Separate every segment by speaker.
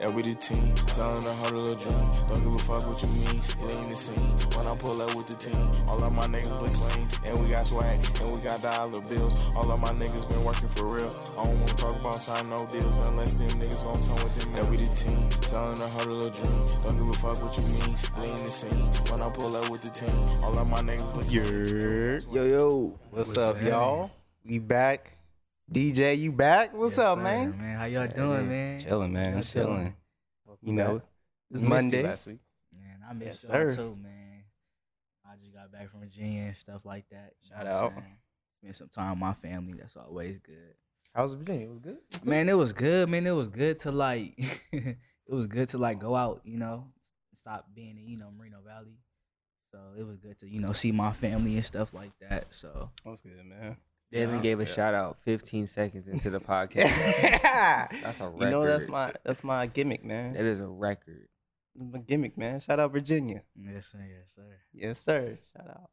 Speaker 1: Yeah, we the team. Selling the heart of the dream. Don't give a fuck what you mean. We ain't the scene. When I pull up with the team, all of my niggas look clean. And we got swag, and we got dollar bills. All of my niggas been working for real. I don't wanna talk about signing no deals unless them niggas gon' come with them. Yeah, we the team. Selling the heart of the dream. Don't give a fuck what you mean. We ain't the scene. When I pull up with the team, all of my niggas look
Speaker 2: Yer.
Speaker 3: Yo, yo.
Speaker 2: What's up, y'all? We back. DJ, you back? What's
Speaker 4: Yes,
Speaker 2: up,
Speaker 4: sir,
Speaker 2: man?
Speaker 4: Man, how y'all doing, man?
Speaker 2: Chilling, man.
Speaker 4: Y'all chilling?
Speaker 2: Chilling. You know, it's
Speaker 3: Missed you
Speaker 2: Monday.
Speaker 3: Last week.
Speaker 4: Man, I miss
Speaker 2: Yes,
Speaker 4: y'all
Speaker 2: sir.
Speaker 4: too, man. I just got back from Virginia and stuff like that. you
Speaker 2: Shout
Speaker 4: know what I'm
Speaker 2: out.
Speaker 4: saying? Spent some time with my family. That's always good.
Speaker 3: How's Virginia? It was good.
Speaker 4: Man, it was good. Man, it was good to like. it was good to like go out. You know, stop being in you know Merino Valley. So it was good to you know see my family and stuff like that. So
Speaker 2: What's good, man?
Speaker 3: Devin
Speaker 2: Yeah.
Speaker 3: gave a
Speaker 2: Yeah.
Speaker 3: shout out 15 seconds into the podcast.
Speaker 2: you
Speaker 3: that's a record.
Speaker 2: know that's my that's my gimmick,
Speaker 3: That
Speaker 2: man.
Speaker 3: is a record.
Speaker 2: My gimmick, man. Shout out Virginia.
Speaker 4: yes, sir, yes, sir.
Speaker 2: Yes, sir. Shout out.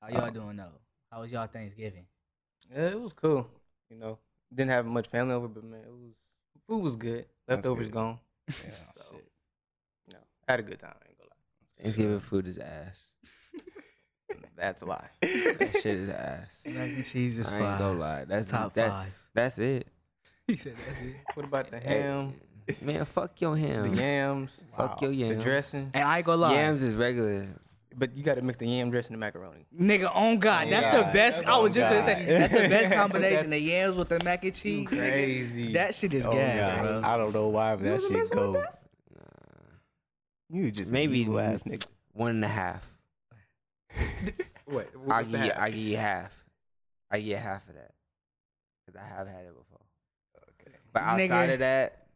Speaker 4: How y'all
Speaker 2: Um,
Speaker 4: doing though? How was y'all Thanksgiving?
Speaker 3: Yeah, it was cool. You know, didn't have much family over, but man, it was food was good.
Speaker 2: That's
Speaker 3: Leftovers
Speaker 2: good. Oh,
Speaker 3: gone.
Speaker 2: Yeah.
Speaker 3: So, you know, I had a good time. I ain't gonna lie. Thanksgiving food is ass. that's a lie. That shit is ass. I
Speaker 4: Mac and cheese is
Speaker 3: ain't gonna
Speaker 4: fine.
Speaker 3: lie. That's
Speaker 4: Top
Speaker 3: that,
Speaker 4: five.
Speaker 3: That's it.
Speaker 4: He said that's it.
Speaker 3: What about the
Speaker 2: ham?
Speaker 3: Man, fuck your ham. The yams. Fuck your yams. The dressing.
Speaker 4: And I ain't gonna lie.
Speaker 3: Yams is regular, but you got to mix the yam dressing and macaroni.
Speaker 4: Nigga, on God,
Speaker 3: On
Speaker 4: that's the
Speaker 3: God.
Speaker 4: best.
Speaker 3: That's
Speaker 4: I was
Speaker 3: on
Speaker 4: just gonna say
Speaker 3: God.
Speaker 4: that's the best
Speaker 3: That's-
Speaker 4: combination. the yams with the mac and cheese. nigga.
Speaker 3: crazy.
Speaker 4: That shit is
Speaker 2: Oh,
Speaker 4: gas,
Speaker 2: God.
Speaker 4: bro.
Speaker 2: I don't know why but that shit goes. You just
Speaker 3: Maybe
Speaker 2: maybe ass nigga.
Speaker 3: One and a half.
Speaker 2: What?
Speaker 3: I give you, I give you half. I get half of that because I have had it before. But
Speaker 4: Nigga.
Speaker 3: outside of that,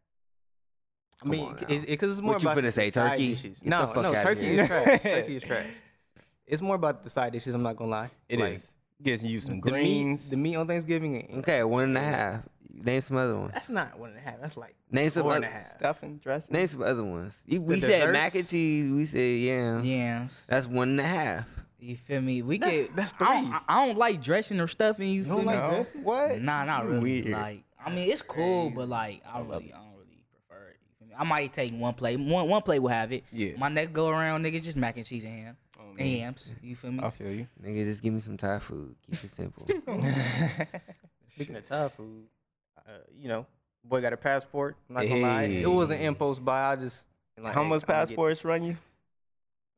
Speaker 5: I mean, because it's, 'cause it's more
Speaker 3: What you
Speaker 5: about
Speaker 3: finna say,
Speaker 5: side
Speaker 3: turkey?
Speaker 5: dishes.
Speaker 3: Get the
Speaker 5: No,
Speaker 3: fuck
Speaker 5: no,
Speaker 3: outta
Speaker 5: turkey
Speaker 3: here.
Speaker 5: is trash. turkey is trash. It's more about the side dishes. I'm not gonna lie.
Speaker 2: It is.
Speaker 5: Like,
Speaker 2: Gets you some
Speaker 5: The meat,
Speaker 2: greens.
Speaker 5: the meat on Thanksgiving. Ain't,
Speaker 3: okay, one and a half. Name some other ones.
Speaker 5: that's not one and a half. That's like
Speaker 3: Name some
Speaker 5: four and a
Speaker 3: other.
Speaker 5: half.
Speaker 2: stuffing, dressing.
Speaker 3: Name some other ones. You- We said mac and
Speaker 5: desserts?
Speaker 3: cheese. We said yams.
Speaker 4: Yams.
Speaker 3: That's one and a half.
Speaker 4: You feel me? We
Speaker 5: That's-
Speaker 4: get
Speaker 5: that's
Speaker 4: I don't,
Speaker 5: three.
Speaker 4: I- I don't like dressing or stuffing. You, feel
Speaker 5: don't
Speaker 4: me?
Speaker 5: like dressing?
Speaker 2: What?
Speaker 4: Nah, not
Speaker 2: You
Speaker 4: really.
Speaker 2: Weird.
Speaker 4: Like, I mean, it's cool, but like, I, don't really, I don't really prefer it. You feel me? I might take one plate. One one plate will have it.
Speaker 2: Yeah.
Speaker 4: My next go around, nigga, just mac and cheese and ham and yams. You feel me?
Speaker 2: I feel you.
Speaker 3: Mm-hmm. Nigga, just give me some Thai food. Keep it simple.
Speaker 5: Speaking of Thai food, uh, you know, boy got a passport. I'm not gonna lie. It was an
Speaker 2: Hey.
Speaker 5: impulse buy. I just like,
Speaker 2: How
Speaker 5: hey,
Speaker 2: much
Speaker 5: I'ma get
Speaker 2: passports run you?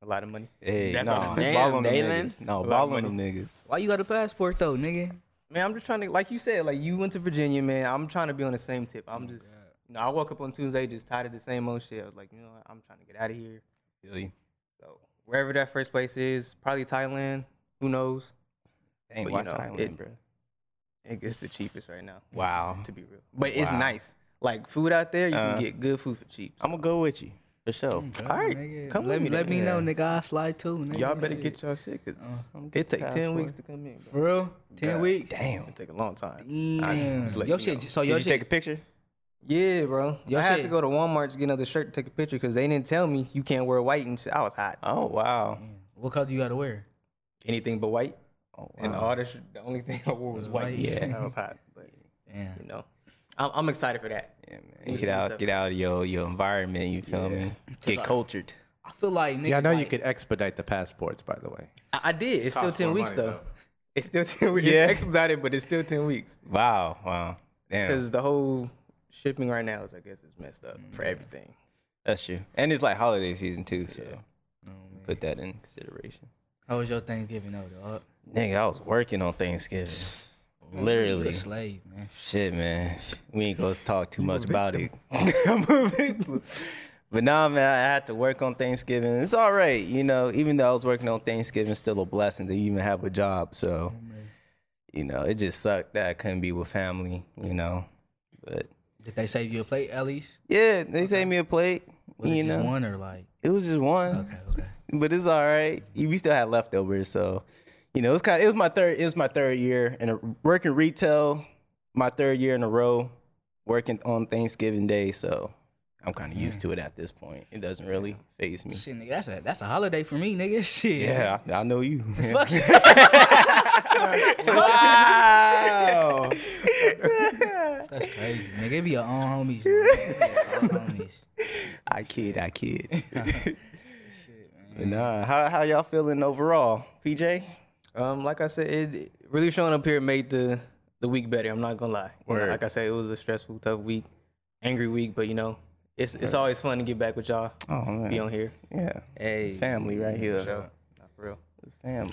Speaker 5: A lot of money.
Speaker 2: Hey,
Speaker 5: That's
Speaker 2: no,
Speaker 5: all I'm
Speaker 2: nah,
Speaker 3: saying.
Speaker 2: ball on them
Speaker 3: Damn,
Speaker 2: niggas. No,
Speaker 5: Dalen.
Speaker 2: ball on them niggas.
Speaker 4: Why you got a passport though, nigga?
Speaker 5: Man, I'm just trying to, like you said, like you went to Virginia, man. I'm trying to be on the same tip. I'm just, you know, I woke up on Tuesday just tired of the same old shit. I was like, you know, what? I'm trying to get out of here.
Speaker 2: Feel you.
Speaker 5: So wherever that first place is, probably Thailand. Who knows?
Speaker 2: Ain't
Speaker 5: But,
Speaker 2: watch
Speaker 5: you know,
Speaker 2: Thailand,
Speaker 5: it-
Speaker 2: bro.
Speaker 5: It- It's the cheapest right now,
Speaker 2: Wow.
Speaker 5: to be real. But it's
Speaker 2: Wow.
Speaker 5: nice. Like food out there, you
Speaker 2: Uh,
Speaker 5: can get good food for cheap.
Speaker 2: I'm gonna go with you for sure.
Speaker 5: All right,
Speaker 4: Nigga,
Speaker 5: come
Speaker 4: let
Speaker 5: with
Speaker 4: me
Speaker 5: me
Speaker 4: let
Speaker 5: then.
Speaker 4: me know, nigga. I slide too. Nigga.
Speaker 5: Y'all better
Speaker 4: Shit.
Speaker 5: get y'all shit Uh, because
Speaker 2: I'm
Speaker 5: it
Speaker 2: getting
Speaker 5: take ten weeks
Speaker 2: passport.
Speaker 5: to come in. Bro.
Speaker 4: for real. Ten weeks.
Speaker 2: Damn.
Speaker 5: It take a long time. I just-
Speaker 4: Damn.
Speaker 5: just let
Speaker 4: Your
Speaker 5: you
Speaker 4: shit.
Speaker 5: know.
Speaker 4: So
Speaker 2: Did
Speaker 4: your
Speaker 2: you
Speaker 4: shit.
Speaker 2: take a picture?
Speaker 5: Yeah, bro.
Speaker 4: Your
Speaker 5: I had
Speaker 4: shit-
Speaker 5: to go to Walmart to get another shirt to take a picture because they didn't tell me you can't wear white and shit. I was hot.
Speaker 2: Oh wow.
Speaker 4: what color do you gotta wear?
Speaker 5: Uh, Anything but white.
Speaker 2: Oh wow.
Speaker 5: And all the sh- the only thing I wore was white.
Speaker 4: White.
Speaker 2: Yeah.
Speaker 5: I was hot, but
Speaker 4: Yeah.
Speaker 5: you know, I'm, I'm excited for that.
Speaker 2: Yeah,
Speaker 5: It
Speaker 2: man.
Speaker 5: was
Speaker 2: Get
Speaker 5: good
Speaker 2: out,
Speaker 5: stuff.
Speaker 2: get out of your your environment. You feel me? Get cultured.
Speaker 4: I feel like nigga.
Speaker 6: Yeah, I know you
Speaker 4: like-
Speaker 6: could expedite the passports, by the way.
Speaker 5: I, I did. It's still
Speaker 6: Cost
Speaker 5: ten
Speaker 6: more
Speaker 5: weeks
Speaker 6: money,
Speaker 5: though.
Speaker 6: though.
Speaker 5: It's still ten weeks.
Speaker 2: Yeah.
Speaker 5: It's expedited, but it's still ten weeks
Speaker 2: Wow, wow. Damn,
Speaker 5: because the whole shipping right now is, I guess, is messed up for everything.
Speaker 2: that's true. Oh, And it's like holiday season too, so put that in consideration.
Speaker 4: How was your Thanksgiving though, dog?
Speaker 2: Nigga, I was working on Thanksgiving. Mm-hmm.
Speaker 4: You a
Speaker 2: Literally.
Speaker 4: slave, man.
Speaker 2: Shit, man. We ain't gonna talk too much about it. I'm a victim. But nah, man, I had to work on Thanksgiving. It's all right, you know. Even though I was working on Thanksgiving, it's still a blessing to even have a job. So, you know, it just sucked that I couldn't be with family, you know. But
Speaker 4: Did they save you a plate at least?
Speaker 2: yeah, they saved me a plate.
Speaker 4: Was
Speaker 2: you
Speaker 4: it
Speaker 2: know,
Speaker 4: just one or like?
Speaker 2: it was just one.
Speaker 4: Okay, okay.
Speaker 2: but it's all right. We still had leftovers, so you know, it was kind of it was my third it was my third year and working retail, my third year in a row working on Thanksgiving Day, so I'm kind of used to it at this point. It doesn't really phase me.
Speaker 4: Shit, nigga, that's a that's a holiday for me, nigga. Shit.
Speaker 2: Yeah, I, I know you.
Speaker 4: Fuck it.
Speaker 3: wow.
Speaker 4: That's crazy, nigga. It be your own homies. yo. It be your own homies.
Speaker 2: I kid, I kid. But nah, how how y'all feeling overall, PJ?
Speaker 5: Um, like I said, it it- really showing up here made the the week better. I'm not gonna lie. You know,
Speaker 2: Word.
Speaker 5: like I said, it was a stressful, tough week, angry week, but you know, it's it's always fun to get back with y'all.
Speaker 2: Oh
Speaker 5: Be
Speaker 2: man,
Speaker 5: on here,
Speaker 2: yeah, it's family right here.
Speaker 5: Not for real.
Speaker 2: It's family.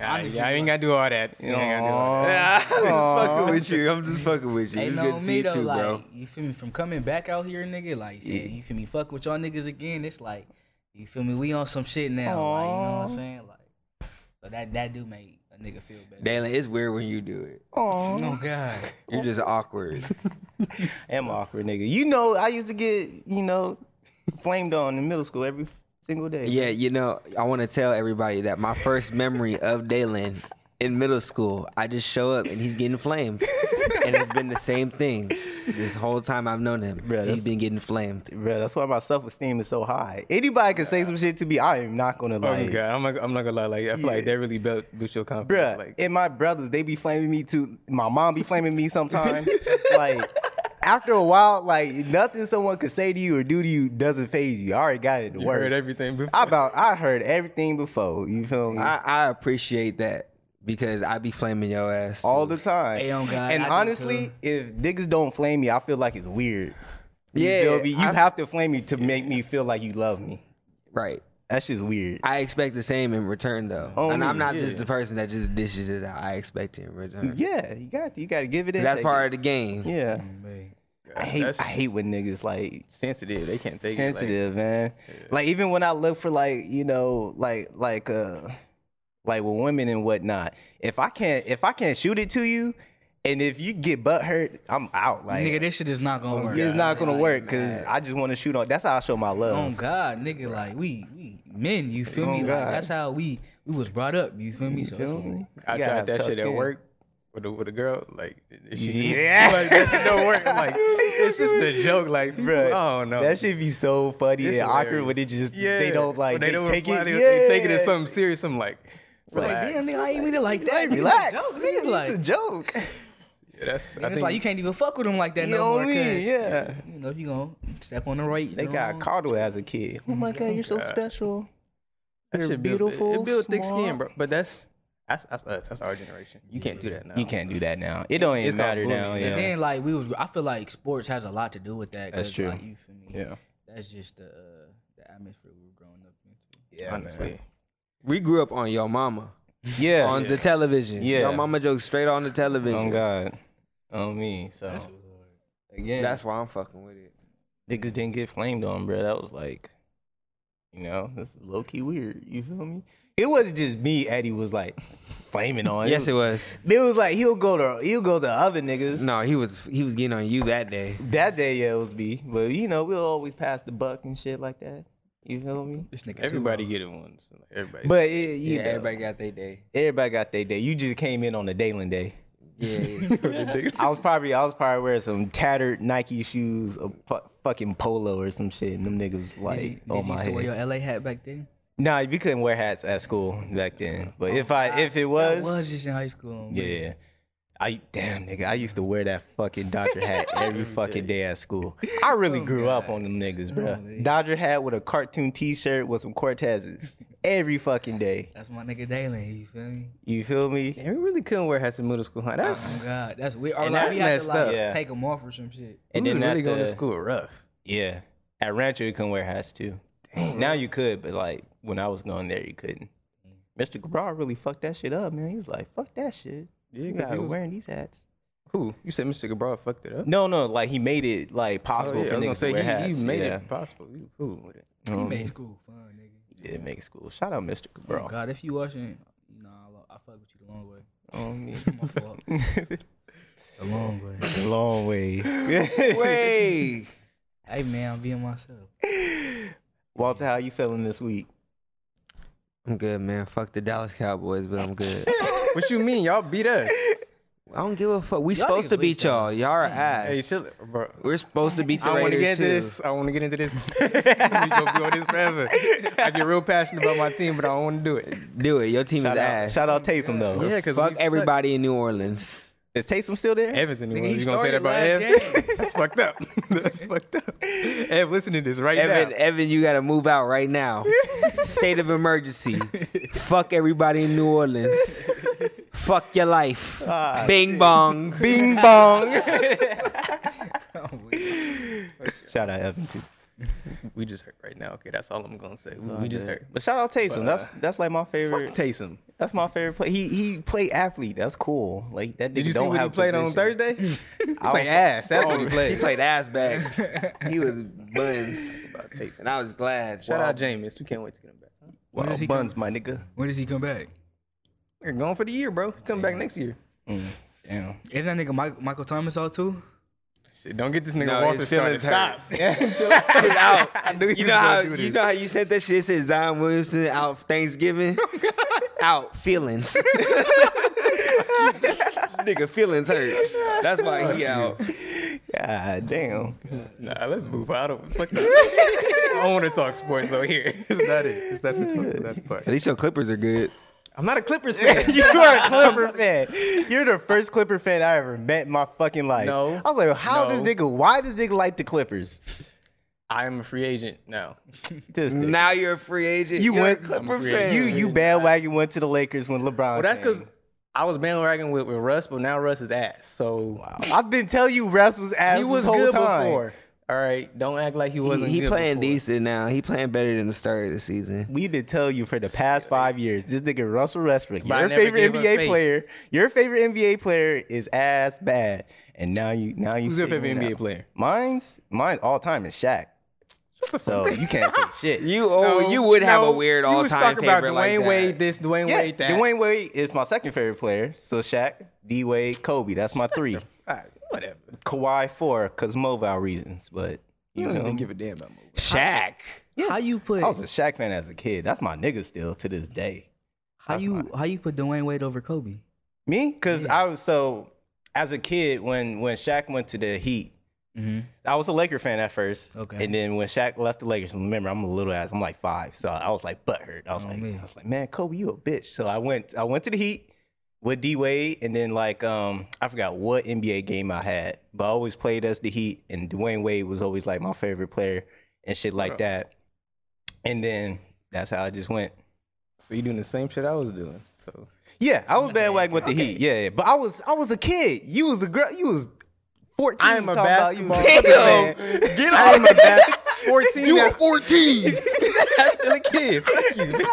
Speaker 5: I, yeah, I ain't gotta do all that. You ain't gotta do all that.
Speaker 3: I'm just fucking with you. I'm just fucking with you.
Speaker 4: Hey,
Speaker 3: It's
Speaker 4: no,
Speaker 3: good to see
Speaker 4: me
Speaker 3: you
Speaker 4: though,
Speaker 3: too,
Speaker 4: like,
Speaker 3: bro.
Speaker 4: you feel me? From coming back out here, nigga, like, shit, you feel me? Fuck with y'all niggas again. It's like, you feel me? We on some shit now, like, you know what I'm saying? Like, so that that do make a nigga feel better.
Speaker 3: Dalen, it's weird when you do it.
Speaker 4: oh God,
Speaker 3: You're just awkward.
Speaker 2: am awkward, nigga. You know, I used to get you know flamed on in middle school every single day.
Speaker 3: Yeah, you know, I want to tell everybody that my first memory of Dalen in middle school, I just show up and he's getting flamed. and it's been the same thing this whole time I've known him.
Speaker 2: Bruh, that's-
Speaker 3: he's been getting flamed.
Speaker 2: Bro, that's why my self esteem is so high. Anybody can say some shit to me. I am not gonna
Speaker 5: Oh
Speaker 2: lie.
Speaker 5: god, I'm not, I'm not gonna lie. Like I feel like that really built boost your confidence.
Speaker 2: Bruh,
Speaker 5: Like
Speaker 2: and my brothers, they be flaming me too. My mom be flaming me sometimes. like, after a while, like nothing someone could say to you or do to you doesn't phase you. I already got it. The
Speaker 5: you
Speaker 2: worst.
Speaker 5: heard everything before.
Speaker 2: I about I heard everything before. You feel me?
Speaker 3: I, I appreciate that because I be flaming your ass.
Speaker 2: all
Speaker 3: too.
Speaker 2: the time.
Speaker 4: Hey, on God,
Speaker 2: and
Speaker 4: I uh, do
Speaker 2: honestly,
Speaker 4: too.
Speaker 2: if niggas don't flame me, I feel like it's weird. You
Speaker 3: Yeah,
Speaker 2: feel me? You
Speaker 3: I-
Speaker 2: have to flame me to make me feel like you love me.
Speaker 3: Right.
Speaker 2: That's just weird.
Speaker 3: I expect the same in return though.
Speaker 2: Oh,
Speaker 3: and I'm
Speaker 2: yeah.
Speaker 3: not just the person that just dishes it out. I expect it in return.
Speaker 2: yeah, you got you got to give it. in.
Speaker 3: That's
Speaker 2: take
Speaker 3: part of
Speaker 2: it.
Speaker 3: the game.
Speaker 2: Yeah,
Speaker 4: man.
Speaker 2: I hate
Speaker 5: That's
Speaker 2: I hate when niggas like
Speaker 5: sensitive. They can't take it.
Speaker 2: sensitive, man. Like even when I look for like you know like like uh like with women and whatnot, if I can't if I can't shoot it to you, and if you get butt hurt, I'm out. Like
Speaker 4: nigga, this shit is not gonna work.
Speaker 2: Oh, it's not gonna work because I just want to shoot on. That's how I show my
Speaker 4: Oh
Speaker 2: love.
Speaker 4: God, nigga, like we we men, you feel me?
Speaker 2: On
Speaker 4: Like,
Speaker 2: Oh, God.
Speaker 4: that's how we we was brought up. You feel me? So it's
Speaker 2: Feel
Speaker 4: like-
Speaker 2: me?
Speaker 5: Like,
Speaker 2: You
Speaker 5: I
Speaker 2: gotta
Speaker 5: tried
Speaker 2: have
Speaker 5: that
Speaker 2: tough
Speaker 5: shit at
Speaker 2: skin.
Speaker 5: work with a, with a girl. Like, if she,
Speaker 2: Yeah.
Speaker 5: like that shit don't work. Like it's just a joke. Like, people,
Speaker 2: Bruh,
Speaker 5: I don't know.
Speaker 2: That should be so funny
Speaker 5: It's
Speaker 2: and awkward when it
Speaker 5: hilarious.
Speaker 2: just they don't like
Speaker 5: When
Speaker 2: they, take it.
Speaker 5: reply,
Speaker 2: Yeah.
Speaker 5: They, they take it as something serious. I'm like,
Speaker 4: Like,
Speaker 5: relax.
Speaker 4: damn, nigga, I ain't mean it like that.
Speaker 2: Relax,
Speaker 4: It's a joke,
Speaker 2: See,
Speaker 4: nigga, like,
Speaker 2: it's a joke.
Speaker 5: Yeah, that's. I
Speaker 4: it's
Speaker 5: think-
Speaker 4: like you can't even fuck with them like that
Speaker 2: You
Speaker 4: no
Speaker 2: know
Speaker 4: more.
Speaker 2: what I
Speaker 4: 'cause,
Speaker 2: mean? Yeah.
Speaker 4: You know, you gonna step on the right.
Speaker 2: They
Speaker 4: the
Speaker 2: got
Speaker 4: wrong.
Speaker 2: coddled as a kid. Oh my god, you're so special.
Speaker 5: that
Speaker 2: you're
Speaker 5: shit build- it-
Speaker 2: beautiful,
Speaker 5: It builds thick skin,
Speaker 2: smart.
Speaker 5: bro. But that's that's that's us. That's our generation. You can't do that now.
Speaker 2: You can't do that now. It don't even
Speaker 5: It's called
Speaker 2: matter now.
Speaker 5: bullying.
Speaker 2: Yeah.
Speaker 4: And then like we was, I feel like sports has a lot to do with that. 'cause,
Speaker 2: That's true.
Speaker 4: Like, you feel me?
Speaker 2: Yeah.
Speaker 4: That's just the uh, the atmosphere we were growing up into.
Speaker 2: yeah,
Speaker 5: Honestly,
Speaker 3: We grew up on your mama.
Speaker 2: Yeah.
Speaker 3: on the television.
Speaker 2: Yeah.
Speaker 3: Your mama jokes straight on the television.
Speaker 2: on God. On me. So again
Speaker 3: That's why I'm fucking with it.
Speaker 2: niggas didn't get flamed on, bro. That was like, you know, this is low key weird. You feel me? It wasn't just me. Eddie was like flaming on.
Speaker 3: Yes, it was.
Speaker 2: It was like he'll go to he'll go to other niggas.
Speaker 3: No, he was he was getting on you that day.
Speaker 2: That day, yeah, it was me. But you know, we'll always pass the buck and shit like that. You feel me?
Speaker 4: This nigga
Speaker 5: everybody get it once. Like, everybody.
Speaker 2: But it, you
Speaker 3: Yeah,
Speaker 2: know,
Speaker 3: everybody got their day.
Speaker 2: everybody got their day. You just came in on the Dalen day.
Speaker 3: Yeah, yeah.
Speaker 2: I was probably I was probably wearing some tattered Nike shoes, a fu- fucking polo or some shit, and them niggas was
Speaker 4: Did
Speaker 2: like
Speaker 4: you, did
Speaker 2: on
Speaker 4: you
Speaker 2: my
Speaker 4: used
Speaker 2: head.
Speaker 4: to wear your LA hat back then?
Speaker 2: Nah, you couldn't wear hats at school back then. But if I if it was,
Speaker 4: I was just in high school. man.
Speaker 2: yeah. I damn nigga, I used to wear that fucking Dodger hat every fucking day at school. I really
Speaker 5: Oh,
Speaker 2: grew up on them niggas, bro. Dodger hat with a cartoon T-shirt with some Cortezes every fucking day.
Speaker 4: That's my nigga Dalen. You feel me?
Speaker 2: You feel me?
Speaker 5: Damn, we really couldn't wear hats in middle school, huh?
Speaker 4: Oh
Speaker 5: That's
Speaker 4: God, that's weird. Or
Speaker 5: And
Speaker 4: like
Speaker 5: that's
Speaker 4: we had to
Speaker 5: messed
Speaker 4: like
Speaker 5: up.
Speaker 2: Yeah.
Speaker 4: take them off or some shit.
Speaker 5: and
Speaker 2: then
Speaker 5: really
Speaker 2: at
Speaker 5: going to
Speaker 2: the-
Speaker 5: school rough.
Speaker 2: Yeah, at Rancho you couldn't wear hats too. Now you could, but like when I was going there, you couldn't. Mr. Cabral really fucked that shit up, man. He was like, "Fuck that shit."
Speaker 5: Yeah,
Speaker 2: you
Speaker 5: 'cause he
Speaker 2: got
Speaker 5: was-
Speaker 2: wearing these hats.
Speaker 5: Who? You said Mr. Gabral fucked it up?
Speaker 2: No, no, like he made it like
Speaker 5: Oh,
Speaker 2: possible
Speaker 5: yeah, I
Speaker 2: for
Speaker 5: was gonna
Speaker 2: niggas to
Speaker 5: say
Speaker 2: wear
Speaker 5: you,
Speaker 2: hats.
Speaker 5: you made
Speaker 2: yeah.
Speaker 5: it possible. You cool with it.
Speaker 4: He
Speaker 2: Um,
Speaker 4: made school fun, nigga.
Speaker 2: Yeah, it makes cool. Shout out Mr. Cabral.
Speaker 4: God, if you watching, you know I, lo- I fuck with you the long way.
Speaker 5: Oh,
Speaker 2: Um, yeah.
Speaker 4: My fault. the long way.
Speaker 2: Long way.
Speaker 3: Way.
Speaker 4: Hey man, I'm being myself.
Speaker 2: Walter, how you feeling this week?
Speaker 3: I'm good, man. Fuck the Dallas Cowboys, but I'm good.
Speaker 5: What you mean? Y'all beat us.
Speaker 3: I don't give a fuck. We
Speaker 4: Y'all
Speaker 3: supposed
Speaker 4: niggas
Speaker 3: to beat
Speaker 4: weak, though.
Speaker 3: y'all. Y'all are ass.
Speaker 5: Hey, chill, it, bro.
Speaker 3: We're supposed to beat the
Speaker 5: I want to
Speaker 3: Raiders
Speaker 5: get into
Speaker 3: too.
Speaker 5: this. I want to get into this. we gonna be on this forever. I get real passionate about my team, but I don't want to do it.
Speaker 3: Do it. Your team
Speaker 2: Shout
Speaker 3: is
Speaker 2: out,
Speaker 3: ass.
Speaker 2: shout out Taysom though.
Speaker 5: Yeah, because
Speaker 3: fuck everybody in New Orleans.
Speaker 2: Is Taysom still there?
Speaker 5: Evans in New
Speaker 2: Nigga,
Speaker 5: Orleans.
Speaker 2: he
Speaker 5: You gonna say that about
Speaker 2: started
Speaker 5: Ev? That's fucked up. That's fucked up. Ev, listen to this right
Speaker 3: Evan,
Speaker 5: now.
Speaker 3: Evan, you gotta move out right now. State of emergency. Fuck everybody in New Orleans. Fuck your life.
Speaker 5: Ah,
Speaker 3: Bing bong. Bing bong.
Speaker 5: Oh,
Speaker 2: Shout out Evan too.
Speaker 5: We just hurt right now. Okay, that's all I'm gonna say. We,
Speaker 2: We
Speaker 5: just hurt.
Speaker 2: But shout out Taysom.
Speaker 5: uh,
Speaker 2: that's that's like my favorite.
Speaker 5: Taysom.
Speaker 2: that's my favorite play. He he played athlete. That's cool. Like that. Nigga
Speaker 5: Did you see
Speaker 2: don't
Speaker 5: what he
Speaker 2: have
Speaker 5: played on
Speaker 2: position.
Speaker 5: Thursday? He played ass. That's what he played.
Speaker 3: He played ass back. He was buns. And I was glad.
Speaker 5: Shout out Jameis. We can't wait to get him back.
Speaker 4: When does
Speaker 2: Well,
Speaker 4: he
Speaker 2: buns, my nigga.
Speaker 4: When does he come back?
Speaker 5: You're gone for the year, bro. Come back next year.
Speaker 2: Damn.
Speaker 4: Isn't that nigga Mike, Michael Thomas out too?
Speaker 5: Shit, don't get this nigga
Speaker 3: No,
Speaker 5: Walter
Speaker 3: his feelings
Speaker 5: started. Stop.
Speaker 3: He's out.
Speaker 5: I knew he
Speaker 3: you
Speaker 5: was
Speaker 3: know
Speaker 5: gonna
Speaker 3: how
Speaker 5: do
Speaker 3: you
Speaker 5: this.
Speaker 3: know how you said that shit. It said Zion Williamson out Thanksgiving,
Speaker 5: Oh,
Speaker 3: out feelings. Nigga, feelings hurt. That's why he out.
Speaker 2: God damn.
Speaker 5: Nah, let's move. I don't. Fuck that. I don't want to talk sports over here. It's not it. It's not the talk. That part.
Speaker 3: At least your Clippers are good.
Speaker 5: I'm not a Clippers fan.
Speaker 2: you are a Clipper fan. You're the first Clipper fan I ever met in my fucking life.
Speaker 5: No.
Speaker 2: I was like, how
Speaker 5: No.
Speaker 2: this nigga? Why this nigga like the Clippers?
Speaker 5: I am a free agent now.
Speaker 2: This nigga.
Speaker 3: Now you're a free agent.
Speaker 2: You
Speaker 3: You're
Speaker 2: went-
Speaker 3: a Clipper
Speaker 5: I'm a free
Speaker 3: fan.
Speaker 2: You you bandwagon went to the Lakers when LeBron.
Speaker 5: Well, that's
Speaker 2: came.
Speaker 5: because I was bandwagon with, with Russ, but now Russ is ass. So wow.
Speaker 2: I've been telling you Russ was ass
Speaker 5: he
Speaker 2: this
Speaker 5: was
Speaker 2: whole
Speaker 5: good
Speaker 2: time.
Speaker 5: before. All right, don't act like he wasn't.
Speaker 3: he
Speaker 5: good
Speaker 3: playing
Speaker 5: before.
Speaker 3: decent now. He playing better than the start of the season.
Speaker 2: We've been telling you for the past five years, this nigga Russell Westbrook,
Speaker 5: I
Speaker 2: your
Speaker 5: never
Speaker 2: favorite
Speaker 5: gave up
Speaker 2: NBA
Speaker 5: faith.
Speaker 2: player, your favorite NBA player is ass bad, and now you now you.
Speaker 5: Who's your
Speaker 2: figuring
Speaker 5: favorite
Speaker 2: it
Speaker 5: NBA
Speaker 2: out.
Speaker 5: player?
Speaker 2: Mine's mine all time is Shaq. So you can't say shit.
Speaker 3: You oh you would have
Speaker 5: No,
Speaker 3: a weird
Speaker 5: you
Speaker 3: all
Speaker 5: was
Speaker 3: time
Speaker 5: talking about
Speaker 3: favorite
Speaker 5: Dwayne
Speaker 3: like that.
Speaker 5: Wade this, Dwayne
Speaker 2: yeah,
Speaker 5: Wade that.
Speaker 2: Dwayne Wade is my second favorite player. So Shaq, D Wade, Kobe. That's my three.
Speaker 5: All right, ah, whatever.
Speaker 2: Kawhi four, cause mobile reasons, but you
Speaker 5: You don't
Speaker 2: know
Speaker 5: even give a damn about Mobile.
Speaker 2: Shaq.
Speaker 4: How you put
Speaker 2: I was a Shaq fan as a kid. That's my nigga still to this day.
Speaker 4: how you how you put Dwayne Wade over Kobe?
Speaker 2: Me? Because I was so as a kid when when Shaq went to the Heat,
Speaker 4: Mm-hmm.
Speaker 2: I was a Laker fan at first.
Speaker 4: Okay.
Speaker 2: And then when Shaq left the Lakers, and remember I'm a little ass. I'm like five, so I was like butthurt. I was
Speaker 4: Oh,
Speaker 2: like
Speaker 4: man.
Speaker 2: I was like man, Kobe, you a bitch. So I went I went to the Heat with D Wade, and then like um I forgot what NBA game I had, but I always played as the Heat, and Dwayne Wade was always like my favorite player and shit like that. And then that's how I just went.
Speaker 5: So you doing the same shit I was doing. So
Speaker 2: Yeah, I was bandwagon with the Heat. Yeah, yeah, but I was I was a kid. You was a girl. You was fourteen.
Speaker 5: I am a
Speaker 2: talking about you was
Speaker 5: basketball
Speaker 2: a fucking
Speaker 5: fan.
Speaker 2: man.
Speaker 5: Get I am a bas- 14. You were 14. That's still a kid. Fuck you, bitch.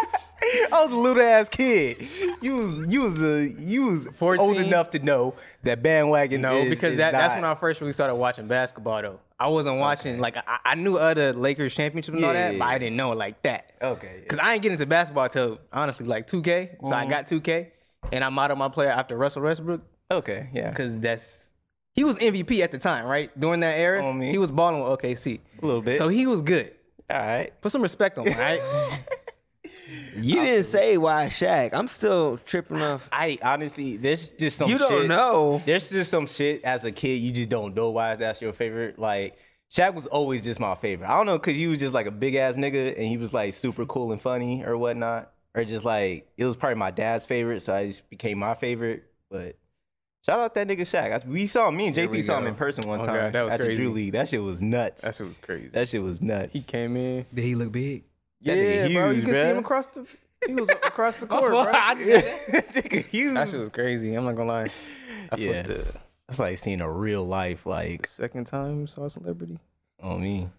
Speaker 2: I was a little ass kid. You was you was a you was 14. old
Speaker 5: 14?
Speaker 2: enough to know that bandwagon.
Speaker 5: No,
Speaker 2: is-
Speaker 5: because
Speaker 2: is
Speaker 5: that, that's
Speaker 2: not-
Speaker 5: when I first really started watching basketball, though. I wasn't watching, like, I, I knew other Lakers championships and all
Speaker 2: Yeah,
Speaker 5: that, but
Speaker 2: yeah,
Speaker 5: I didn't know it like that.
Speaker 2: Okay, yeah.
Speaker 5: Because I ain't get into basketball till honestly, like 2K. So I got 2K, and I'm out of my player after Russell Westbrook,
Speaker 2: okay, yeah,
Speaker 5: because that's. He was MVP at the time, right? During that era,
Speaker 2: On me.
Speaker 5: he was balling with OKC.
Speaker 2: a little bit.
Speaker 5: So he was good.
Speaker 2: all right.
Speaker 5: Put some respect on him, all right?
Speaker 3: You didn't say why Shaq. I'm still tripping off.
Speaker 2: I honestly, there's just some.
Speaker 3: You don't
Speaker 2: shit-
Speaker 3: know.
Speaker 2: There's just some shit as a kid you just don't know why that's your favorite. Like Shaq was always just my favorite. I don't know because he was just like a big ass nigga and he was like super cool and funny or whatnot, or just like it was probably my dad's favorite, so I just became my favorite. But shout out that nigga Shaq. I- We saw me and
Speaker 3: we
Speaker 2: JP saw him
Speaker 3: go.
Speaker 2: in person one
Speaker 5: Oh,
Speaker 2: time
Speaker 5: God, that was
Speaker 2: at the
Speaker 5: crazy.
Speaker 2: Drew League. That shit was nuts.
Speaker 5: That shit was crazy.
Speaker 2: that shit was nuts.
Speaker 5: he came in.
Speaker 4: Did he look big?
Speaker 2: That
Speaker 5: yeah,
Speaker 2: nigga
Speaker 5: bro. You
Speaker 2: huge,
Speaker 5: can see him
Speaker 2: bruh.
Speaker 5: across the. He was across the court, bro.
Speaker 4: I
Speaker 2: nigga huge.
Speaker 5: Oh, That shit was crazy. I'm not gonna lie. That's
Speaker 2: Yeah.
Speaker 5: what the
Speaker 2: That's like seeing a real life like
Speaker 5: second time you saw a celebrity.
Speaker 2: on me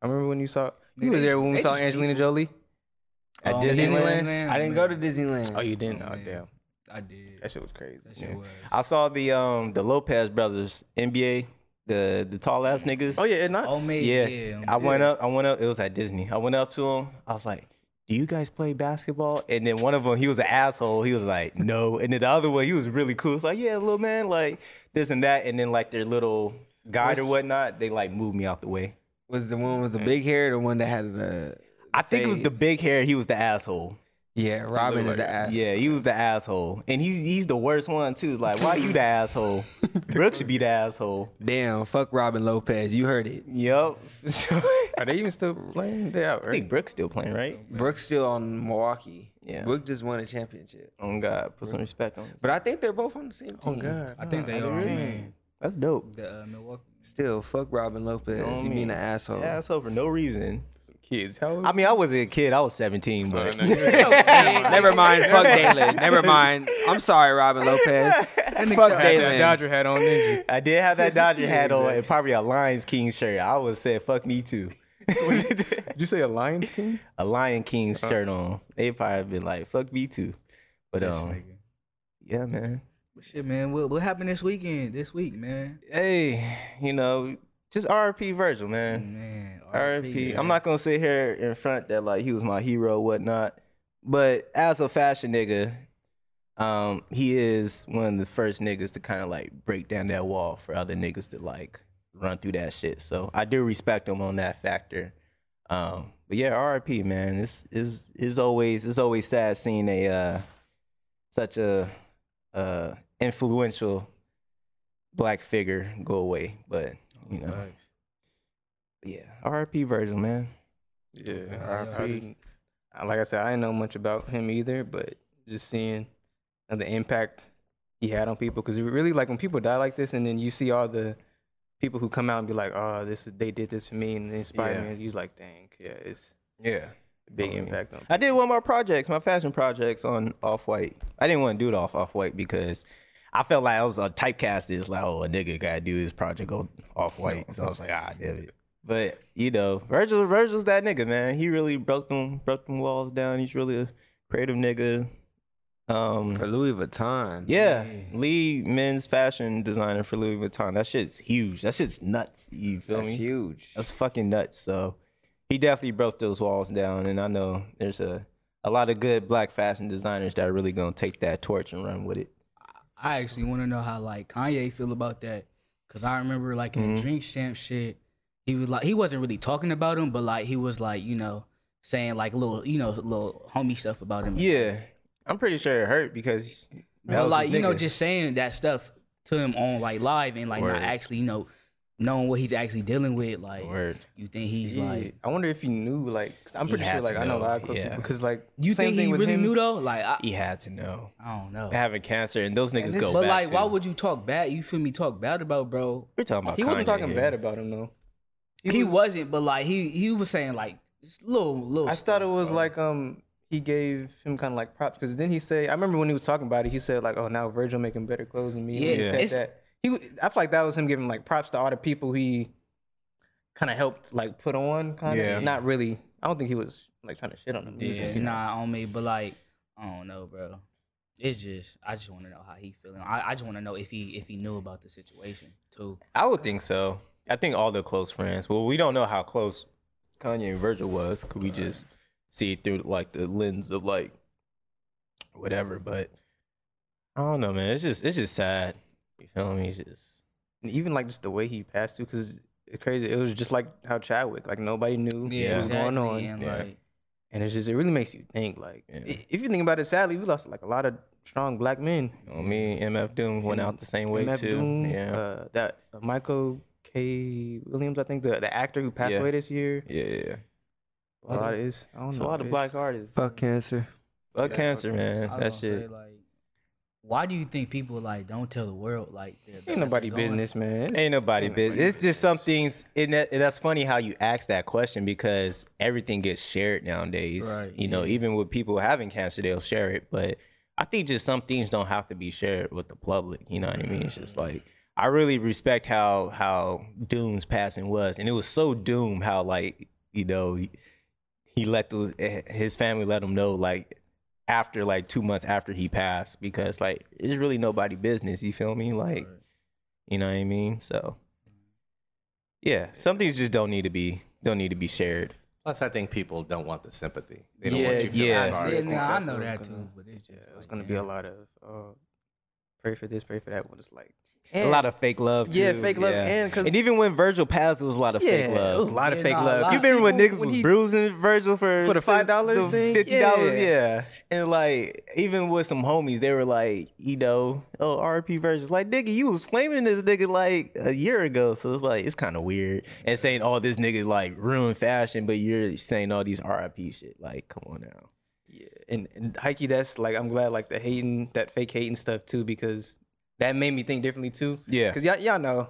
Speaker 5: I remember when you saw.
Speaker 4: Nigga,
Speaker 5: You was
Speaker 4: they-
Speaker 5: there when we
Speaker 4: they
Speaker 5: saw
Speaker 4: just-
Speaker 5: Angelina Jolie.
Speaker 2: at
Speaker 4: Um,
Speaker 2: Disneyland.
Speaker 3: I didn't go to Disneyland.
Speaker 5: Oh, you didn't?
Speaker 4: Oh,
Speaker 5: Oh,
Speaker 4: man.
Speaker 5: damn.
Speaker 4: I did.
Speaker 5: That shit was crazy.
Speaker 4: That shit was.
Speaker 2: I saw the um the Lopez brothers NBA the the tall ass niggas.
Speaker 5: Oh yeah, it not.
Speaker 4: Oh, man.
Speaker 2: yeah.
Speaker 4: Yeah.
Speaker 2: I went up. I went up. It was at Disney. I went up to him. I was like, "Do you guys play basketball?" And then one of them, he was an asshole. He was like, "No." And then the other one, he was really cool. It's like, "Yeah, little man, like this and that." And then like their little guide or whatnot, they like moved me out the way.
Speaker 3: Was the one with the big hair, the one that had the
Speaker 2: I think it was
Speaker 3: They-
Speaker 2: the big hair. He was the asshole.
Speaker 3: Yeah, Robin is
Speaker 6: like
Speaker 3: the
Speaker 6: it.
Speaker 3: ass.
Speaker 2: Yeah, he was the asshole, and he's he's the worst one too. Like, why you the asshole? Brooke should be the asshole.
Speaker 3: Damn, fuck Robin Lopez. You heard it.
Speaker 2: Yep. I
Speaker 6: Are they even still playing? They out, right?
Speaker 2: think Brooke's still playing, right?
Speaker 3: Brooke's still on Milwaukee.
Speaker 2: Yeah.
Speaker 3: Brooke just won a championship.
Speaker 2: Oh God, put some respect on. Him.
Speaker 3: But I think they're both on the same team. Oh god.
Speaker 4: I think they are. Man.
Speaker 2: That's dope.
Speaker 4: The uh, Milwaukee.
Speaker 3: Still, fuck Robin Lopez.
Speaker 2: I
Speaker 3: He
Speaker 2: mean,
Speaker 3: being an asshole.
Speaker 2: Yeah, that's over no reason.
Speaker 6: Some kids. How old?
Speaker 2: I mean, I was a kid. I was seventeen, but
Speaker 3: Never mind. Fuck Dalen. Never mind. I'm sorry, Robin Lopez. fuck Dalen.
Speaker 6: Dodger hat on, didn't you?
Speaker 2: I did have that Dodger hat on and probably a Lions King shirt. I would say fuck me too.
Speaker 6: Did you say a Lions King?
Speaker 2: a Lion King shirt on. They probably be like fuck me too. But um, yeah, man.
Speaker 4: But shit, man, what, what happened this weekend? This week, man.
Speaker 2: Hey, you know, just RP Virgil, man.
Speaker 4: Man,
Speaker 2: RFP. I'm not gonna sit here in front that like he was my hero, whatnot. But as a fashion nigga, um, he is one of the first niggas to kind of like break down that wall for other niggas to like run through that shit. So I do respect him on that factor. Um, but yeah, RIP, man. This is is always it's always sad seeing a uh, such a uh, influential black figure go away. But you know, yeah, RIP Virgil, man.
Speaker 6: Yeah.
Speaker 5: I didn't- I- like I said, I didn't know much about him either, but just seeing uh, the impact he had on people, because really, like when people die like this, and then you see all the people who come out and be like, "Oh, this they did this for me," and they inspired
Speaker 2: Yeah.
Speaker 5: me. And you're like, "Dang, yeah, it's
Speaker 2: Yeah.
Speaker 5: a big
Speaker 2: Oh, yeah.
Speaker 5: impact on."
Speaker 2: I did one of my projects, my fashion projects on off white. I didn't want to do it off off white because I felt like I was a typecast. It's like, oh, a nigga gotta do his project on off white. So I was like, ah, damn it. But you know, Virgil, Virgil's that nigga, man. He really broke them, broke them walls down. He's really a creative nigga. Um,
Speaker 3: For Louis Vuitton.
Speaker 2: yeah, lead men's fashion designer for Louis Vuitton. That shit's huge. That shit's nuts. You feel
Speaker 3: That's
Speaker 2: me?
Speaker 3: huge.
Speaker 2: That's fucking nuts. So he definitely broke those walls down, and I know there's a a lot of good black fashion designers that are really gonna take that torch and run with it.
Speaker 4: I actually want to know how like Kanye feel about that, cause I remember like in
Speaker 2: Mm-hmm.
Speaker 4: the Drink Champ shit, he was like he wasn't really talking about him, but like he was like you know saying like little you know little homie stuff about him.
Speaker 2: Yeah, I'm pretty sure it hurt because that
Speaker 4: But
Speaker 2: was
Speaker 4: like
Speaker 2: his
Speaker 4: you know
Speaker 2: nigga.
Speaker 4: just saying that stuff to him on like live and like
Speaker 2: Word.
Speaker 4: not actually you know knowing what he's actually dealing with. Like
Speaker 2: Word.
Speaker 4: you think he's
Speaker 5: Yeah.
Speaker 4: like.
Speaker 5: I wonder if he knew. Like, 'cause I'm
Speaker 2: He
Speaker 5: pretty sure.
Speaker 2: had to
Speaker 5: Like, I know a
Speaker 2: know,
Speaker 5: lot of close
Speaker 2: yeah.
Speaker 5: people because, like,
Speaker 4: You
Speaker 5: same
Speaker 4: think
Speaker 5: thing
Speaker 4: he
Speaker 5: with
Speaker 4: really
Speaker 5: him.
Speaker 4: knew though? Like I,
Speaker 2: he had to know
Speaker 4: I don't know.
Speaker 2: having cancer, and those niggas
Speaker 5: it's-
Speaker 2: go
Speaker 5: But,
Speaker 4: But
Speaker 2: back.
Speaker 4: like,
Speaker 2: to,
Speaker 4: why would you talk bad? You feel me? Talk bad about bro?
Speaker 2: we're talking about?
Speaker 5: He wasn't
Speaker 2: Oh, Kanye
Speaker 5: talking
Speaker 2: here.
Speaker 5: bad about him though.
Speaker 4: He, was, not but like he he was saying like just little little.
Speaker 5: I thought it was like um he gave him kind of like props because then he say I remember when he was talking about it he said like oh now Virgil making better clothes than me yeah, he
Speaker 4: Yeah.
Speaker 5: said
Speaker 4: It's-
Speaker 5: that he w- I feel like that was him giving like props to all the people he kind of helped like put on kind of
Speaker 2: Yeah.
Speaker 5: not really I don't think he was like trying to shit on him He was
Speaker 4: yeah,
Speaker 5: just, you know,
Speaker 4: nah on me, but like I don't know, bro. It's just I just want to know how he feeling. I, I just want to know if he if he knew about the situation too.
Speaker 2: I would think so. I think all the close friends. Well, we don't know how close Kanye and Virgil was. Could we just see it through like the lens of like whatever? But I don't know, man. It's just it's just sad. You feel me? It's just
Speaker 5: and even like just the way he passed through because it's crazy it was just like how Chadwick like nobody knew
Speaker 2: Yeah.
Speaker 5: what was going
Speaker 4: exactly,
Speaker 5: on
Speaker 4: And
Speaker 2: Yeah.
Speaker 4: like,
Speaker 5: and it's just it really makes you think like
Speaker 2: Yeah.
Speaker 5: i- if you think about it sadly we lost like a lot of strong black men
Speaker 2: you know, me and MF Doom went out the same way
Speaker 5: MF
Speaker 2: too.
Speaker 5: Doom,
Speaker 2: yeah.
Speaker 5: uh, that uh, Michael K. Williams, I think the, the actor who passed
Speaker 2: Yeah.
Speaker 5: away this year.
Speaker 2: yeah, yeah, yeah.
Speaker 5: A lot of is I don't
Speaker 2: It's
Speaker 5: know.
Speaker 2: a lot of
Speaker 5: it's-
Speaker 2: black artists.
Speaker 3: Fuck cancer.
Speaker 2: Fuck cancer,
Speaker 4: I
Speaker 2: man.
Speaker 4: was
Speaker 2: That
Speaker 4: gonna say,
Speaker 2: shit.
Speaker 4: like, why do you think people like don't tell the world like they're,
Speaker 5: Ain't nobody
Speaker 4: they're going-
Speaker 5: business, man. It's-
Speaker 2: Ain't nobody
Speaker 5: ain't
Speaker 2: business. It's just some things. And that, and that's funny how you ask that question because everything gets shared nowadays.
Speaker 4: Right,
Speaker 2: you know, even with people having cancer, they'll share it. But I think just some things don't have to be shared with the public. You know what I mean? It's just like I really respect how how Doom's passing was, and it was so Doom how like you know he let those his family let him know like after like two months after he passed because like it's really nobody business. You feel me? Like. You know what I mean? So yeah, some things just don't need to be don't need to be shared.
Speaker 6: Plus, I think people don't want the sympathy. They don't want you feeling
Speaker 2: yeah.
Speaker 6: sorry.
Speaker 4: Yeah,
Speaker 6: for
Speaker 4: nah,
Speaker 6: them.
Speaker 4: I
Speaker 5: that's
Speaker 4: know
Speaker 5: what it's
Speaker 4: that
Speaker 5: gonna-
Speaker 4: too, but it's just
Speaker 5: Yeah, it's
Speaker 4: like,
Speaker 5: gonna be a
Speaker 4: damn.
Speaker 5: lot of uh, pray for this, pray for that. One, it's like
Speaker 2: A lot of fake love.
Speaker 5: Yeah,
Speaker 2: too.
Speaker 5: fake love, and 'cause-
Speaker 2: and even when Virgil passed, it was a lot of
Speaker 5: yeah,
Speaker 2: fake
Speaker 5: it was
Speaker 2: love.
Speaker 5: a lot of
Speaker 4: Yeah,
Speaker 5: fake
Speaker 4: nah, a
Speaker 5: love.
Speaker 4: lot.
Speaker 2: you remember when
Speaker 5: People,
Speaker 2: niggas
Speaker 5: when
Speaker 2: was
Speaker 5: he-
Speaker 2: bruising Virgil for
Speaker 5: For the
Speaker 2: si-
Speaker 5: $5
Speaker 2: the
Speaker 5: thing?
Speaker 2: fifty dollars?
Speaker 5: Yeah.
Speaker 2: Yeah. And like, even with some homies, they were like, you know, oh, RP versions. Like, nigga, you was flaming this nigga like a year ago. So it's like, it's kind of weird. And saying, oh, this nigga like ruined fashion, but you're saying all these RIP shit. Like, come on now.
Speaker 5: Yeah, and, and Heike, that's like I'm glad like the hating that fake hating stuff too because that made me think differently too.
Speaker 2: Yeah.
Speaker 5: because y'all y'all know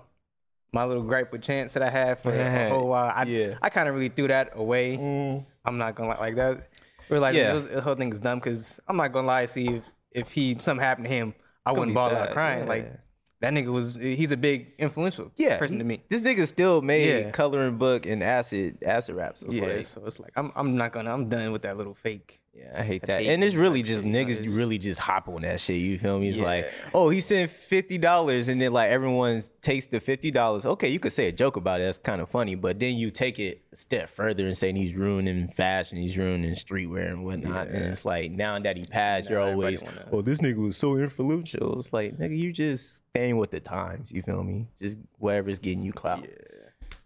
Speaker 5: my little gripe with Chance that I had for a whole while. I
Speaker 2: Yeah. Mm.
Speaker 5: I kind of really threw that away. I'm not gonna lie like that. Realizing
Speaker 2: Yeah.
Speaker 5: yeah. the whole thing is dumb because I'm not gonna lie. See if if he something happened to him, I
Speaker 2: gonna be
Speaker 5: wouldn't ball
Speaker 2: sad,
Speaker 5: out crying.
Speaker 2: yeah.
Speaker 5: Like that nigga was he's a big influential
Speaker 2: Yeah.
Speaker 5: person to
Speaker 2: he-
Speaker 5: me.
Speaker 2: This nigga still made
Speaker 5: Yeah.
Speaker 2: coloring book and acid acid raps. So it's
Speaker 5: Yeah,
Speaker 2: like,
Speaker 5: so it's like I'm I'm not gonna I'm done with that little fake.
Speaker 2: Yeah, I hate that.
Speaker 5: hate
Speaker 2: And it's
Speaker 5: when
Speaker 2: really
Speaker 5: that
Speaker 2: just
Speaker 5: shit
Speaker 2: niggas
Speaker 5: happens.
Speaker 2: really just hop on that shit. You feel me? It's like,
Speaker 5: Yeah.
Speaker 2: oh, he sent fifty dollars, and then like everyone takes the fifty dollars. Okay, you could say a joke about it. That's kind of funny, but then you take it a step further and saying he's ruining fashion, he's ruining streetwear and whatnot. And it's like now that he passed, you're
Speaker 5: everybody
Speaker 2: always,
Speaker 5: wanna-
Speaker 2: oh, this nigga was so influential. It's like, nigga, you just staying with the times. You feel me? Just whatever's getting you clout.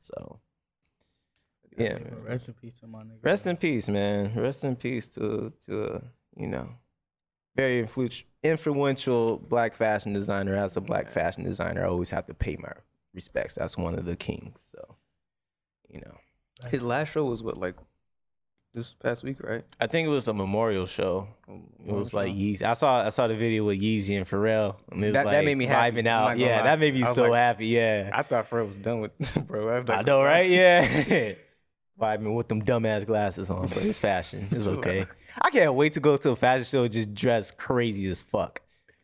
Speaker 2: So, yeah.
Speaker 4: Rest in peace to my nigga.
Speaker 2: Rest in peace, man. Rest in peace to to uh, you know, very influ- influential black fashion designer. As a black fashion designer, I always have to pay my respects. That's one of the kings. So, you know,
Speaker 5: His last show was what like this past week, right?
Speaker 2: I think it was a memorial show. It was like Yeezy. I saw I saw the video with Yeezy and Pharrell. And it was
Speaker 5: That-
Speaker 2: like
Speaker 5: that made me happy.
Speaker 2: vibing
Speaker 5: I'm not
Speaker 2: out.
Speaker 5: gonna
Speaker 2: Yeah,
Speaker 5: lie.
Speaker 2: that made me
Speaker 5: I was
Speaker 2: so
Speaker 5: like-
Speaker 2: happy. Yeah,
Speaker 5: I thought Fred was done with bro.
Speaker 2: I know, right? Yeah. Vibing with them dumbass glasses on, but it's fashion. It's okay. I can't wait to go to a fashion show just dress crazy as fuck.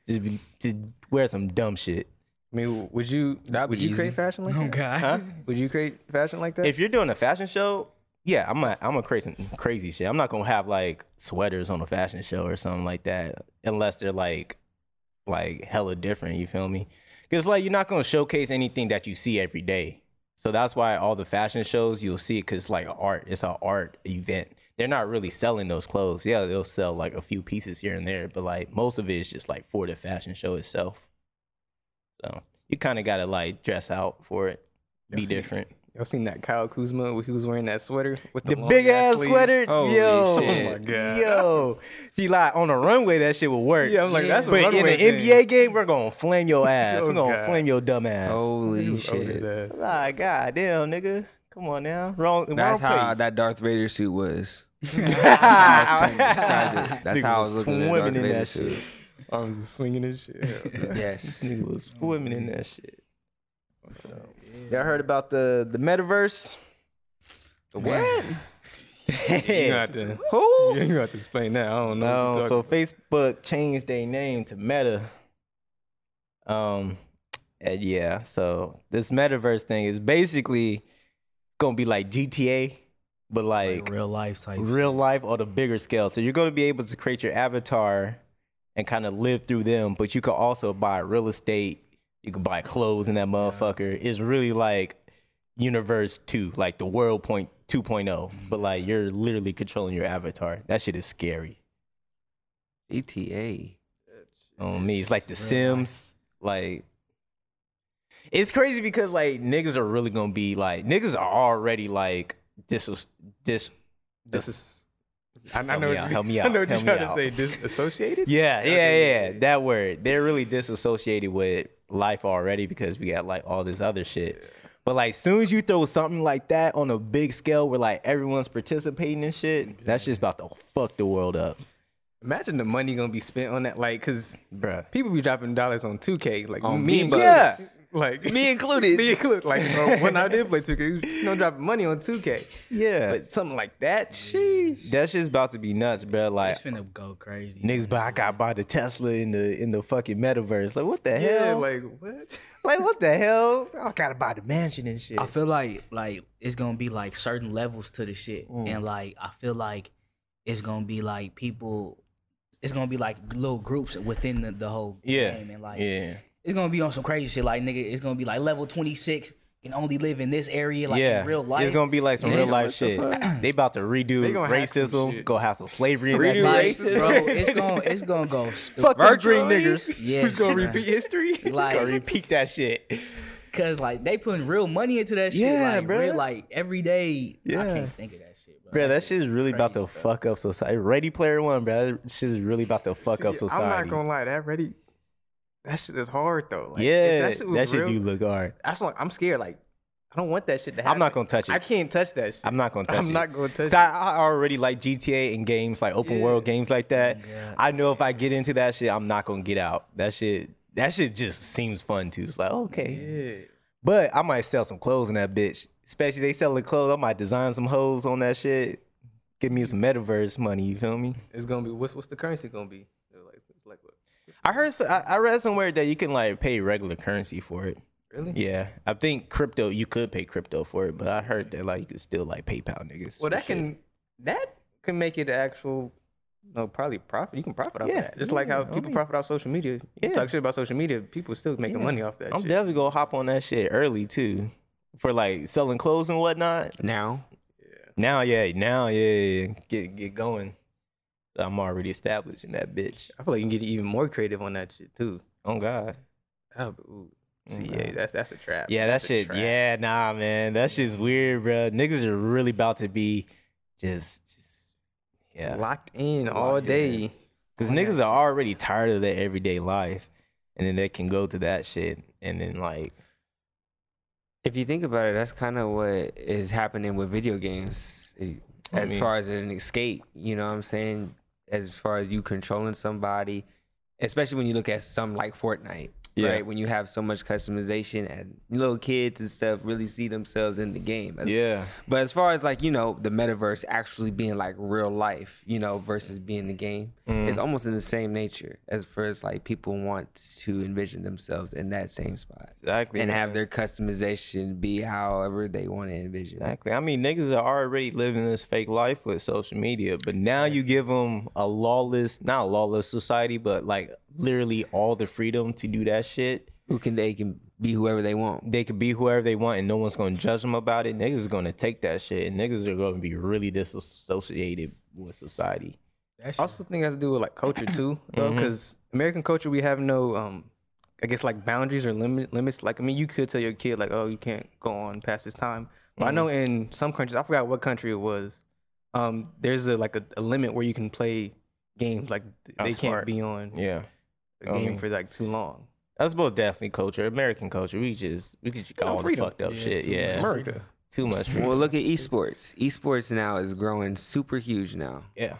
Speaker 2: Just, be, just wear some dumb shit.
Speaker 5: I mean, would you would you create fashion like
Speaker 4: Oh
Speaker 5: that?
Speaker 4: God.
Speaker 5: Would you create fashion like that?
Speaker 2: If you're doing a fashion show, yeah, I'm gonna I'm gonna create some crazy shit. I'm not gonna have like sweaters on a fashion show or something like that, unless they're like like hella different. You feel me? Because like you're not gonna showcase anything that you see every day. So that's why all the fashion shows you'll see because like art, it's an art event. They're not really selling those clothes. Yeah, they'll sell like a few pieces here and there, but like most of it is just like for the fashion show itself. So you kind of gotta like dress out for it, be different.
Speaker 5: Y'all seen that Kyle Kuzma? where He was wearing that sweater with the,
Speaker 2: The
Speaker 5: long
Speaker 2: big ass
Speaker 5: sleeves?
Speaker 2: sweater,
Speaker 5: Holy
Speaker 2: yo,
Speaker 5: shit. Oh my god.
Speaker 2: yo. See, like on a runway, that shit would work.
Speaker 5: Yeah, I'm like, that's a
Speaker 2: but in
Speaker 5: runway
Speaker 2: an
Speaker 5: thing.
Speaker 2: NBA game, we're gonna flame your ass.
Speaker 5: Yo,
Speaker 2: we're gonna
Speaker 5: God.
Speaker 2: flame your dumb ass. Oh,
Speaker 3: Holy shit.
Speaker 5: shit.
Speaker 2: like, goddamn, nigga, come on now, wrong.
Speaker 3: That's
Speaker 2: wrong
Speaker 3: how
Speaker 2: place.
Speaker 3: that Darth Vader suit was.
Speaker 2: Ah,
Speaker 3: Described it. That's
Speaker 2: Nigga
Speaker 3: how I
Speaker 2: was
Speaker 3: was looking at
Speaker 2: swimming
Speaker 3: the Darth
Speaker 2: in
Speaker 3: Vader
Speaker 2: that
Speaker 3: suit.
Speaker 2: shit.
Speaker 5: I was just swinging his shit. Hell no.
Speaker 3: Yes.
Speaker 2: Nigga was swimming in that shit. Y'all heard about the the metaverse?
Speaker 4: What?
Speaker 5: you gonna have to.
Speaker 2: Who?
Speaker 5: You gonna have to explain that. I don't know. what
Speaker 2: No,
Speaker 5: you're
Speaker 2: so
Speaker 5: talking
Speaker 2: Facebook changed their name to Meta. Um, and yeah, so this metaverse thing is basically gonna be like GTA, but like
Speaker 4: Real life type.
Speaker 2: real life on a bigger scale. So you're going to be able to create your avatar and kind of live through them, but you could also buy real estate. You could buy clothes in that motherfucker. It's really like Universe 2, like the world point 2.0, but like you're literally controlling your avatar. That shit is scary.
Speaker 3: E ETA.
Speaker 2: On me, it's like The Sims. Like, it's crazy because like niggas are really gonna be like niggas are already like dis dis.
Speaker 5: This is. I, I
Speaker 2: Help
Speaker 5: know.
Speaker 2: me
Speaker 5: what
Speaker 2: out,
Speaker 5: you-
Speaker 2: help me
Speaker 5: I
Speaker 2: out,
Speaker 5: know what you're
Speaker 2: help me
Speaker 5: trying to
Speaker 2: out.
Speaker 5: say. Disassociated.
Speaker 2: Yeah, yeah, yeah. That word. They're really disassociated with life already because we got like all this other shit. But like soon as you throw something like that on a big scale where like everyone's participating and shit, that's just about to fuck the world up.
Speaker 5: Imagine the money gonna be spent on that. Like, cause
Speaker 2: Bruh.
Speaker 5: people be dropping dollars on 2K. Like
Speaker 3: On
Speaker 5: me, and
Speaker 3: Beanbugs.
Speaker 5: yeah. Like
Speaker 3: Me included.
Speaker 5: me included. Like uh, when I did play 2K, you know, dropping money on 2K.
Speaker 2: Yeah.
Speaker 5: But something like that, sheesh.
Speaker 2: That's just about to be nuts, bruh. Like
Speaker 4: It's finna go crazy.
Speaker 2: niggas but I got by the Tesla in the in the fucking metaverse. Like what the
Speaker 5: Yeah,
Speaker 2: hell? Like,
Speaker 5: like what?
Speaker 2: what the hell? I gotta buy the mansion and shit.
Speaker 4: I feel like like it's gonna be like certain levels to the shit, and like I feel like it's gonna be like people. It's gonna be like little groups within the, the whole
Speaker 2: Yeah.
Speaker 4: game, and like
Speaker 2: yeah.
Speaker 4: it's gonna be on some crazy shit. Like nigga, it's gonna be like level twenty six can only live in this area, like
Speaker 2: yeah,
Speaker 4: in real life.
Speaker 2: It's gonna be like some
Speaker 4: Yeah,
Speaker 2: real
Speaker 4: it's-
Speaker 2: life shit. they about to redo
Speaker 5: They gonna hack some
Speaker 2: racism,
Speaker 5: shit.
Speaker 2: go have some slavery in
Speaker 5: Redo
Speaker 2: that
Speaker 4: like,
Speaker 2: bitch.
Speaker 5: racist.
Speaker 4: bro. It's gonna it's gonna go.
Speaker 2: Fuck them
Speaker 5: Virgin
Speaker 2: green
Speaker 5: niggas.
Speaker 2: niggas.
Speaker 4: Yeah,
Speaker 5: Who's gonna repeat history?
Speaker 4: Like
Speaker 2: Gonna repeat that shit.
Speaker 4: Cause like they putting real money into that shit.
Speaker 2: Yeah,
Speaker 4: like,
Speaker 2: bruh.
Speaker 4: real- like every day. I
Speaker 2: Yeah.
Speaker 4: can't think of that shit, bro.
Speaker 2: Bro, that shit is really about to fuck up society. Ready Player One, bro. That shit is really about to fuck up
Speaker 5: See,
Speaker 2: society.
Speaker 5: I'm not gonna lie, that ready. That shit is hard though. Like, if
Speaker 2: yeah,
Speaker 5: that shit, was real,
Speaker 2: do look hard.
Speaker 5: That's why I'm scared. Like, I don't want that shit to happen.
Speaker 2: I'm not gonna touch it.
Speaker 5: I can't touch that shit.
Speaker 2: I'm not gonna touch
Speaker 5: I'm
Speaker 2: it.
Speaker 5: not gonna touch
Speaker 2: So I, I already like GTA and games like open world games like that. I know if I get into that shit, I'm not gonna get out. That shit, that shit just seems fun too. It's like okay, but I might sell some clothes in that bitch. Especially they selling clothes, I might design some hoes on that shit. Give me some metaverse money. You feel me?
Speaker 5: It's gonna be what's what's the currency gonna be? They're like, it's like what?
Speaker 2: I heard, so- I, I read somewhere that you can like pay regular currency for it.
Speaker 5: Really?
Speaker 2: Yeah, I think crypto. You could pay crypto for it, but I heard that like you could still like PayPal niggas. for
Speaker 5: Well, that
Speaker 2: shit.
Speaker 5: can that can make it actual. No, probably profit. You can profit off
Speaker 2: Yeah,
Speaker 5: that. Just like how people profit off social media. You
Speaker 2: Yeah.
Speaker 5: talk shit about social media, people still making money off that
Speaker 2: I'm
Speaker 5: shit.
Speaker 2: definitely gonna hop on that shit early too, for like selling clothes and whatnot.
Speaker 3: Now,
Speaker 2: Now, yeah, now, yeah, yeah, yeah. get get going. I'm already established in that bitch.
Speaker 5: I feel like you can get even more creative on that shit too.
Speaker 2: Oh God,
Speaker 5: Oh, but ooh. See, yeah, that's that's a trap.
Speaker 2: yeah, that
Speaker 5: That's a
Speaker 2: shit,
Speaker 5: trap.
Speaker 2: yeah, nah, man, that shit's weird, bro. Niggas are really about to be just, just yeah,
Speaker 5: Locked in all
Speaker 2: Locked
Speaker 5: day.
Speaker 2: in. Because niggas are already tired of their everyday life. And then they can go to that shit. And then, like,
Speaker 3: if you think about it, that's kind of what is happening with video games, It-
Speaker 2: I
Speaker 3: as
Speaker 2: mean-
Speaker 3: far as an escape. You know what I'm saying? As far as you controlling somebody, especially when you look at some like Fortnite,
Speaker 2: Yeah.
Speaker 3: right? When you have so much customization and little kids and stuff really see themselves in the game. As-
Speaker 2: yeah.
Speaker 3: But as far as like you know, the metaverse actually being like real life, you know, versus being the game,
Speaker 2: Mm.
Speaker 3: it's almost in the same nature as far as like people want to envision themselves in that same spot
Speaker 2: Exactly.
Speaker 3: and have
Speaker 2: man.
Speaker 3: their customization be however they want to envision. it.
Speaker 2: Exactly. I mean, niggas are already living this fake life with social media, but now you give them a lawless, not a lawless society, but like literally all the freedom to do that shit.
Speaker 3: Who can they can be whoever they want.
Speaker 2: They could be whoever they want and no one's going to judge them about it. Niggas are going to take that shit and niggas are going to be really disassociated with society.
Speaker 4: That shit-
Speaker 5: also think it has to do with like culture too, though,
Speaker 2: Mm-hmm.
Speaker 5: because American culture we have no, um, I guess like boundaries or limit, limits. Like I mean, you could tell your kid like, oh, you can't go on past this time. But
Speaker 2: Mm-hmm.
Speaker 5: I know in some countries, I forgot what country it was. Um, there's a like a, a limit where you can play games like th- they
Speaker 2: That's Oh, smart.
Speaker 5: can't be on
Speaker 2: Yeah.
Speaker 5: a
Speaker 2: I
Speaker 5: game
Speaker 2: mean-
Speaker 5: for like too long.
Speaker 2: That's most definitely culture, American culture. We just we could
Speaker 5: No
Speaker 2: call all the
Speaker 5: freedom.
Speaker 2: fucked up
Speaker 4: Yeah,
Speaker 2: shit.
Speaker 4: too
Speaker 2: Yeah,
Speaker 4: much.
Speaker 5: America,
Speaker 2: too much. Freedom.
Speaker 3: Well, look at esports. Esports now is growing super huge now.
Speaker 2: yeah,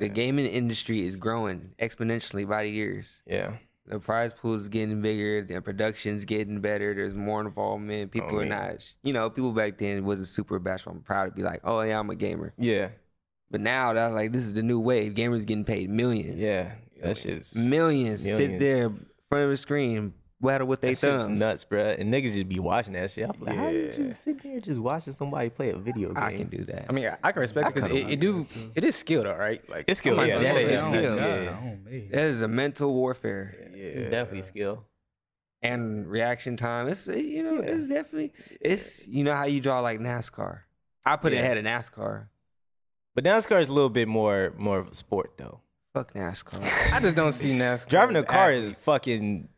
Speaker 3: The gaming industry is growing exponentially by the years.
Speaker 2: yeah.
Speaker 3: The prize pool is getting bigger. The production's getting better. There's more involvement. People are
Speaker 2: man.
Speaker 3: not, you know, people back then wasn't super bashful. I'm proud to be like, oh yeah, I'm a gamer.
Speaker 2: Yeah.
Speaker 3: But now that's like this is the new wave. Gamers getting paid millions.
Speaker 2: Yeah. That shit's
Speaker 3: millions, sit
Speaker 2: Millions.
Speaker 3: there in front of a screen, rattle with their
Speaker 2: that shit's
Speaker 3: thumbs.
Speaker 2: nuts, bruh. And niggas just be watching that shit. I'm like, how you just sitting there just watching somebody play a video game?
Speaker 3: I can do that.
Speaker 5: I mean, I, I can respect it because
Speaker 3: kinda
Speaker 5: it, it do it is skilled, all right. Like
Speaker 2: It's skill.
Speaker 5: I might
Speaker 2: Yeah,
Speaker 5: as well
Speaker 3: that's
Speaker 5: say
Speaker 3: it.
Speaker 5: it's
Speaker 3: Yeah.
Speaker 5: skill.
Speaker 2: skill.
Speaker 4: God,
Speaker 2: Yeah.
Speaker 4: oh, man.
Speaker 3: that is a mental warfare
Speaker 2: It's definitely skill.
Speaker 3: and reaction time. It's uh, you know, it's definitely it's you know how you draw like NASCAR. I put it
Speaker 2: Yeah.
Speaker 3: ahead of NASCAR.
Speaker 2: But NASCAR is a little bit more more of a sport though.
Speaker 3: Fuck NASCAR.
Speaker 5: I just don't see NASCAR.
Speaker 2: Driving a
Speaker 5: as
Speaker 2: car
Speaker 5: athletes.
Speaker 2: is fucking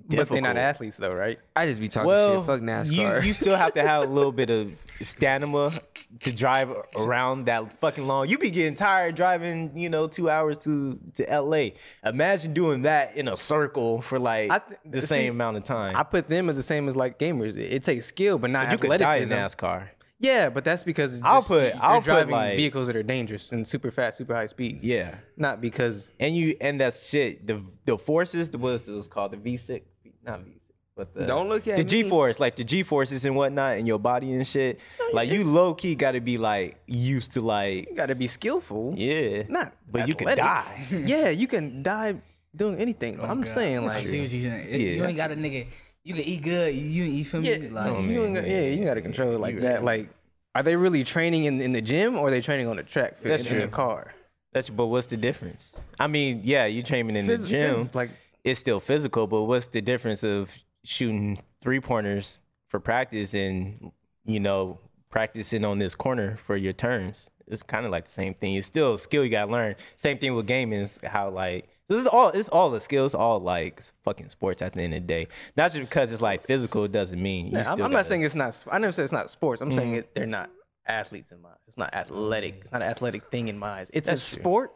Speaker 5: But they're
Speaker 2: difficult.
Speaker 5: not athletes though, right?
Speaker 3: I just be talking
Speaker 2: well,
Speaker 3: shit. Fuck NASCAR.
Speaker 2: You, you still have to have a little bit of stamina to drive around that fucking long. You be getting tired driving, you know, two hours to to LA. Imagine doing that in a circle for like
Speaker 5: I th-
Speaker 2: the
Speaker 5: see,
Speaker 2: same amount of time.
Speaker 5: I put them as the same as like gamers. It, it takes skill, but not
Speaker 2: you could die in
Speaker 5: athleticism.
Speaker 2: NASCAR.
Speaker 5: yeah, but that's because
Speaker 2: I'll
Speaker 5: just
Speaker 2: put-
Speaker 5: you're
Speaker 2: I'll put,
Speaker 5: driving
Speaker 2: like-
Speaker 5: vehicles that are dangerous and super fast, super high speeds.
Speaker 2: Yeah,
Speaker 5: not because
Speaker 2: and you and that shit. The the forces. The what's those called? The V six, not V six. But the,
Speaker 3: Don't look at
Speaker 2: the G
Speaker 3: me.
Speaker 2: force, like the G forces and whatnot, in your body and shit. Like you low key got to be like used to like
Speaker 5: you got to be skillful.
Speaker 2: yeah,
Speaker 5: not
Speaker 2: but you can
Speaker 5: athletic.
Speaker 2: die.
Speaker 5: yeah, you can die doing anything.
Speaker 4: Oh,
Speaker 5: I'm saying
Speaker 4: I
Speaker 5: like
Speaker 4: see what you're saying. It-
Speaker 2: Yeah, Oh,
Speaker 4: you ain't got a nigga. You can eat good. You you feel me?
Speaker 5: yeah,
Speaker 4: like
Speaker 5: you ain't got- yeah, you got to control it like that. Like, are they really training in, in the gym or are they training on the track field,
Speaker 2: That's
Speaker 5: in, in the
Speaker 2: true.
Speaker 5: car?
Speaker 2: That's but what's the difference? I mean, yeah, you training in
Speaker 5: Phys-
Speaker 2: the gym,
Speaker 5: phys- like-
Speaker 2: it's still physical. But what's the difference of shooting three pointers for practice and you know practicing on this corner for your turns? It's kind of like the same thing. It's still a skill you got to learn. Same thing with gaming. Is how like it's This is all. It's all the skills. All like fucking sports at the end of the day. Not just because it's like physical doesn't mean. You
Speaker 5: Nah, I'm,
Speaker 2: still
Speaker 5: I'm
Speaker 2: gotta-
Speaker 5: not
Speaker 2: Mm-hmm.
Speaker 5: saying it's not. I never said it's not sports. I'm saying it, they're not athletes in my. It's not athletic. It's not an athletic thing in my eyes. It's a sport.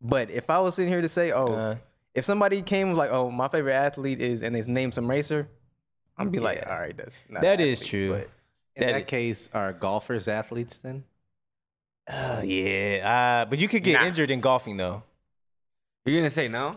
Speaker 5: But if I was sitting here to say, oh,
Speaker 2: Uh.
Speaker 5: if somebody came like, oh, my favorite athlete is, and they named some racer, I'm be like, all right, that's not
Speaker 2: that
Speaker 5: an
Speaker 2: is
Speaker 5: athlete,
Speaker 2: true.
Speaker 5: but-
Speaker 6: In
Speaker 2: That
Speaker 6: that,
Speaker 2: is-
Speaker 6: case, are golfers athletes then?
Speaker 2: Uh, yeah, uh, but you could get injured in golfing though.
Speaker 3: You're gonna say no?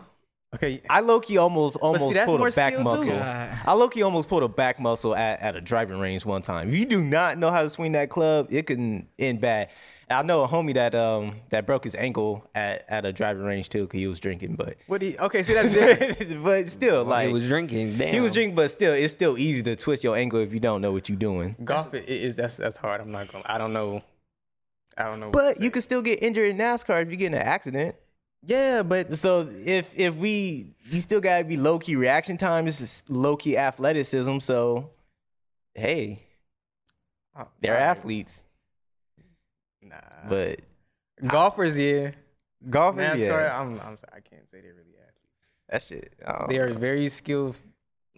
Speaker 5: okay,
Speaker 2: I low key almost almost
Speaker 5: that's
Speaker 2: pulled a
Speaker 5: more
Speaker 2: back
Speaker 5: skill, too.
Speaker 2: muscle.
Speaker 4: God.
Speaker 2: I low key almost pulled a back muscle at, at a driving range one time. If you do not know how to swing that club, it can end bad. And I know a homie that um that broke his ankle at, at a driving range too because he was drinking, but
Speaker 5: what do you? Okay, see that's different.
Speaker 2: but still like
Speaker 3: he was drinking. Damn.
Speaker 2: drinking, but still it's still easy to twist your ankle if you don't know what you're doing.
Speaker 5: Golf i- is that's that's hard. I'm not gonna. I don't know. I don't know. what
Speaker 2: But
Speaker 5: to
Speaker 2: you
Speaker 5: say.
Speaker 2: can still get injured in NASCAR if you get in an accident.
Speaker 5: yeah, but
Speaker 2: So if if we you still gotta be low key reaction time. This is low key athleticism. So hey, they're athletes,
Speaker 5: nah.
Speaker 2: but
Speaker 5: golfers, yeah.
Speaker 2: golfers,
Speaker 5: NASCAR,
Speaker 2: yeah,
Speaker 5: I'm, I'm sorry, I can't say they're really athletes.
Speaker 2: that shit.
Speaker 5: They are very skilled,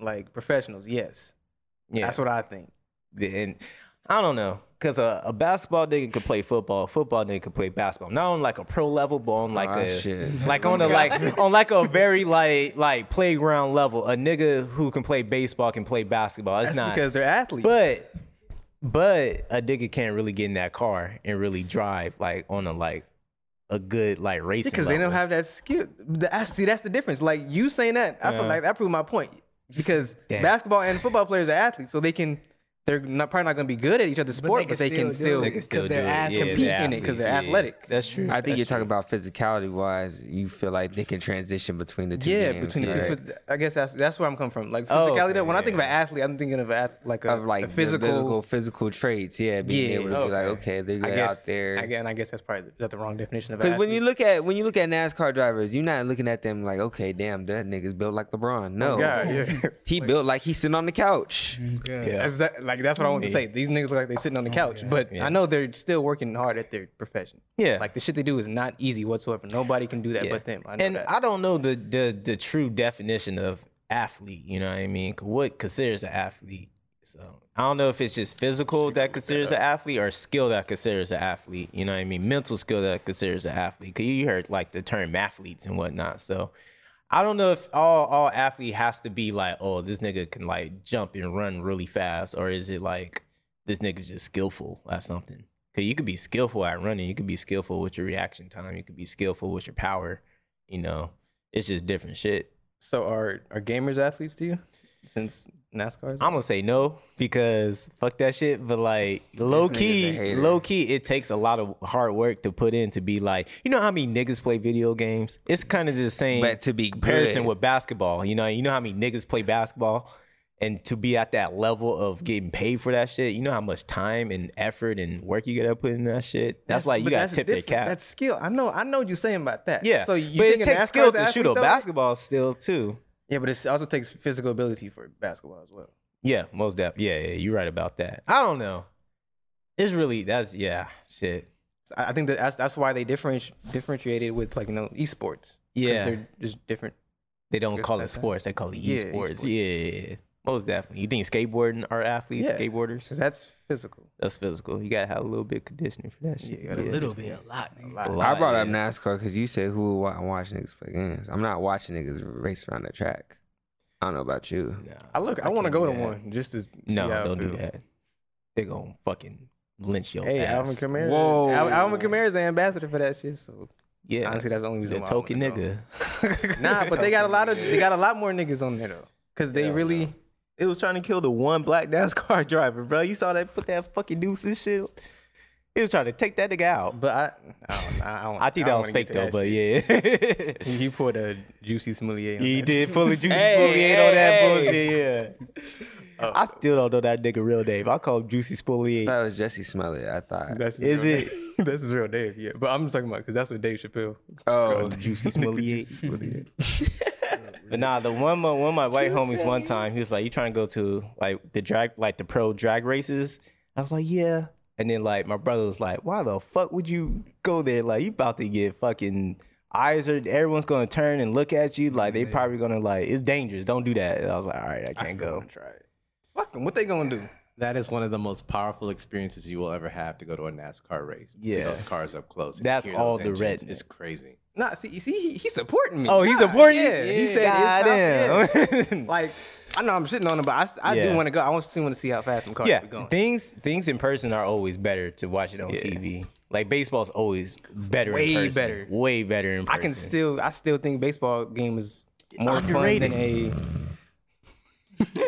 Speaker 5: like professionals. Yes,
Speaker 2: yeah,
Speaker 5: that's what I think.
Speaker 2: and I don't know because a, a basketball nigga could play football, a football nigga could play basketball. Not on like a pro level, but on like
Speaker 3: Ah,
Speaker 2: a
Speaker 3: shit.
Speaker 2: like on a like on like a very like like playground level. A nigga who can play baseball can play basketball. It's
Speaker 5: That's
Speaker 2: not
Speaker 5: because they're athletes.
Speaker 2: but but a nigga can't really get in that car and really drive like on a like a good like racing
Speaker 5: because they don't
Speaker 2: level.
Speaker 5: have that skill. That's, see, that's the difference. Like you saying that, I feel like that proved my point. Because
Speaker 2: Damn.
Speaker 5: basketball and football players are athletes, so they can. They're not probably not going to be good at each other's sport, but they can still.
Speaker 4: do
Speaker 2: They can still
Speaker 4: they're
Speaker 2: do it.
Speaker 4: ath-
Speaker 2: Yeah,
Speaker 5: compete
Speaker 2: they're
Speaker 5: in it 'cause they're
Speaker 2: athletes, yeah.
Speaker 5: athletic.
Speaker 2: That's true.
Speaker 3: I think
Speaker 2: That's
Speaker 3: you're
Speaker 2: true.
Speaker 3: talking about physicality wise. You feel like they can transition between the two.
Speaker 5: Yeah,
Speaker 3: games,
Speaker 5: between the
Speaker 3: right?
Speaker 5: two. phys- I guess that's that's where I'm coming from. Like
Speaker 2: Oh,
Speaker 5: physicality.
Speaker 2: okay,
Speaker 5: when I
Speaker 2: yeah,
Speaker 5: think about athlete, I'm thinking of ath- like a,
Speaker 3: of like
Speaker 5: a
Speaker 3: the
Speaker 5: physical.
Speaker 3: physical physical traits. Yeah, being
Speaker 5: Yeah,
Speaker 3: able to be like, okay, they're
Speaker 5: I
Speaker 3: good
Speaker 5: guess
Speaker 3: out there.
Speaker 5: Again, I guess that's probably is that the wrong definition of
Speaker 3: Because when you
Speaker 5: athlete?
Speaker 3: look at when you look at NASCAR drivers, you're not looking at them like, okay, damn, that nigga's built like
Speaker 2: Oh,
Speaker 3: LeBron. No,
Speaker 5: God, yeah.
Speaker 3: he built like he's sitting on the couch.
Speaker 2: Mm-hmm.
Speaker 4: God.
Speaker 2: Yeah.
Speaker 5: That's that- like that's what I want to say. These niggas look like they sitting on the couch, but
Speaker 2: Oh, Yeah.
Speaker 5: I know they're still working hard at their profession.
Speaker 2: Yeah.
Speaker 5: like the shit they do is not easy whatsoever. Nobody can do that
Speaker 2: Yeah.
Speaker 5: but them. I know
Speaker 2: and
Speaker 5: that.
Speaker 2: I don't know the, the the true definition of athlete. You know what I mean? What considers an athlete? So I don't know if it's just physical that considers an athlete or skill that considers an athlete. You know what I mean? Mental skill that considers an athlete. Cause you heard like the term athletes and whatnot. So I don't know if all all athlete has to be like, oh, this nigga can like jump and run really fast, or is it like this nigga's just skillful at something? Cause you could be skillful at running, you could be skillful with your reaction time, you could be skillful with your power. You know, it's just different shit.
Speaker 5: so are are gamers athletes to you? Since NASCAR, is
Speaker 2: I'm gonna say no because fuck that shit. But like low
Speaker 3: nigga's a
Speaker 2: key,
Speaker 3: hater.
Speaker 2: low key, it takes a lot of hard work to put in to be like, you know how many niggas play video games? It's kind of the same
Speaker 3: But to be
Speaker 2: comparison
Speaker 3: good.
Speaker 2: with basketball. You know, you know how many niggas play basketball, and to be at that level of getting paid for that shit, you know how much time and effort and work you gotta put in that shit. That's, like you
Speaker 5: but
Speaker 2: gotta
Speaker 5: that's
Speaker 2: tip their
Speaker 5: different.
Speaker 2: cap.
Speaker 5: That's skill. I know. I know what you're saying about that.
Speaker 2: yeah.
Speaker 5: So you
Speaker 2: but it
Speaker 5: think
Speaker 2: takes skill to shoot a
Speaker 5: basketball.
Speaker 2: basketball still too.
Speaker 5: Yeah, but it also takes physical ability for basketball as well.
Speaker 2: Yeah, most def. Yeah, yeah, you're right about that. I don't know. It's really that's yeah, shit.
Speaker 5: So I I think that that's, that's why they differenti- differentiated with like you know esports. 'Cause
Speaker 2: Yeah.
Speaker 5: they're just different.
Speaker 2: They don't
Speaker 5: Guess
Speaker 2: call it
Speaker 5: that's that.
Speaker 2: sports. They call it
Speaker 5: Yeah,
Speaker 2: esports.
Speaker 5: esports.
Speaker 2: Yeah, yeah, yeah. most definitely. You think skateboarding are athletes,
Speaker 5: Yeah.
Speaker 2: skateboarders?
Speaker 5: Cause that's physical.
Speaker 2: That's physical. You gotta have a little bit of conditioning for that
Speaker 5: Yeah,
Speaker 2: shit.
Speaker 5: you gotta-
Speaker 4: A little bit, a lot. nigga.
Speaker 5: lot.
Speaker 3: I brought up
Speaker 2: yeah.
Speaker 3: NASCAR because you said who would wa- watch niggas play games. I'm not watching niggas race around the track. I don't know about you.
Speaker 2: Nah,
Speaker 5: I look. I, want to
Speaker 2: can't
Speaker 5: go
Speaker 2: do
Speaker 5: to
Speaker 2: that.
Speaker 5: one just to see
Speaker 2: No,
Speaker 5: how I
Speaker 2: don't do
Speaker 5: feel.
Speaker 2: that. They gonna fucking lynch your
Speaker 5: Hey, Alvin
Speaker 2: ass.
Speaker 5: Kamara.
Speaker 3: Whoa.
Speaker 5: Al- Alvin Kamara's an ambassador for that shit. So
Speaker 2: yeah,
Speaker 5: honestly, that's the only reason.
Speaker 2: the
Speaker 5: why I
Speaker 2: token
Speaker 5: wanna go.
Speaker 2: nigga.
Speaker 5: Nah, but they got a lot of they got a lot more niggas on there though. Cause they really
Speaker 2: It was trying to kill the one black NASCAR driver, bro. You saw that? Put that fucking deuce and shit. It was trying to take that nigga out.
Speaker 5: but I I, don't, know, I, don't,
Speaker 2: I think that
Speaker 5: don't
Speaker 2: was
Speaker 5: wanna
Speaker 2: fake
Speaker 5: get to
Speaker 2: though,
Speaker 5: that
Speaker 2: but
Speaker 5: shit.
Speaker 2: yeah.
Speaker 5: You put a juicy sommelier. On
Speaker 2: He
Speaker 5: that
Speaker 2: did pull a juicy
Speaker 3: Hey,
Speaker 2: spoliate on that
Speaker 3: hey,
Speaker 2: bullshit. Yeah.
Speaker 5: Oh.
Speaker 2: I still don't know that nigga real name. I call him Juicy Spoliate.
Speaker 3: That was Jesse Smollett. I thought.
Speaker 5: That's
Speaker 2: Is
Speaker 5: his real
Speaker 2: it-
Speaker 5: name. That's his real Dave, yeah. But I'm just talking about because that's what Dave Chappelle.
Speaker 3: oh,
Speaker 2: Juicy Spoliate. but nah, the one my, one of my white homies one time, he was like, "You trying to go to like the drag like the pro drag races?" I was like, "Yeah." And then like my brother was like, "Why the fuck would you go there? Like you about to get fucking eyes are everyone's gonna turn and look at you. Like they probably gonna like it's dangerous. Don't do that. And I was like, all right, I
Speaker 5: I
Speaker 2: can't
Speaker 5: still
Speaker 2: go.
Speaker 5: wanna try it. Fuck them. What they gonna do?
Speaker 6: That is one of the most powerful experiences you will ever have to go to a NASCAR race. Yeah,
Speaker 2: Yeah.
Speaker 6: those cars up close. and
Speaker 2: That's
Speaker 6: hear
Speaker 2: all
Speaker 6: those
Speaker 2: the
Speaker 6: engines.
Speaker 2: redneck.
Speaker 6: It's crazy.
Speaker 5: Nah, see, you see, he, he's supporting me.
Speaker 2: Oh, he's
Speaker 5: Nah,
Speaker 2: supporting you?
Speaker 5: Yeah, he
Speaker 2: Yeah.
Speaker 5: said
Speaker 2: God
Speaker 5: it's top- yeah.
Speaker 2: damn.
Speaker 5: Like, I know I'm shitting on him, but I, s- I
Speaker 2: Yeah.
Speaker 5: do want to go. I want to want to see how fast some cars
Speaker 2: Yeah,
Speaker 5: be going.
Speaker 2: things things in person are always better to watch it on TV. Like baseball's always better,
Speaker 5: Way
Speaker 2: in person.
Speaker 5: better.
Speaker 2: way better in
Speaker 5: I
Speaker 2: person.
Speaker 5: can still, I still think baseball game is more
Speaker 2: Underrated.
Speaker 5: fun than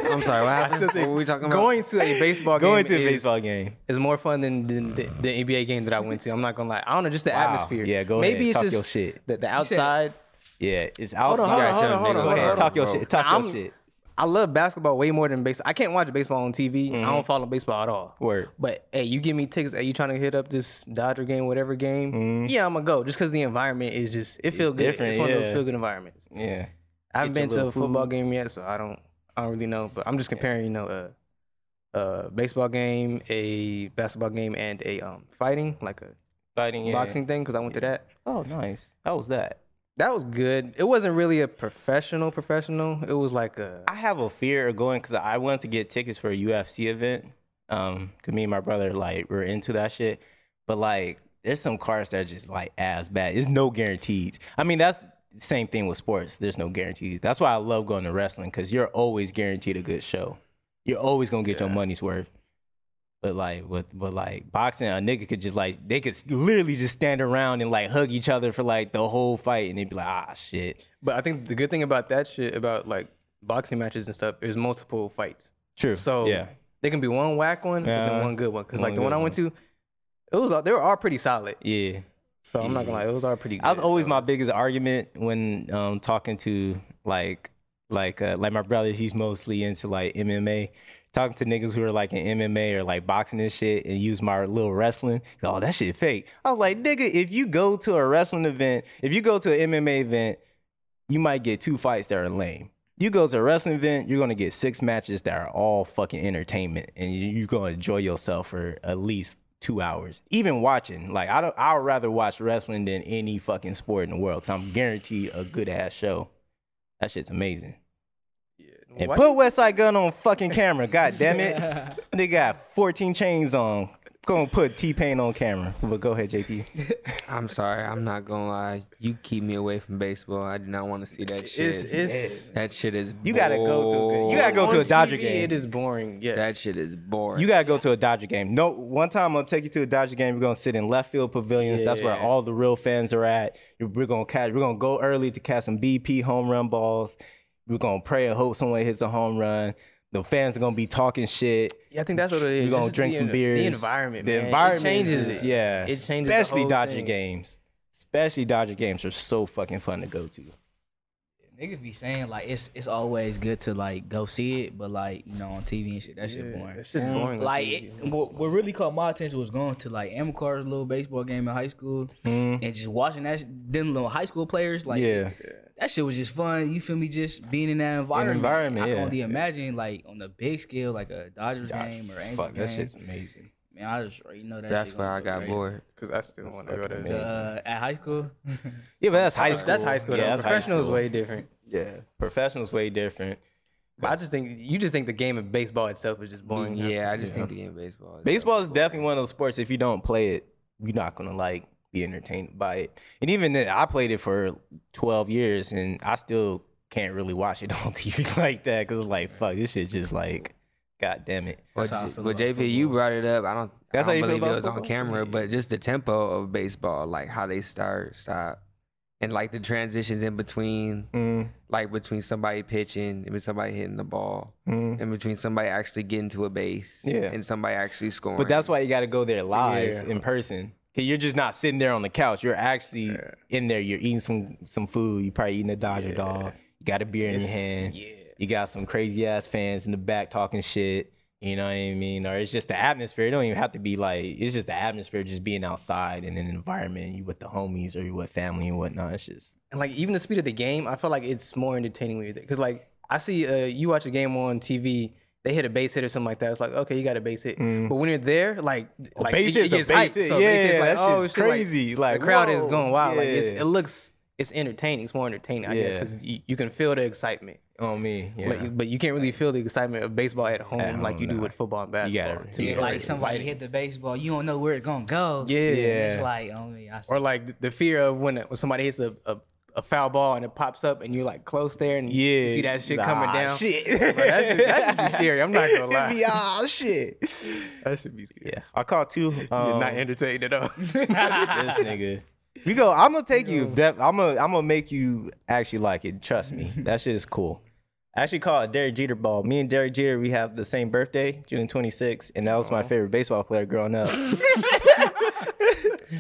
Speaker 3: I'm sorry. What
Speaker 5: a. I
Speaker 3: happened?
Speaker 5: still
Speaker 3: What
Speaker 5: think
Speaker 3: were we talking about?
Speaker 5: going to a baseball game
Speaker 2: going to a
Speaker 5: is,
Speaker 2: baseball game.
Speaker 5: is more fun than, than the, the NBA game that I went to. I'm not gonna lie. I don't know, just the atmosphere.
Speaker 2: Yeah, go ahead,
Speaker 5: Maybe it's
Speaker 2: talk
Speaker 5: just
Speaker 2: your shit.
Speaker 5: The, the outside.
Speaker 2: Yeah, it's outside.
Speaker 5: on, hold on, hold on, hold on,
Speaker 2: Go
Speaker 5: hold
Speaker 2: ahead,
Speaker 5: on,
Speaker 2: talk your
Speaker 5: bro.
Speaker 2: shit. Talk
Speaker 5: I'm-
Speaker 2: your shit.
Speaker 5: I love basketball way more than baseball. I can't watch baseball on TV. I
Speaker 2: Mm-hmm.
Speaker 5: don't follow baseball at all.
Speaker 2: Word.
Speaker 5: But hey, you give me tickets. Are you trying to hit up this Dodger game, whatever game? Yeah, I'm gonna go just because the environment is just it feels good.
Speaker 2: Mm-hmm. different,
Speaker 5: It's one of
Speaker 2: yeah.
Speaker 5: those feel good environments.
Speaker 2: Yeah.
Speaker 5: I haven't
Speaker 2: Get your
Speaker 5: been to
Speaker 2: little
Speaker 5: a football game yet, so I don't I don't really know. But I'm just comparing, you know, a, a baseball game, a basketball game, and a um fighting like a
Speaker 2: Fighting yeah.
Speaker 5: boxing thing because I went to that.
Speaker 2: Oh, nice. How was that?
Speaker 5: That was good. It wasn't really a professional professional. It was like a
Speaker 2: I have a fear of going because I wanted to get tickets for a UFC event. Um, 'cause me and my brother like were into that shit, but like there's some cars that are just like ass bad. There's no guarantees. I mean that's the same thing with sports. There's no guarantees. That's why I love going to wrestling because you're always guaranteed a good show. You're always gonna get your money's worth. But like with but like boxing, a nigga could just like they could literally just stand around and like hug each other for like the whole fight and they'd be like ah shit.
Speaker 5: But I think the good thing about that shit, about like boxing matches and stuff, is multiple fights.
Speaker 2: True.
Speaker 5: So
Speaker 2: yeah.
Speaker 5: there can be one whack one, and
Speaker 2: Yeah.
Speaker 5: then one good one. Because
Speaker 2: One
Speaker 5: like the
Speaker 2: good
Speaker 5: one I went to, it was all, they were all pretty solid.
Speaker 2: Yeah.
Speaker 5: So I'm not gonna lie, it was all pretty. good.
Speaker 2: That was always
Speaker 5: so
Speaker 2: my
Speaker 5: it's-
Speaker 2: biggest argument when um, talking to like like uh, like my brother. He's mostly into like MMA. Talking to niggas who are like in MMA or like boxing and shit, and use my little wrestling. Oh, that shit fake. I was like, nigga, if you go to a wrestling event, if you go to an MMA event, you might get two fights that are lame. You go to a wrestling event, you're gonna get six matches that are all fucking entertainment, and you- you're gonna enjoy yourself for at least two hours. Even watching, like I don't, I'd rather watch wrestling than any fucking sport in the world, cause I'm guaranteed a good ass show. That shit's amazing. And
Speaker 5: Why-
Speaker 2: put West Side Gun on fucking camera, god damn it! they got 14 chains on. Gonna put T Pain on camera, but go ahead, JP.
Speaker 3: I'm sorry. I'm not gonna lie. You keep me away from baseball. I do not want to see that shit.
Speaker 5: it's it's
Speaker 3: that shit is.
Speaker 2: You gotta go to a good- you gotta go to
Speaker 5: on
Speaker 2: a Dodger
Speaker 5: TV,
Speaker 2: game.
Speaker 5: It is boring. Yes.
Speaker 3: That shit is boring.
Speaker 2: You gotta go to a Dodger game. No, one time I'm gonna take you to a Dodger game. We're gonna sit in left field pavilions. That's where all the real fans are at. We're gonna catch. We're gonna go early to catch some BP home run balls. We're gonna pray and hope someone hits a home run. The fans are gonna be talking shit.
Speaker 5: yeah, I think that's what it is.
Speaker 2: We're gonna
Speaker 5: Just
Speaker 2: drink
Speaker 5: the
Speaker 2: some
Speaker 5: en-
Speaker 2: beers.
Speaker 5: The environment.
Speaker 2: The
Speaker 5: man.
Speaker 2: environment
Speaker 5: it changes
Speaker 2: is-
Speaker 5: it.
Speaker 2: Yeah,
Speaker 5: It changes. the
Speaker 2: Especially
Speaker 5: whole
Speaker 2: Dodger
Speaker 5: thing.
Speaker 2: games. Especially Dodger games are so fucking fun to go to.
Speaker 4: Niggas be saying like it's it's always good to like go see it, but like you know on TV and shit that shit boring.
Speaker 5: That shit's boring. on
Speaker 4: Mm. Like
Speaker 5: TV.
Speaker 4: it, what, what really caught my attention was going to like Amacar's little baseball game in high school and just watching that sh- them little high school players like
Speaker 2: Yeah.
Speaker 4: that shit was just fun. You feel me? Just being in that environment.
Speaker 2: environment,
Speaker 4: I can
Speaker 2: yeah.
Speaker 4: only imagine like on a big scale like a Dodgers
Speaker 2: God,
Speaker 4: game or Angels
Speaker 2: fuck,
Speaker 4: game.
Speaker 2: that shit's amazing.
Speaker 4: Man, I just you know that.
Speaker 3: That's
Speaker 4: shit
Speaker 3: where
Speaker 4: gonna
Speaker 3: I
Speaker 4: go
Speaker 3: got
Speaker 4: crazy.
Speaker 3: bored.
Speaker 5: Cause I still want to go to.
Speaker 2: fucking
Speaker 4: Uh, at high school,
Speaker 2: Yeah, but that's high
Speaker 5: That's-
Speaker 2: school.
Speaker 5: That's high school.
Speaker 2: Yeah,
Speaker 5: though.
Speaker 2: that's high
Speaker 5: Professional is
Speaker 2: school.
Speaker 5: way different.
Speaker 2: Yeah, professionals way different.
Speaker 5: But I just think you just think the game of baseball itself is just boring.
Speaker 3: yeah, I just think the game of baseball. Is
Speaker 2: Baseball is definitely one of those sports. If you don't play it, you're not gonna like be entertained by it. And even then, I played it for 12 years, and I still can't really watch it on TV like that because like fuck, this shit just like, god damn it.
Speaker 3: But,
Speaker 4: how I
Speaker 3: J-
Speaker 4: feel
Speaker 3: but
Speaker 4: about
Speaker 3: JP, you brought it up. I don't.
Speaker 2: That's how
Speaker 3: I don't
Speaker 2: you feel
Speaker 3: believe
Speaker 2: about
Speaker 3: it was on
Speaker 2: football?
Speaker 3: camera, but just the tempo of baseball, like how they start, stop, and like the transitions in between, like between somebody pitching, and somebody hitting the ball, and between somebody actually getting to a base,
Speaker 2: Yeah.
Speaker 3: and somebody actually scoring.
Speaker 2: But that's why you got to go there live
Speaker 5: Yeah.
Speaker 2: in person. you you're just not sitting there on the couch. You're actually in there. You're eating some some food. You're probably eating a Dodger dog. You got a beer in your hand. You got some crazy ass fans in the back talking shit. You know what I mean? Or it's just the atmosphere. It don't even have to be like it's just the atmosphere, just being outside in an environment. You with the homies or you with family and whatnot. It's just
Speaker 5: and like even the speed of the game, I feel like it's more entertaining when you're there. Because like I see uh, you watch a game on TV, they hit a base hit or something like that. It's like okay, you got a base hit, but when you're there, like like
Speaker 2: base hit's Mm. a base hit.
Speaker 5: base hit's oh,
Speaker 2: Yeah, that shit's
Speaker 5: shit,
Speaker 2: crazy. Like,
Speaker 5: the crowd
Speaker 2: whoa.
Speaker 5: is going wild. Like it's,
Speaker 2: Yeah.
Speaker 5: it looks it's entertaining. It's more entertaining, I guess,
Speaker 2: Yeah.
Speaker 5: because you, you can feel the excitement.
Speaker 2: on me. Yeah.
Speaker 5: But, you, but you can't really feel the excitement of baseball at home
Speaker 2: At
Speaker 5: like
Speaker 2: home,
Speaker 5: you do
Speaker 2: nah.
Speaker 5: with football and
Speaker 2: You gotta-
Speaker 5: basketball. to me,
Speaker 2: yeah.
Speaker 5: or
Speaker 4: Like somebody
Speaker 5: fighting.
Speaker 4: hit the baseball, you don't know where it's gonna go.
Speaker 5: Yeah.
Speaker 4: And
Speaker 2: Yeah.
Speaker 4: it's like, I mean, I,
Speaker 5: or like th- the fear of when, when somebody hits a, a, a foul ball and it pops up and you're like close there and
Speaker 2: yeah.
Speaker 5: you see that shit
Speaker 2: Ah,
Speaker 5: coming down.
Speaker 2: Shit.
Speaker 5: Bro, that, should, that should be scary. I'm not gonna
Speaker 2: It'd be,
Speaker 5: lie.
Speaker 2: ah, shit.
Speaker 5: That should be scary.
Speaker 2: Yeah. I caught two.
Speaker 5: You're
Speaker 2: Um,
Speaker 5: not entertained at all.
Speaker 2: this nigga. We go. I'm gonna take you. Def, I'm gonna. I'm gonna make you actually like it. Trust me. That shit is cool. I actually call it Derek Jeter ball. Me and Derek Jeter, we have the same birthday, June 26th, and that was my favorite baseball player growing up. I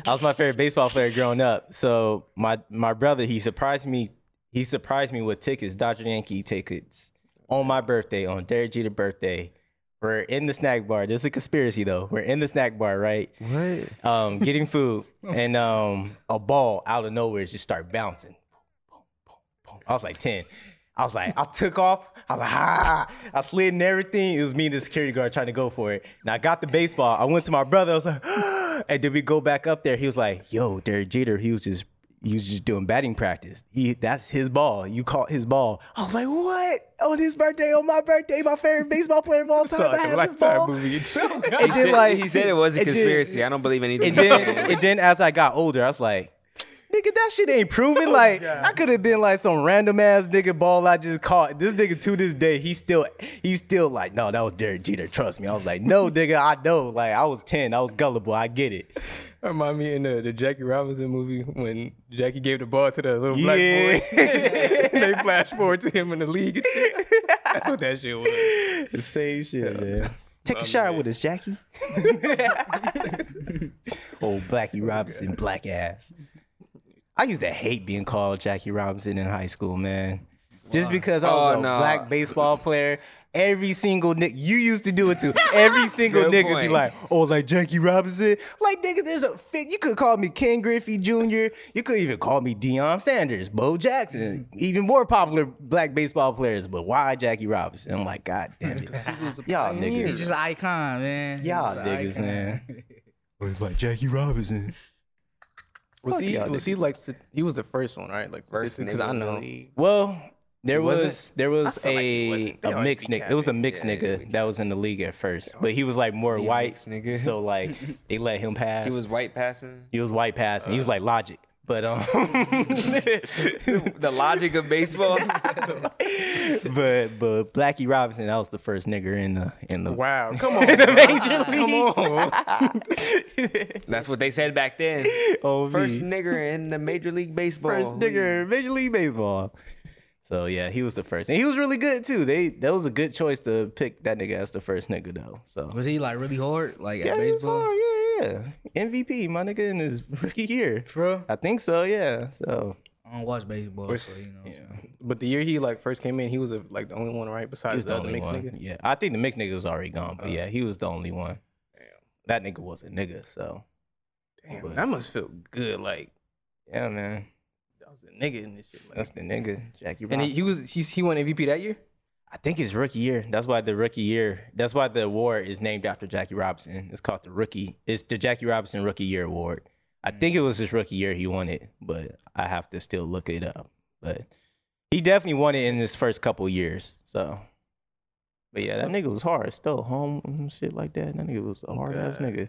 Speaker 2: was my favorite baseball player growing up. So my my brother, he surprised me. He surprised me with tickets, Dodger Yankee tickets, on my birthday, on Derek Jeter birthday. We're in the snack bar. This is a conspiracy though. We're in the snack bar, right?
Speaker 3: What?
Speaker 2: um, getting food, and um, a ball out of nowhere just start bouncing. I was like ten. I was like, I took off. I was like, ah! I slid and everything. It was me and the security guard trying to go for it. And I got the baseball. I went to my brother. I was like, and then we go back up there. He was like, Yo, Derek Jeter. He was just, he was just doing batting practice. He, that's his ball. You caught his ball. I was like, What? On his birthday, on my birthday, my favorite baseball player of all time. I had this ball.
Speaker 5: movie.
Speaker 2: And then, like,
Speaker 3: he said it was a
Speaker 2: and then-
Speaker 3: conspiracy. I don't believe anything.
Speaker 2: and then and then as I got older, I was like, nigga, that shit ain't proven. Like I could have been like some random ass nigga ball I just caught. This nigga to this day, he still he's still like, no, that was Derek Jeter. Trust me. I was like, no, nigga, I know. Like I was 10. I was gullible. I get it.
Speaker 5: Remind me in the, the Jackie Robinson movie when Jackie gave the ball to the little black
Speaker 2: Yeah.
Speaker 5: boy. they flash forward to him in the league. and shit. That's what that shit was.
Speaker 2: The same shit, man. Take a shower with us, Jackie. Old Blackie Robinson, black ass. I used to hate being called Jackie Robinson in high school, man. Just because I was
Speaker 3: Oh,
Speaker 2: a
Speaker 3: no.
Speaker 2: black baseball player, every single nigga you used to do it to. Every single
Speaker 3: Good
Speaker 2: nigga be
Speaker 3: point.
Speaker 2: like, "Oh, like Jackie Robinson." Like nigga, there's a fit. You could call me Ken Griffey Jr. You could even call me Deion Sanders, Bo Jackson,
Speaker 3: Mm.
Speaker 2: even more popular black baseball players. But why Jackie Robinson? I'm like, God damn it, y'all
Speaker 4: it's
Speaker 2: niggas,
Speaker 4: just an icon, man.
Speaker 2: y'all
Speaker 4: It's an
Speaker 2: niggas,
Speaker 4: icon.
Speaker 2: man. It's like Jackie Robinson.
Speaker 5: Was he?
Speaker 2: y'all
Speaker 5: Was he like? st- He was the first one, right? Like
Speaker 3: First
Speaker 5: because I
Speaker 3: nigga in the
Speaker 5: know.
Speaker 3: league.
Speaker 2: Well, there was,
Speaker 3: wasn't?
Speaker 2: there was
Speaker 5: feel like he
Speaker 2: a
Speaker 5: wasn't. They
Speaker 2: a
Speaker 5: always
Speaker 2: mixed
Speaker 5: be
Speaker 2: nigga. It was a
Speaker 5: capping.
Speaker 2: mixed
Speaker 3: Yeah, they
Speaker 2: nigga
Speaker 3: be
Speaker 2: that was in the league at first, but he was like more
Speaker 3: a
Speaker 2: white.
Speaker 3: mixed nigga.
Speaker 2: So like they let him pass.
Speaker 3: he was white passing.
Speaker 2: he was white passing. he was like logic, but um,
Speaker 3: the logic of baseball.
Speaker 2: but but Blackie Robinson that was the first nigga in the in the
Speaker 5: Wow, come on,
Speaker 2: major
Speaker 5: come
Speaker 2: leagues.
Speaker 5: on.
Speaker 3: That's what they said back then.
Speaker 2: OV.
Speaker 3: First nigger in the Major League Baseball.
Speaker 2: Mm. first nigga in Major League Baseball. So yeah, he was the first, and he was really good too. They that was a good choice to pick that nigga as the first nigga though. So
Speaker 4: Was he like really hard? Like at
Speaker 2: Yeah, he was
Speaker 4: baseball?
Speaker 2: hard. Yeah, yeah. MVP, my nigga, in his rookie year.
Speaker 4: For real?
Speaker 2: I think so. Yeah. So
Speaker 4: I don't watch baseball, so you know.
Speaker 5: But the year he like first came in, he was a, like the only one, right?
Speaker 2: he
Speaker 5: Besides
Speaker 2: was
Speaker 5: the,
Speaker 2: the
Speaker 5: other
Speaker 2: only
Speaker 5: mixed
Speaker 2: one.
Speaker 5: nigga. Oh.
Speaker 2: Yeah, I think the mixed nigga was already gone, but yeah, he was the only one. That nigga was a nigga. So
Speaker 5: Damn, that must feel good. Like
Speaker 2: yeah, man,
Speaker 5: that was a nigga in this shit. Like,
Speaker 2: that's the nigga, Jackie.
Speaker 5: and he,
Speaker 2: Robinson.
Speaker 5: he was he's, he won MVP that year.
Speaker 2: I think his rookie year. That's why the rookie year. That's why the award is named after Jackie Robinson. It's called the rookie. It's the Jackie Robinson Rookie Year Award. I
Speaker 5: Mm.
Speaker 2: think it was his rookie year he won it, but I have to still look it up. But he definitely won it in his first couple years. So, but yeah, that nigga was hard. Still home and shit like that. That nigga was a hard ass
Speaker 5: Okay.
Speaker 2: nigga.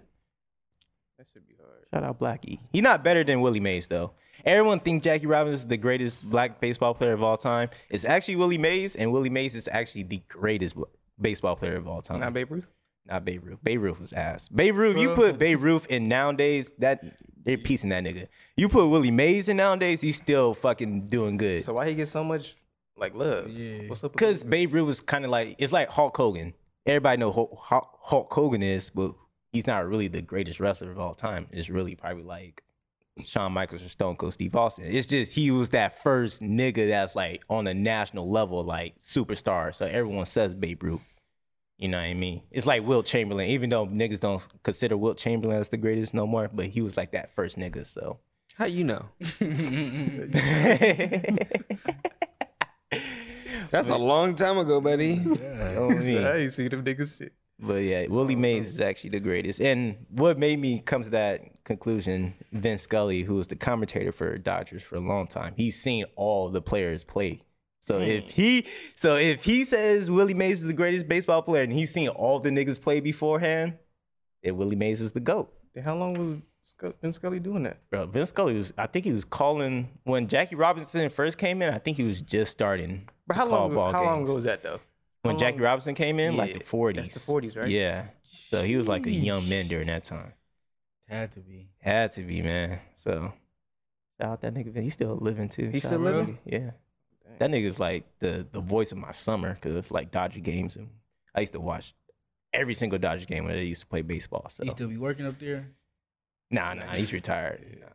Speaker 5: That should be hard.
Speaker 2: Shout out Blackie. He's not better than Willie Mays though. Everyone thinks Jackie Robinson is the greatest black baseball player of all time. It's actually Willie Mays, and Willie Mays is actually the greatest bl- baseball player of all time.
Speaker 5: Not Babe Ruth.
Speaker 2: Not Babe Ruth. Babe Ruth was ass. Babe Ruth, you put Babe Ruth in nowadays, that they're piecing that nigga. You put Willie Mays in nowadays, he's still fucking doing good.
Speaker 5: So why he get so much like love? Yeah. What's up? with
Speaker 2: Because
Speaker 5: that?
Speaker 2: Babe Ruth was kind of like it's like Hulk Hogan. Everybody know Hulk, Hulk, Hulk Hogan is, but he's not really the greatest wrestler of all time. It's really probably like Shawn Michaels or Stone Cold Steve Austin. It's just he was that first nigga that's like on a national level, like superstar. So everyone says Babe Ruth. You know what I mean? It's like Wilt Chamberlain, even though niggas don't consider Wilt Chamberlain as the greatest no more, but he was like that first nigga. So
Speaker 3: How you know? That's a long time ago, buddy.
Speaker 2: You know what I mean?
Speaker 5: I ain't seen them niggas shit. Oh,
Speaker 2: But yeah, Willie Mays is actually the greatest. And what made me come to that conclusion, Vince Scully, who was the commentator for Dodgers for a long time, he's seen all the players play. So if he so if he says Willie Mays is the greatest baseball player and he's seen all the niggas play beforehand, then Willie Mays is the GOAT.
Speaker 5: How long was Scu- Ben Scully doing that?
Speaker 2: Bro, Vince Scully was I think he was calling when Jackie Robinson first came in, I think he was just starting.
Speaker 5: But
Speaker 2: to
Speaker 5: how
Speaker 2: call
Speaker 5: long?
Speaker 2: ball
Speaker 5: How long
Speaker 2: games.
Speaker 5: ago was that though?
Speaker 2: when
Speaker 5: How
Speaker 2: Jackie
Speaker 5: long-
Speaker 2: Robinson came in, like
Speaker 5: Yeah,
Speaker 2: the
Speaker 5: that's the
Speaker 2: forties.
Speaker 5: 40s, right?
Speaker 2: Yeah. So he was like a young man during that time.
Speaker 4: Had to be.
Speaker 2: Had to be, man. So shout out that nigga. Vin. He's still living too.
Speaker 5: He's
Speaker 2: Shout
Speaker 5: still
Speaker 2: out to
Speaker 5: living?
Speaker 2: him. Yeah. That nigga's like the the voice of my summer because it's like Dodger games and I used to watch every single Dodger game when they used to play baseball. So
Speaker 4: He still be working up there.
Speaker 2: nah, nah, he's retired. Nah.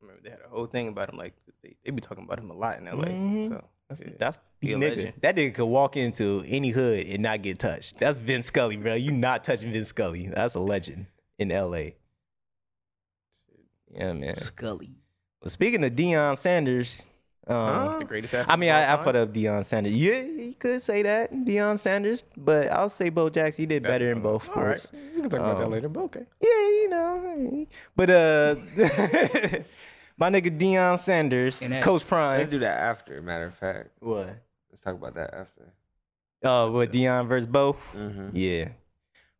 Speaker 5: remember they had a whole thing about him. Like they, they be talking about him a lot in L.A.
Speaker 2: Mhm.
Speaker 5: So
Speaker 2: That's,
Speaker 5: yeah.
Speaker 2: that's the
Speaker 5: He a
Speaker 2: nigga.
Speaker 5: legend.
Speaker 2: That nigga could walk into any hood and not get touched. That's Vince Scully, bro. You not touching Vince Scully. That's a legend in L.A. Yeah, man.
Speaker 4: Scully.
Speaker 2: Well, speaking of Deion Sanders, um,
Speaker 5: the greatest. athlete
Speaker 2: I mean,
Speaker 5: of all
Speaker 2: I, I
Speaker 5: time.
Speaker 2: put up Deion Sanders. Yeah, you could say that Deion Sanders, but I'll say Bo Jackson. He did
Speaker 5: That's-
Speaker 2: better in both
Speaker 5: All right,
Speaker 2: sports.
Speaker 5: we can talk about that
Speaker 2: Um,
Speaker 5: later. But okay,
Speaker 2: Yeah, you know. I mean, But uh, my nigga Deion Sanders,
Speaker 4: And that-
Speaker 2: Coach
Speaker 3: Let's
Speaker 2: Prime.
Speaker 3: do that after. Matter of fact,
Speaker 2: What?
Speaker 3: let's talk about that after.
Speaker 2: Uh, with Deion versus Bo.
Speaker 3: hmm
Speaker 2: Yeah.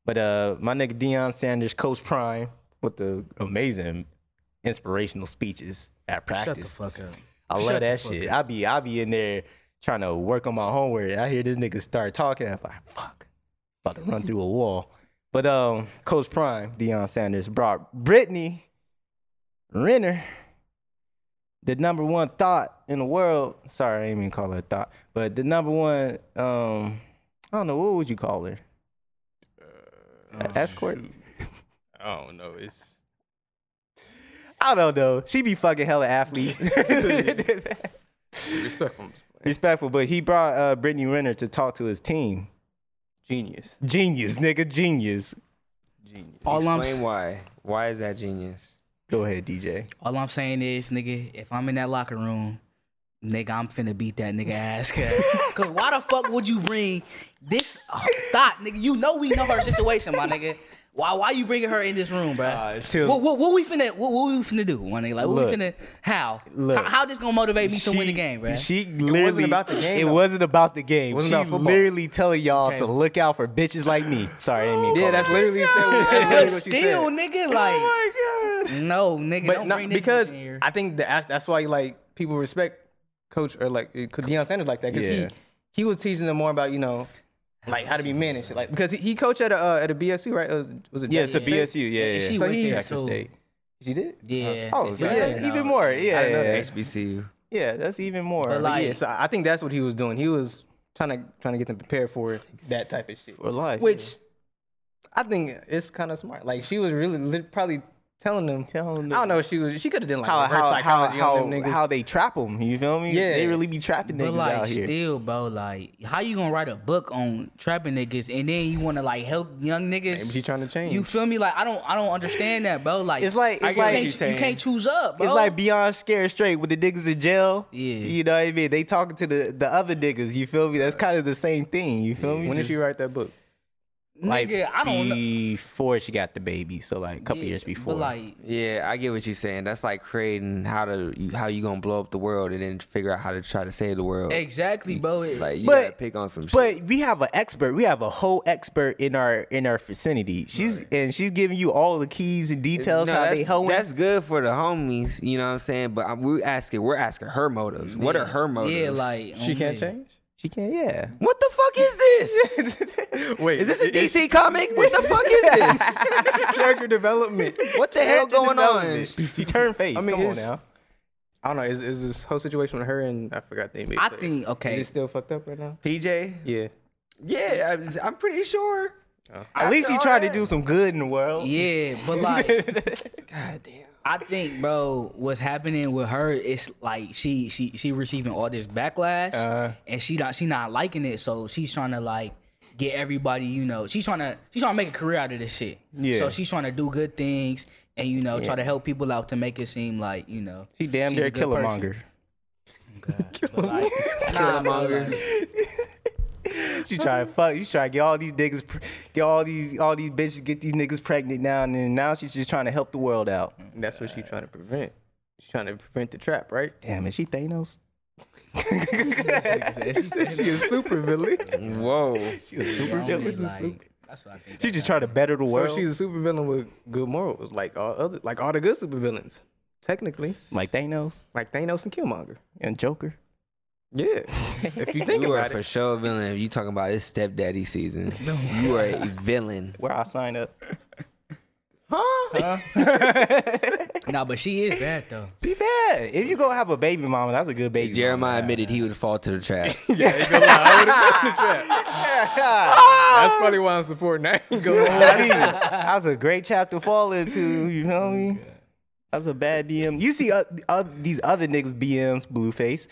Speaker 2: But uh, my nigga Deion Sanders, Coach Prime, with the amazing inspirational speeches at practice.
Speaker 4: Shut the fuck up.
Speaker 2: I
Speaker 4: Shut
Speaker 2: love
Speaker 4: the
Speaker 2: that
Speaker 4: fuck
Speaker 2: shit. I be I be in there trying to work on my homework. I hear this nigga start talking. I'm like, fuck, about to run through a wall. But um, Coach Prime, Deion Sanders brought Brittany Renner, the number one thought in the world. Sorry, I didn't even call her a thought, but the number one. Um, I don't know what would you call her. escort.
Speaker 5: I don't know. It's
Speaker 2: I don't know. She be fucking hella athletes.
Speaker 5: respectful.
Speaker 2: Respectful, but he brought uh, Brittany Renner to talk to his team.
Speaker 5: Genius,
Speaker 2: Genius, nigga, genius.
Speaker 5: genius.
Speaker 4: All I'm,
Speaker 3: Explain
Speaker 4: s-
Speaker 3: why. Why is that genius?
Speaker 2: Go ahead, DJ.
Speaker 4: all I'm saying is, nigga, if I'm in that locker room, nigga, I'm finna beat that nigga ass. Cause, 'cause why the fuck would you bring this thought, nigga? You know we know her situation, my nigga. Why why you bringing her in this room, bruh?
Speaker 2: Till-
Speaker 4: what, what, what we finna what, what we finna do, my nigga? Like what
Speaker 2: Look.
Speaker 4: we finna how?
Speaker 2: Look.
Speaker 4: how? How this gonna motivate me to win the game, bruh?
Speaker 2: She literally. It wasn't about the game. It
Speaker 5: though.
Speaker 2: wasn't about the game.
Speaker 5: Wasn't
Speaker 2: she
Speaker 5: about football.
Speaker 2: literally telling y'all
Speaker 4: Okay.
Speaker 2: to look out for bitches like me. Sorry, I didn't mean to
Speaker 5: Yeah,
Speaker 2: call
Speaker 5: that's
Speaker 2: you.
Speaker 5: literally, said, what- that's
Speaker 4: but
Speaker 5: literally what she
Speaker 4: still,
Speaker 5: said.
Speaker 4: nigga, like
Speaker 2: Oh
Speaker 4: no, nigga,
Speaker 5: But
Speaker 4: don't
Speaker 5: not
Speaker 4: bring this
Speaker 5: because
Speaker 4: bitch in here.
Speaker 5: I think that's that's why like people respect Coach or like uh, Deion Sanders like that because
Speaker 2: Yeah.
Speaker 5: he he was teaching them more about you know like how to be men and shit like because he, he coached at a uh, at a BSU right Uh, was it
Speaker 2: Yeah, it's a
Speaker 5: Jackson State?
Speaker 2: BSU. Yeah, yeah.
Speaker 4: she
Speaker 2: yeah.
Speaker 5: So went there,
Speaker 2: Jackson
Speaker 4: too.
Speaker 2: State.
Speaker 5: she did
Speaker 4: yeah.
Speaker 2: Oh, so
Speaker 4: yeah,
Speaker 2: yeah,
Speaker 4: no.
Speaker 2: even more. Yeah,
Speaker 3: I didn't know
Speaker 2: yeah,
Speaker 3: that
Speaker 2: yeah.
Speaker 3: HBCU.
Speaker 2: Yeah, that's even more.
Speaker 4: But like-
Speaker 5: yeah so I think that's what he was doing he was trying to trying to get them prepared for that type of shit
Speaker 2: for life.
Speaker 5: which I think it's kind of smart like she was really lit, probably telling them
Speaker 2: Telling
Speaker 5: I don't
Speaker 2: them.
Speaker 5: know if she was she could have done like
Speaker 2: how
Speaker 5: reverse
Speaker 2: how how
Speaker 5: psychology on
Speaker 2: how,
Speaker 5: them niggas.
Speaker 2: how they trap them? You feel me?
Speaker 5: Yeah.
Speaker 2: they really be trapping
Speaker 4: But
Speaker 2: niggas
Speaker 4: like,
Speaker 2: out here.
Speaker 4: still, bro, like, how you gonna write a book on trapping niggas and then you wanna like help young niggas?
Speaker 5: Maybe she trying to change.
Speaker 4: You feel me? Like, I don't, I don't understand that, bro. Like,
Speaker 2: It's like-
Speaker 4: you
Speaker 2: it's like-
Speaker 4: can't-
Speaker 2: she's
Speaker 4: you,
Speaker 2: saying-
Speaker 4: can't choose up, bro.
Speaker 2: It's like beyond scared straight with the niggas in jail.
Speaker 4: Yeah.
Speaker 2: You know what I mean? They talking to the, the other niggas. You feel me? That's kind of the same thing. You feel me?
Speaker 5: when did
Speaker 2: Just-
Speaker 5: she write that book
Speaker 2: like
Speaker 4: nigga, I don't know.
Speaker 2: before she got the baby, so like a couple
Speaker 4: Yeah,
Speaker 2: years before.
Speaker 4: But like,
Speaker 3: Yeah, I get what you're saying. That's like creating how to you, how you gonna blow up the world and then figure out how to try to save the world.
Speaker 4: exactly, bro. It-
Speaker 3: Like you
Speaker 2: But-
Speaker 3: gotta pick on some shit.
Speaker 2: but we have an expert. We have a whole expert in our in our vicinity. She's and she's giving you all the keys and details
Speaker 3: No,
Speaker 2: how
Speaker 3: that's,
Speaker 2: they hoeing.
Speaker 3: that's good for the homies, you know what I'm saying? But I'm, we're asking, we're asking her motives. What are her motives?
Speaker 4: yeah, like
Speaker 5: she
Speaker 4: on
Speaker 5: can't
Speaker 4: me.
Speaker 5: change
Speaker 2: she can, yeah.
Speaker 3: what the fuck is this?
Speaker 5: wait
Speaker 3: Is this a DC comic? What the fuck is this?
Speaker 5: character development.
Speaker 3: What the hell going on?
Speaker 2: She turned face.
Speaker 5: I mean,
Speaker 2: come on
Speaker 5: it's-
Speaker 2: now.
Speaker 5: I don't know. Is, is this whole situation with her and I forgot the NBA?
Speaker 4: I
Speaker 5: player.
Speaker 4: think okay.
Speaker 5: Is it still fucked up right now?
Speaker 3: PJ?
Speaker 5: Yeah.
Speaker 3: Yeah, I'm, I'm pretty sure.
Speaker 2: At least he
Speaker 3: all
Speaker 2: tried to
Speaker 3: that.
Speaker 2: do some good in the world.
Speaker 4: Yeah, but like, goddamn. I think, bro, what's happening with her is like she she she receiving all this backlash,
Speaker 2: Uh-huh.
Speaker 4: and she not she not liking it. So she's trying to like get everybody, you know, she's trying to she's trying to make a career out of this shit.
Speaker 2: Yeah.
Speaker 4: So she's trying to do good things and you know try to help people out to make it seem like you know
Speaker 2: She damn
Speaker 4: she's
Speaker 2: near
Speaker 4: a good person.
Speaker 2: Killmonger.
Speaker 4: Nah, bro, like,
Speaker 2: you trying to fuck. You trying to get all these niggas, pr- get all these, all these bitches, get these niggas pregnant now, and then now she's just trying to help the world out.
Speaker 5: That's what she's trying to prevent. She's trying to prevent the trap, right?
Speaker 2: Damn, is she Thanos?
Speaker 5: she a super villain.
Speaker 3: Whoa.
Speaker 5: She's a super
Speaker 4: Y'all
Speaker 5: villain.
Speaker 4: really like- that's what I think.
Speaker 2: She just trying to better the
Speaker 5: So
Speaker 2: world.
Speaker 5: she's a super villain with good morals, like all other, like all the good super villains, technically,
Speaker 2: like Thanos
Speaker 5: like Thanos and Killmonger.
Speaker 2: and Joker.
Speaker 5: Yeah, if you think
Speaker 3: you are
Speaker 5: about
Speaker 3: for
Speaker 5: it,
Speaker 3: sure a villain if you talking about this stepdaddy season. You are a villain.
Speaker 2: Where I sign up.
Speaker 4: Nah, but she is bad though.
Speaker 2: Be bad. If you go have a baby mama, that's a good baby.
Speaker 3: Jeremiah admitted he would fall to the trap.
Speaker 5: that's probably why I'm supporting. that. I ain't gonna lie.
Speaker 2: mama. that's a great chapter to fall into. You know me? That's a bad DM. You see uh, uh, these other niggas BMs, Blueface.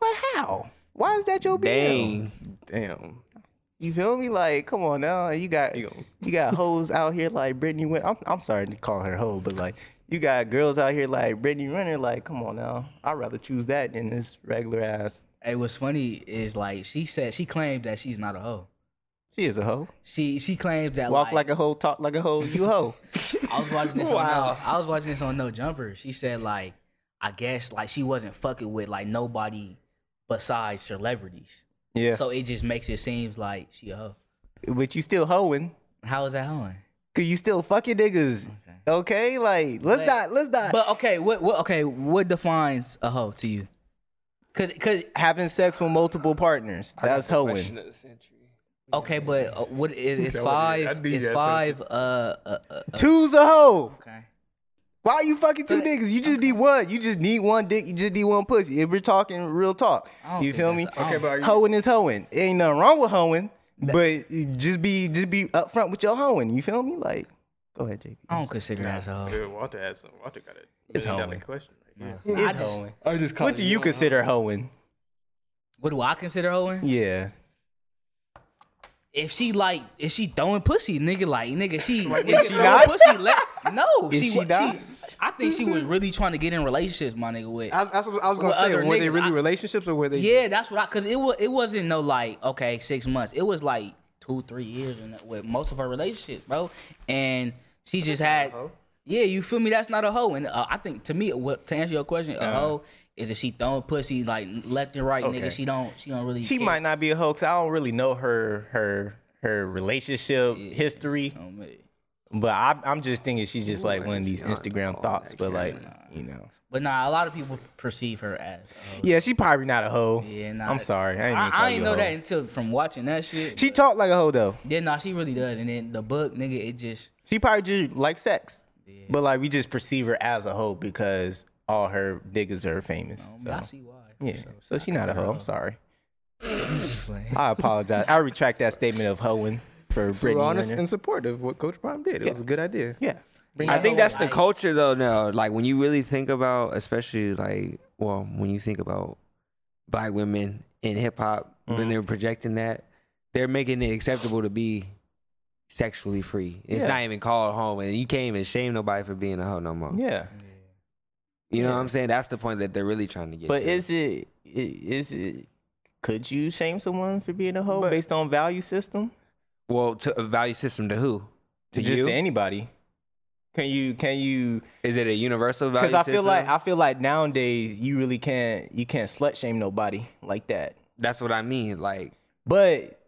Speaker 2: But how? Why is that your BM?
Speaker 3: Dang.
Speaker 5: Damn,
Speaker 2: You feel me? Like, come on now. You got
Speaker 5: You
Speaker 2: you,
Speaker 5: gon-
Speaker 2: got hoes out here like Brittany. Win- I'm I'm sorry to call her hoe, but like you got girls out here like Brittany Renner. Like, come on now. I'd rather choose that than this regular ass.
Speaker 4: Hey, what's funny is like she said she claimed that she's not a hoe.
Speaker 2: She is a hoe.
Speaker 4: She she claims that
Speaker 2: Walk like a hoe, talk like a hoe. You hoe.
Speaker 4: I was watching this. on no, I was watching this on No Jumper. She said like, I guess like she wasn't fucking with like nobody besides celebrities.
Speaker 2: Yeah.
Speaker 4: So it just makes it seem like she a hoe.
Speaker 2: but you still hoeing.
Speaker 4: How is that hoeing?
Speaker 2: Cause you still fucking niggas. Okay, like let's
Speaker 4: But-
Speaker 2: not let's not
Speaker 4: But okay, what what okay what defines a hoe to you? Cause cause
Speaker 2: having sex with multiple partners. That's hoeing.
Speaker 4: okay, but uh, what is it's
Speaker 5: That what it is. I
Speaker 4: five?
Speaker 5: knew
Speaker 4: It's
Speaker 5: that
Speaker 4: five. Uh, uh, uh,
Speaker 2: Two's a hoe.
Speaker 4: okay.
Speaker 2: Why you fucking two niggas? You just need one. You just need one dick. You just need one pussy. If we're talking real talk,
Speaker 4: I don't
Speaker 2: you
Speaker 4: think
Speaker 2: feel me?
Speaker 4: that's- I don't Okay,
Speaker 5: but are you-
Speaker 2: hoeing is hoeing. Ain't nothing wrong with hoeing, but just be just be upfront with your hoeing. You feel me? Like, go ahead, JP.
Speaker 4: I don't consider that as a hoe.
Speaker 5: Dude, Walter has some. Walter got a
Speaker 2: It's
Speaker 5: million
Speaker 2: Halloween.
Speaker 5: dollar question. Right here.
Speaker 2: It's hoeing.
Speaker 6: I just caught
Speaker 2: What do you consider hoeing?
Speaker 4: What do I consider hoeing?
Speaker 2: Yeah.
Speaker 4: if she like if she throwing pussy, nigga, like nigga, she if she
Speaker 2: she
Speaker 4: throwing
Speaker 2: not?
Speaker 4: pussy, let no,
Speaker 2: Is
Speaker 4: she,
Speaker 2: she
Speaker 4: wa- she
Speaker 2: not?
Speaker 4: I think she was really trying to get in relationships, my nigga. With
Speaker 5: I, was- I was, I was gonna
Speaker 4: With
Speaker 5: say, were
Speaker 4: other
Speaker 5: they
Speaker 4: niggas,
Speaker 5: really
Speaker 4: I-
Speaker 5: relationships or were they?
Speaker 4: yeah, that's what I because it was it wasn't no like okay six months, it was like two three years in, with most of her relationships, bro. And she just had yeah, you feel me? That's not a hoe, and uh, I think to me, what to answer your question, a hoe is if she throwing pussy like left and right,
Speaker 2: Uh-huh. Okay.
Speaker 4: nigga. She don't she don't really
Speaker 2: She
Speaker 4: care.
Speaker 2: might not be a hoe 'cause I don't really know her her her relationship history.
Speaker 4: Oh, man.
Speaker 2: But I, I'm just thinking she's just like one of these Instagram thoughts. But like, you know,
Speaker 4: But nah, a lot of people perceive her as a hoe.
Speaker 2: yeah, she probably not a hoe.
Speaker 4: Yeah, nah.
Speaker 2: I'm sorry. I ain't,
Speaker 4: I,
Speaker 2: mean to call
Speaker 4: I ain't
Speaker 2: you a
Speaker 4: know
Speaker 2: hoe.
Speaker 4: that until from watching that shit.
Speaker 2: She talked like a hoe though.
Speaker 4: yeah, nah, she really does. And then the book, nigga, it just
Speaker 2: She probably just like sex, but like we just perceive her as a hoe because all her niggas are famous. so.
Speaker 4: I see why.
Speaker 2: yeah, so she not a hoe. I'm sorry.
Speaker 4: playing.
Speaker 2: I apologize. I retract that statement of hoeing for
Speaker 5: We're
Speaker 2: Brittany.
Speaker 5: honest
Speaker 2: Renner.
Speaker 5: and supportive. of What Coach Prime did, it was a good idea.
Speaker 2: yeah,
Speaker 3: I think that's the
Speaker 4: Like-
Speaker 3: culture though now. Like when you really think about especially like well, when you think about black women in hip hop,
Speaker 2: Mm-hmm.
Speaker 3: when they're projecting that, they're making it acceptable to be sexually free. It's
Speaker 2: Yeah.
Speaker 3: not even called home and you can't even shame nobody for being a hoe no more.
Speaker 2: yeah.
Speaker 3: You know what I'm saying? That's the point that they're really trying to get
Speaker 2: But
Speaker 3: to.
Speaker 2: is it i- is it? Could you shame someone for being a hoe
Speaker 5: But-
Speaker 2: based on value system?
Speaker 3: well to a value system to who? To
Speaker 2: Just
Speaker 3: you?
Speaker 2: to anybody. Can you can you
Speaker 3: is it a universal value
Speaker 2: Because I feel
Speaker 3: system?
Speaker 2: like I feel like nowadays you really can't you can't slut shame nobody like that.
Speaker 3: that's what I mean. Like
Speaker 2: But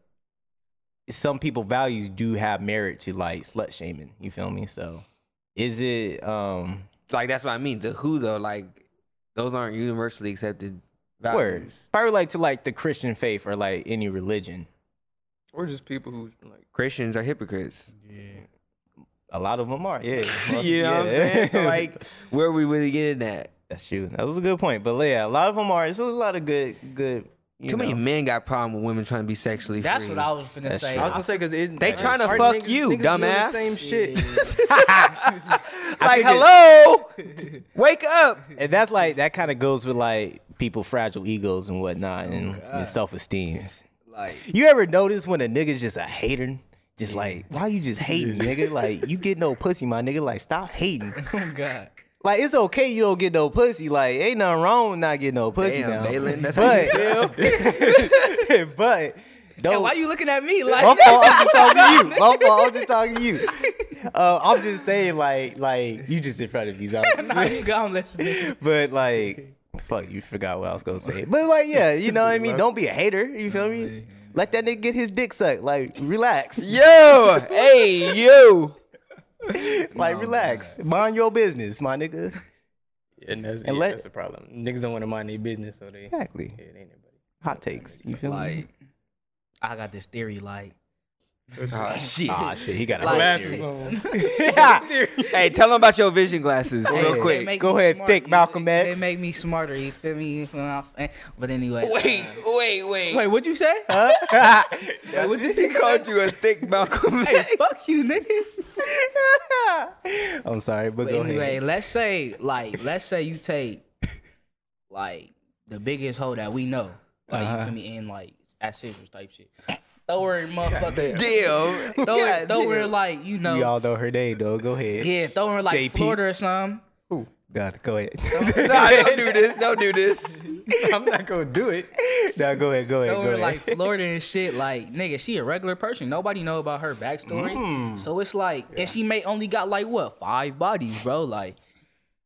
Speaker 2: some people values do have merit to like slut shaming. You feel me? So is it um
Speaker 3: like that's what I mean. To who though? Like those aren't universally accepted values.
Speaker 2: words? Probably like to like the Christian faith or like any religion.
Speaker 5: Or just people who like.
Speaker 3: Christians are hypocrites.
Speaker 2: A lot of them are, yeah. Most-
Speaker 3: You know what I'm
Speaker 2: yeah.
Speaker 3: saying? So like, where are we really getting that?
Speaker 2: that's true. That was a good point. But yeah, a lot of them are. It's a lot of good, good. You
Speaker 3: Too many
Speaker 2: know.
Speaker 3: men got problem with women trying to be sexually
Speaker 4: That's
Speaker 3: free.
Speaker 4: what I was finna say.
Speaker 5: I was
Speaker 4: I-
Speaker 5: gonna say because
Speaker 3: They tryna fuck you, dumbass.
Speaker 5: Same shit.
Speaker 3: like. Hello, wake up.
Speaker 2: And that's like that kind of goes with like people fragile egos and whatnot
Speaker 3: Oh,
Speaker 2: and, and self esteem.
Speaker 4: like
Speaker 2: You ever notice when a nigga's just a hater? Just like, why you just hating, nigga? Like, you get no pussy, my nigga. Like, stop hating.
Speaker 4: oh god.
Speaker 2: Like, it's okay you don't get no pussy. Like, ain't nothing wrong with not getting no pussy
Speaker 3: Damn,
Speaker 2: now.
Speaker 3: Balin, that's how you
Speaker 2: but, but Dope.
Speaker 4: why you looking at me like?
Speaker 2: My fault. I'm just talking to you. My fault. I'm just talking to you. Uh, I'm just saying, like, like you just in front of me. so I'm just
Speaker 4: Nah, you good, I'm listening.
Speaker 2: but like, fuck, you forgot what I was gonna say. But like, yeah, you know what I mean. Don't be a hater. You feel me? Let that nigga get his dick sucked. Like, relax.
Speaker 3: Yo, hey, yo.
Speaker 2: Like, relax. Mind your business, my nigga.
Speaker 5: And that's,
Speaker 2: And
Speaker 5: yeah,
Speaker 2: let-
Speaker 5: that's the problem. Niggas don't want to mind their business, so they yeah,
Speaker 2: Exactly.
Speaker 5: it ain't anybody.
Speaker 2: Hot takes. You feel me?
Speaker 4: Like, I got this theory. Like,
Speaker 3: Oh,
Speaker 2: Shit. Ah, shit. He got a like,
Speaker 5: Laugh is
Speaker 2: theory.
Speaker 5: over.
Speaker 3: hey, tell them about your vision glasses real
Speaker 4: they
Speaker 3: quick.
Speaker 4: make
Speaker 2: Go
Speaker 4: me
Speaker 2: ahead,
Speaker 4: smart,
Speaker 2: think,
Speaker 4: you know,
Speaker 2: Malcolm
Speaker 4: they-
Speaker 2: X.
Speaker 4: They make me smarter. You feel me? You feel what I'm saying? But anyway. uh,
Speaker 3: Wait, wait, wait.
Speaker 4: Wait, what'd you say?
Speaker 3: Wait, what did he called you a thick Malcolm
Speaker 4: Hey,
Speaker 3: X?
Speaker 4: fuck you, niggas.
Speaker 2: I'm sorry, but,
Speaker 4: But
Speaker 2: go
Speaker 4: anyway,
Speaker 2: ahead.
Speaker 4: let's say like let's say you take like the biggest hoe that we know, like
Speaker 2: Uh-huh.
Speaker 4: you feel me, in like at Caesars type shit. Throw her in motherfucking
Speaker 3: Damn.
Speaker 4: throw her,
Speaker 3: God
Speaker 4: throw her
Speaker 3: damn.
Speaker 4: like you know,
Speaker 2: You all know her name, though. Go ahead.
Speaker 4: yeah, throw her in, like
Speaker 2: JP.
Speaker 4: Florida or something.
Speaker 2: God, go ahead.
Speaker 3: Nah, don't do this. Don't do this.
Speaker 5: I'm not gonna do it.
Speaker 2: no, go ahead. Go ahead. Go
Speaker 4: Throw her
Speaker 2: ahead.
Speaker 4: like Florida and shit. Like nigga, she a regular person. Nobody know about her backstory.
Speaker 2: Mm.
Speaker 4: So it's like, and she may only got like what five bodies, bro. Like.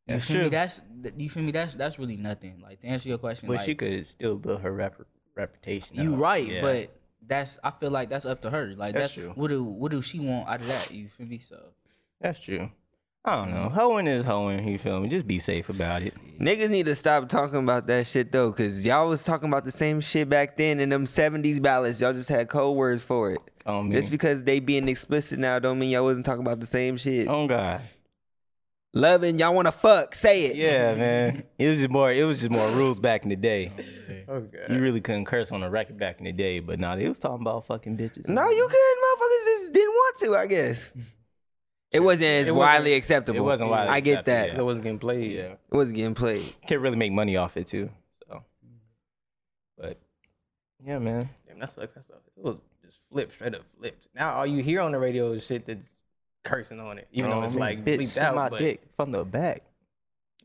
Speaker 4: You feel me? That's you feel me? That's that's really nothing. Like to answer your question,
Speaker 2: but
Speaker 4: like,
Speaker 2: she could still build her rep- reputation.
Speaker 4: You
Speaker 2: out.
Speaker 4: right,
Speaker 2: Yeah.
Speaker 4: but that's I feel like that's up to her. Like
Speaker 2: That's
Speaker 4: that's,
Speaker 2: true.
Speaker 4: what do what do she want out of that? You feel me? So
Speaker 2: that's true. I don't know. Hoeing is hoeing. You feel me? Just be safe about it.
Speaker 3: Niggas need to stop talking about that shit though, cause y'all was talking about the same shit back then in them '70s ballads. Y'all just had code words for it.
Speaker 2: Oh, man.
Speaker 3: Just because they being explicit now don't mean y'all wasn't talking about the same shit.
Speaker 2: Oh God.
Speaker 3: Loving y'all want to fuck. Say it.
Speaker 2: Yeah, man. It was just more. It was just more rules back in the day.
Speaker 5: Oh god.
Speaker 2: You really couldn't curse on a record back in the day, but nah, they was talking about fucking bitches.
Speaker 3: No, you couldn't. Motherfuckers just didn't want to. I guess. It wasn't as
Speaker 5: wasn't-
Speaker 3: widely acceptable.
Speaker 2: it wasn't widely
Speaker 3: I get that.
Speaker 2: accepted,
Speaker 5: I wasn't getting played.
Speaker 2: Yeah.
Speaker 3: It wasn't getting played.
Speaker 2: Can't really make money off it too. So, but yeah, man.
Speaker 5: Damn, that sucks. That sucks. It was just flipped, straight up flipped. Now all you hear on the radio is shit that's cursing on it, even
Speaker 2: Oh,
Speaker 5: though it's
Speaker 2: man,
Speaker 5: like
Speaker 2: bitch,
Speaker 5: bleeped
Speaker 2: suck
Speaker 5: out.
Speaker 2: my
Speaker 5: but
Speaker 2: dick from the back.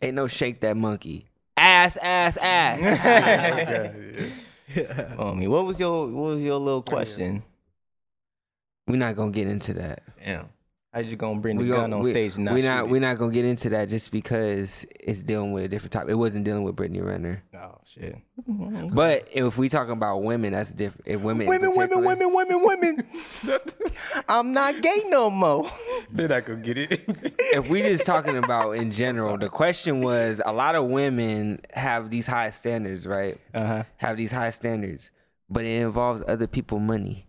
Speaker 3: Ain't no shake that monkey. Ass, ass, ass.
Speaker 2: Oh, me. What was your What was your little question?
Speaker 3: We're not gonna get into that.
Speaker 2: Damn. How you gonna bring the
Speaker 3: We
Speaker 2: gun
Speaker 3: gon-
Speaker 2: on
Speaker 3: we,
Speaker 2: stage and not
Speaker 3: we
Speaker 2: shoot
Speaker 3: not
Speaker 2: it?
Speaker 3: we not gonna get into that just because it's dealing with a different topic. It wasn't dealing with Brittany Renner,
Speaker 2: Oh shit.
Speaker 3: but if we talking about women, that's different. If women, in
Speaker 2: Women, women,
Speaker 3: particular-
Speaker 2: women, women, women. I'm not gay no more.
Speaker 5: They're not gonna get it.
Speaker 3: If we just talking about in general, the question was a lot of women have these high standards, right?
Speaker 2: Uh-huh.
Speaker 3: Have these high standards, but it involves other people' money.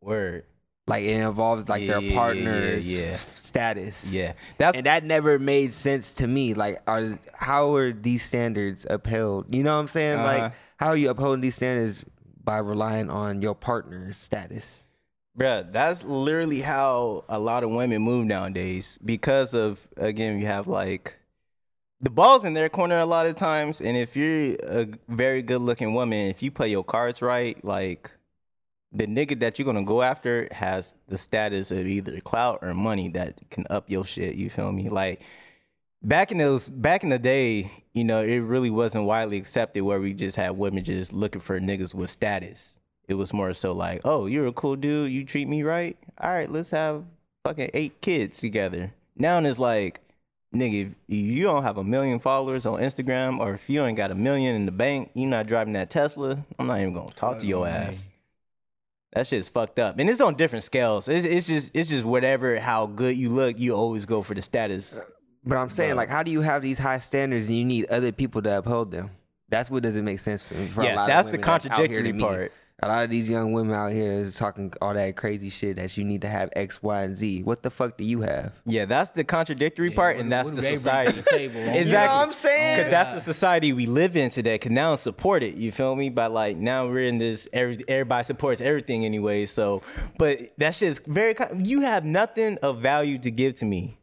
Speaker 2: Word.
Speaker 3: Like it involves like
Speaker 2: Yeah, yeah, yeah,
Speaker 3: their
Speaker 2: yeah,
Speaker 3: partner's
Speaker 2: yeah.
Speaker 3: status.
Speaker 2: Yeah. That's
Speaker 3: and that never made sense to me. Like, are how are these standards upheld? You know what I'm saying?
Speaker 2: Uh-huh.
Speaker 3: Like, how are you upholding these standards by relying on your partner's status?
Speaker 2: Bruh, that's literally how a lot of women move nowadays because of again you have like the ball's in their corner a lot of times, and if you're a very good looking woman, if you play your cards right, like the nigga that you're gonna go after has the status of either clout or money that can up your shit. You feel me? Like back in those back in the day, you know, it really wasn't widely accepted where we just had women just looking for niggas with status. It was more so like, oh, you're a cool dude, you treat me right. All right, let's have fucking eight kids together. Now it's like, nigga, if you don't have a million followers on Instagram, or if you ain't got a million in the bank, you're not driving that Tesla. I'm not even gonna talk to your ass. That shit's fucked up, and it's on different scales. It's, it's just it's just whatever how good you look, you always go for the status.
Speaker 3: But I'm saying, like, how do you have these high standards and you need other people to uphold them? That's what doesn't make sense for me. For a
Speaker 2: Yeah,
Speaker 3: lot of
Speaker 2: that's the
Speaker 3: women out here to
Speaker 2: contradictory
Speaker 3: me.
Speaker 2: part.
Speaker 3: A lot of these young women out here is talking all that crazy shit that you need to have X, Y, and Z. What the fuck do you have?
Speaker 2: Yeah, that's the contradictory part, and that's the society.
Speaker 4: table.
Speaker 2: Exactly.
Speaker 3: I'm saying?
Speaker 2: Cause that's the society we live in today. Cause now it's supported. You feel me? But like now we're in this. Every, everybody supports everything anyway. So, but that shit's very. co- You have nothing of value to give to me.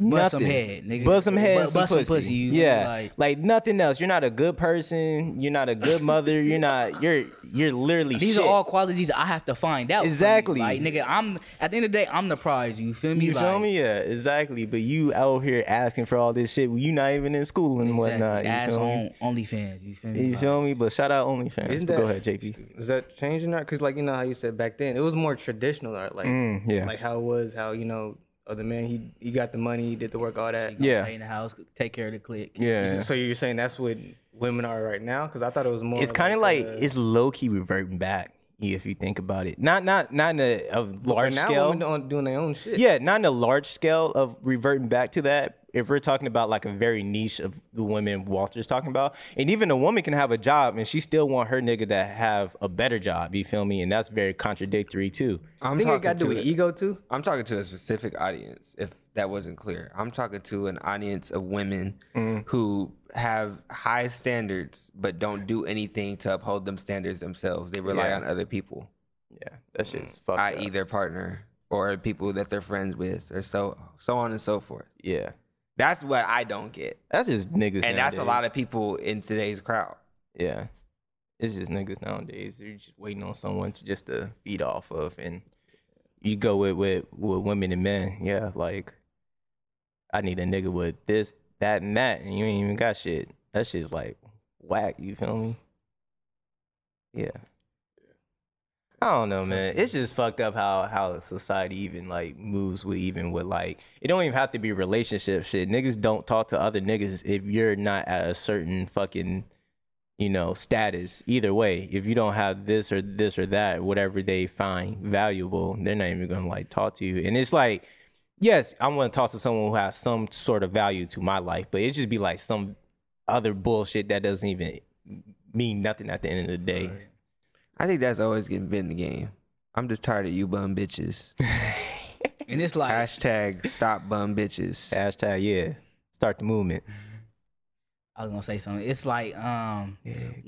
Speaker 4: Bust some
Speaker 2: Nothing.
Speaker 4: head, nigga.
Speaker 2: Bust some head,
Speaker 4: Bu-
Speaker 2: and some
Speaker 4: bust some
Speaker 2: pussy.
Speaker 4: pussy, you feel
Speaker 2: yeah,
Speaker 4: me?
Speaker 2: like,
Speaker 4: Like-
Speaker 2: nothing else. You're not a good person. You're not a good mother. You're not. You're you're literally.
Speaker 4: These
Speaker 2: shit.
Speaker 4: are all qualities I have to find out. for you.
Speaker 2: Exactly.
Speaker 4: Like nigga, I'm at the end of the day, I'm the prize. You feel me?
Speaker 2: You
Speaker 4: like,
Speaker 2: feel me? Yeah, exactly. But you out here asking for all this shit. when You not even in school and
Speaker 4: Exactly.
Speaker 2: whatnot. You
Speaker 4: That's
Speaker 2: feel me?
Speaker 4: on OnlyFans. You feel me?
Speaker 2: You
Speaker 4: Like,
Speaker 2: feel me? But shout out OnlyFans.
Speaker 5: Isn't
Speaker 2: But
Speaker 5: that
Speaker 2: Go ahead, JP.
Speaker 5: Is that changing now? Because like you know how you said back then, it was more traditional art, like
Speaker 2: Mm, yeah.
Speaker 5: like how it was how you know oh, the man he he got the money, he did the work, all that.
Speaker 4: you
Speaker 2: Yeah.
Speaker 4: Stay in the house, take care of the clique.
Speaker 2: Yeah.
Speaker 5: So you're saying that's what women are right now? Because I thought it was more.
Speaker 2: It's kind of like
Speaker 5: uh,
Speaker 2: it's low key reverting back if you think about it. Not not not in a, a large
Speaker 5: but now
Speaker 2: scale.
Speaker 5: women don't doing their own shit.
Speaker 2: Yeah, not in a large scale of reverting back to that. If we're talking about like a very niche of the women Walter's talking about, and even a woman can have a job and she still want her nigga to have a better job. You feel me? And that's very contradictory too.
Speaker 5: i
Speaker 3: I'm
Speaker 5: think it
Speaker 3: talking
Speaker 5: got to
Speaker 3: to
Speaker 5: do with
Speaker 3: it-
Speaker 5: ego too.
Speaker 3: I'm talking to a specific audience, if that wasn't clear. I'm talking to an audience of women
Speaker 2: Mm.
Speaker 3: who have high standards but don't do anything to uphold them standards themselves. They rely
Speaker 2: Yeah.
Speaker 3: on other people,
Speaker 2: Yeah, that shit's fucked up.
Speaker 5: e
Speaker 3: i.e., E their partner or people that they're friends with, or so so on and so forth.
Speaker 2: Yeah,
Speaker 3: That's what I don't get,
Speaker 2: that's just niggas.
Speaker 3: and that's a lot
Speaker 2: nowadays.
Speaker 3: of people in today's crowd.
Speaker 2: Yeah. It's just niggas nowadays. They're just waiting on someone to just to feed off of and you go with, with with women and men, yeah, like I need a nigga with this, that and that and you ain't even got shit. That shit's like whack, you feel me? Yeah. I don't know, man. It's just fucked up how how society even like moves with even with like it don't even have to be relationship shit. Niggas don't talk to other niggas if you're not at a certain fucking you know, status. Either way, if you don't have this or this or that, whatever they find valuable, they're not even gonna like talk to you. And it's like, yes, I want to talk to someone who has some sort of value to my life, but it just be like some other bullshit that doesn't even mean nothing at the end of the day.
Speaker 3: I think that's always getting been the game. I'm just tired of you bum bitches.
Speaker 4: And it's like
Speaker 3: Hashtag stop bum bitches.
Speaker 2: Hashtag yeah, start the movement.
Speaker 4: I was gonna say something. It's like um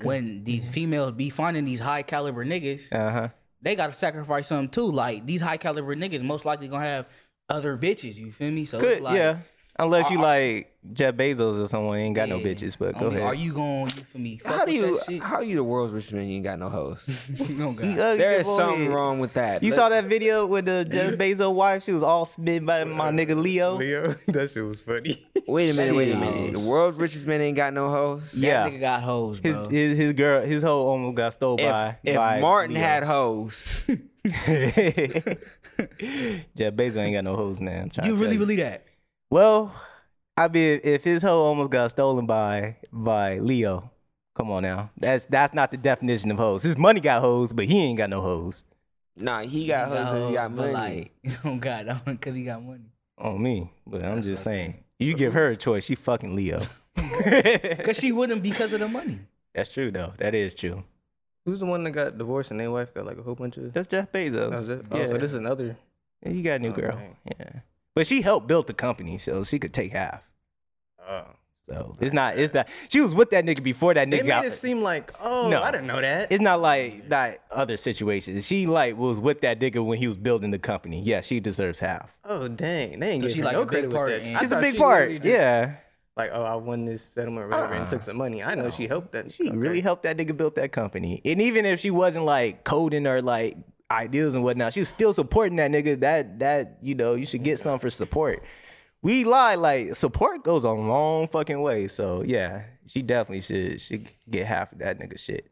Speaker 4: when these females be finding these high caliber niggas,
Speaker 2: Uh huh.
Speaker 4: they gotta sacrifice something too. Like these high caliber niggas most likely gonna have other bitches. You feel me? So
Speaker 2: Good.
Speaker 4: it's like,
Speaker 2: yeah. Unless you like Jeff Bezos or someone, ain't got no
Speaker 4: yeah.
Speaker 2: bitches. But go
Speaker 4: Only
Speaker 2: ahead.
Speaker 4: Are you going you for me? Fuck
Speaker 3: How do you
Speaker 4: with that shit?
Speaker 3: how you the world's richest man? You ain't got no hoes.
Speaker 4: Oh, God.
Speaker 3: There is something wrong with that.
Speaker 2: You
Speaker 3: Let-
Speaker 2: saw that video with the Jeff Bezos wife? She was all spit by my nigga Leo.
Speaker 5: Leo, that shit was funny.
Speaker 3: Wait a minute, wait a
Speaker 2: Jeez.
Speaker 3: minute. The world's richest man ain't got no hoes.
Speaker 4: That
Speaker 2: Yeah.
Speaker 4: nigga got hoes,
Speaker 2: His,
Speaker 4: bro.
Speaker 2: his his girl his whole almost got stole
Speaker 3: If,
Speaker 2: by
Speaker 3: if
Speaker 2: by
Speaker 3: Martin
Speaker 2: Leo.
Speaker 3: had hoes,
Speaker 2: Jeff Bezos ain't got no hoes now. I'm trying
Speaker 4: you
Speaker 2: to
Speaker 4: really
Speaker 2: tell
Speaker 4: believe that?
Speaker 2: Well, I mean, if his hoe almost got stolen by by Leo, come on now. That's that's not the definition of hoes. His money got hoes, but he ain't got no hoes
Speaker 3: nah, he got hoes 'cause he got
Speaker 4: but
Speaker 3: money.
Speaker 4: Like, oh God, because he got money.
Speaker 2: on me. But I'm just saying, you give her a choice, she fucking Leo.
Speaker 4: Because she wouldn't because of the money.
Speaker 2: that's true though. That is true.
Speaker 5: Who's the one that got divorced and their wife got like a whole bunch of?
Speaker 2: That's Jeff Bezos.
Speaker 5: Oh, is it? Oh, so this is another.
Speaker 2: Yeah, He got a new
Speaker 5: Okay.
Speaker 2: girl. Yeah. But she helped build the company, so she could take half. So it's not it's not she was with that nigga before that
Speaker 5: Oh. They
Speaker 2: nigga
Speaker 5: made
Speaker 2: got
Speaker 5: it seem Oh, like, oh,
Speaker 2: No.
Speaker 5: I didn't know that.
Speaker 2: it's not like that other situation. She like was with that nigga when he was building the company. Yeah, she deserves half.
Speaker 5: oh, dang, they ain't
Speaker 4: So
Speaker 5: getting
Speaker 4: she like a
Speaker 5: no
Speaker 4: big
Speaker 5: credit
Speaker 4: part
Speaker 5: with
Speaker 4: in-
Speaker 5: that. I
Speaker 2: She's a
Speaker 5: thought
Speaker 2: big
Speaker 5: she
Speaker 2: part.
Speaker 5: literally just,
Speaker 2: Yeah.
Speaker 5: Like, oh, I won this settlement or whatever and took some money. I know she helped that.
Speaker 2: Uh-uh. She
Speaker 5: okay.
Speaker 2: really helped that nigga build that company. And even if she wasn't like coding or like ideas and whatnot, she was still supporting that nigga. That that you know, you should get some for support. We lie like support goes a long fucking way. So yeah, she definitely should should get half of that nigga shit.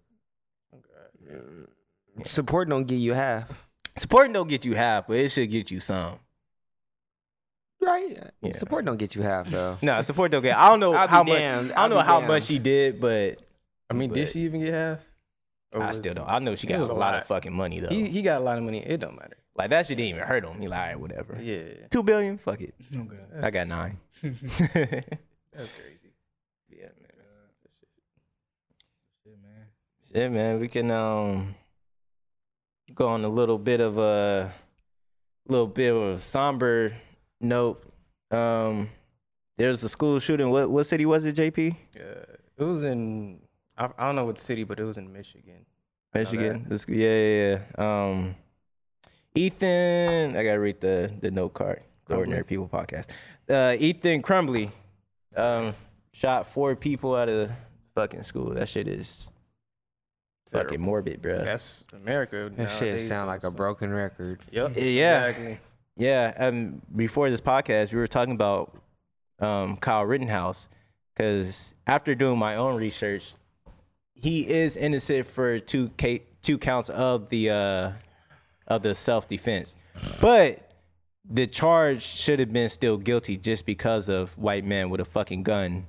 Speaker 3: Support don't give you half,
Speaker 2: Supporting don't get you half, but it should get you some.
Speaker 3: right?
Speaker 2: Yeah.
Speaker 3: Support don't get you half though.
Speaker 2: No, support don't get. I don't know
Speaker 3: I'll be
Speaker 2: how much.
Speaker 3: damned.
Speaker 2: I
Speaker 3: I'll
Speaker 2: don't know
Speaker 3: be
Speaker 2: how
Speaker 3: damned.
Speaker 2: much she did, but
Speaker 5: I mean,
Speaker 2: But-
Speaker 5: did she even get half? Or
Speaker 2: I
Speaker 5: was-
Speaker 2: still don't. I know she
Speaker 5: it
Speaker 2: got a
Speaker 5: was
Speaker 2: lot,
Speaker 5: a
Speaker 2: of
Speaker 5: lot.
Speaker 2: fucking money though.
Speaker 5: He he got a lot of money. It don't matter.
Speaker 2: like that shit didn't even hurt him. He like, all right, whatever.
Speaker 5: Yeah,
Speaker 2: Two billion, fuck it.
Speaker 4: Oh God.
Speaker 2: I got nine.
Speaker 5: that's crazy.
Speaker 2: Yeah, man. uh, Shit, man. We can um go on a little bit of a little bit of a somber note. Um, there's a school shooting. What what city was it? JP,
Speaker 5: Uh, it was in I, I don't know what city, but it was in Michigan.
Speaker 2: Michigan. The sc- yeah, yeah, yeah. Um, Ethan. I gotta read the the note card. The Ordinary People podcast. uh, Ethan Crumbly um, shot four people out of fucking school. That shit is fucking morbid, bro.
Speaker 5: That's America.
Speaker 3: That shit sound like a broken record.
Speaker 5: Yep.
Speaker 2: Yeah.
Speaker 5: Exactly.
Speaker 2: Yeah, um, before this podcast, we were talking about um, Kyle Rittenhouse because after doing my own research, he is innocent for two ca- two counts of the uh, of the self defense, but the charge should have been still guilty just because of white man with a fucking gun,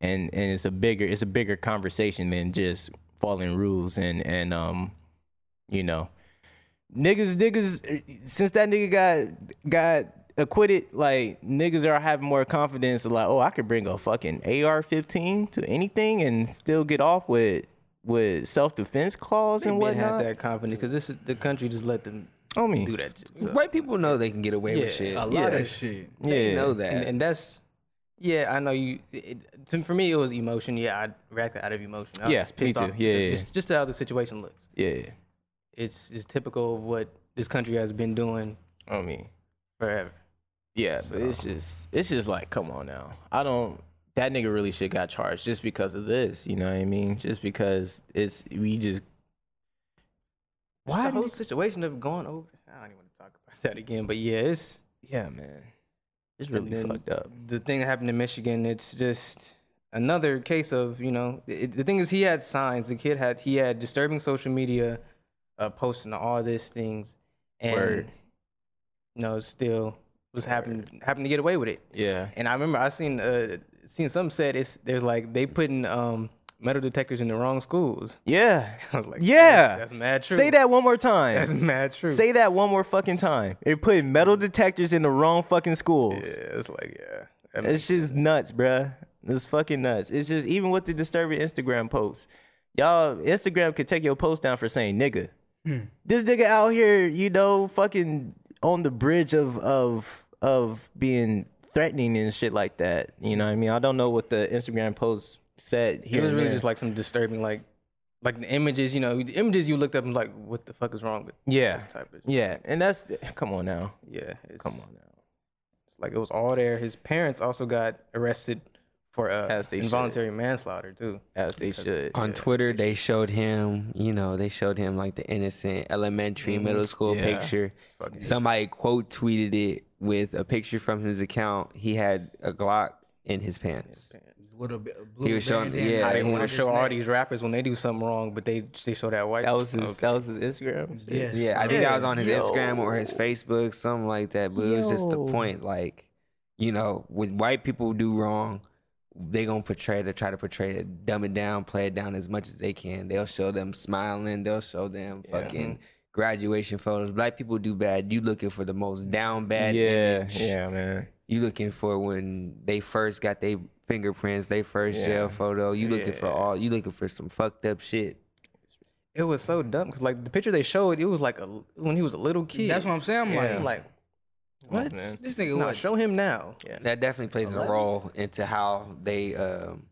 Speaker 2: and and it's a bigger it's a bigger conversation than just following rules and and um you know niggas niggas since that nigga got got acquitted like niggas are having more confidence of like oh i could bring a fucking ar-15 to anything and still get off with with self-defense clause and
Speaker 5: Been had
Speaker 2: whatnot
Speaker 5: that confidence because this is the country just let them
Speaker 2: homie
Speaker 5: do that. shit, so.
Speaker 3: White people know they can get away
Speaker 5: Yeah.
Speaker 3: with shit.
Speaker 4: A lot of shit.
Speaker 3: They know
Speaker 2: yeah
Speaker 3: that.
Speaker 5: and, and that's yeah i know you it, to, for me it was emotion yeah i reacted out of emotion I was
Speaker 2: Yeah,
Speaker 5: just
Speaker 2: me
Speaker 5: pissed
Speaker 2: too.
Speaker 5: off.
Speaker 2: Yeah,
Speaker 5: It's
Speaker 2: yeah,
Speaker 5: just, just how the situation looks
Speaker 2: yeah
Speaker 5: it's it's typical of what this country has been doing
Speaker 2: i mean
Speaker 5: forever
Speaker 2: yeah but it's just it's just like come on now i don't that nigga really should got charged just because of this you know what i mean just because it's we just
Speaker 5: Just
Speaker 2: Why
Speaker 5: the whole
Speaker 2: did-
Speaker 5: situation of going over i don't even want to talk about that again but yeah it's
Speaker 2: yeah man it's
Speaker 5: and
Speaker 2: really
Speaker 5: then
Speaker 2: fucked up
Speaker 5: the thing that happened in michigan it's just another case of you know it, the thing is he had signs the kid had he had disturbing social media uh posting all these things and
Speaker 2: Word.
Speaker 5: you know still was happening happened to get away with it
Speaker 2: yeah
Speaker 5: And I remember I seen uh seen some said it's there's like they putting um metal detectors in the wrong schools.
Speaker 2: Yeah.
Speaker 5: I was like,
Speaker 2: Yeah.
Speaker 5: that's, that's mad true.
Speaker 2: Say that one more time.
Speaker 5: That's mad true.
Speaker 2: Say that one more fucking time. They're putting metal detectors in the wrong fucking schools.
Speaker 5: yeah, it's like yeah. I mean,
Speaker 2: It's just nuts, bruh. It's fucking nuts. It's just even with the disturbing Instagram posts, y'all Instagram could take your post down for saying nigga.
Speaker 5: Hmm.
Speaker 2: This nigga out here, you know, fucking on the bridge of of of being threatening and shit like that. You know what I mean? I don't know what the Instagram post said.
Speaker 5: it
Speaker 2: Here
Speaker 5: was
Speaker 2: and
Speaker 5: really
Speaker 2: there.
Speaker 5: just like some disturbing like like the images you know the images you looked up and like what the fuck is wrong with
Speaker 2: yeah,
Speaker 5: this type of
Speaker 2: yeah, and that's come on now,
Speaker 5: yeah it's,
Speaker 2: come on now.
Speaker 5: it's like it was all there. His parents also got arrested for uh,
Speaker 2: As they should.
Speaker 5: involuntary manslaughter too.
Speaker 2: As they should.
Speaker 5: Oh,
Speaker 3: on Twitter, they showed him, you know, they showed him like the innocent elementary, middle school
Speaker 2: Yeah.
Speaker 3: picture. Somebody quote tweeted it with a picture from his account. He had a Glock in his pants.
Speaker 4: What a, bit- blue
Speaker 3: He was showing-
Speaker 4: bandana
Speaker 3: yeah,
Speaker 5: I didn't
Speaker 4: around
Speaker 5: want
Speaker 4: his
Speaker 5: to show all
Speaker 4: neck.
Speaker 5: these rappers when they do something wrong, but they they show that white.
Speaker 2: That was his. That was his Instagram.
Speaker 4: Yes,
Speaker 3: Yeah, I
Speaker 4: bro.
Speaker 3: think I was on his
Speaker 2: Yo.
Speaker 3: Instagram or his Facebook, something like that. But it was just the
Speaker 2: Yo.
Speaker 3: point, like, you know, when white people do wrong, they gonna portray to try to portray it, dumb it down, play it down as much as they can. They'll show them smiling, they'll show them fucking graduation photos. Black people do bad. You looking for the most down bad.
Speaker 2: yeah,
Speaker 3: image.
Speaker 2: yeah, man.
Speaker 3: You looking for when they first got their fingerprints, they first jail photo. You looking for all. You looking for some fucked up shit.
Speaker 5: It was so dumb because like the picture they showed, it was like a when he was a little kid.
Speaker 4: That's what I'm saying. I'm like,
Speaker 5: I'm like, what?
Speaker 4: this nigga
Speaker 5: Nah,
Speaker 4: was
Speaker 5: show him now.
Speaker 3: That definitely plays a role into how they um,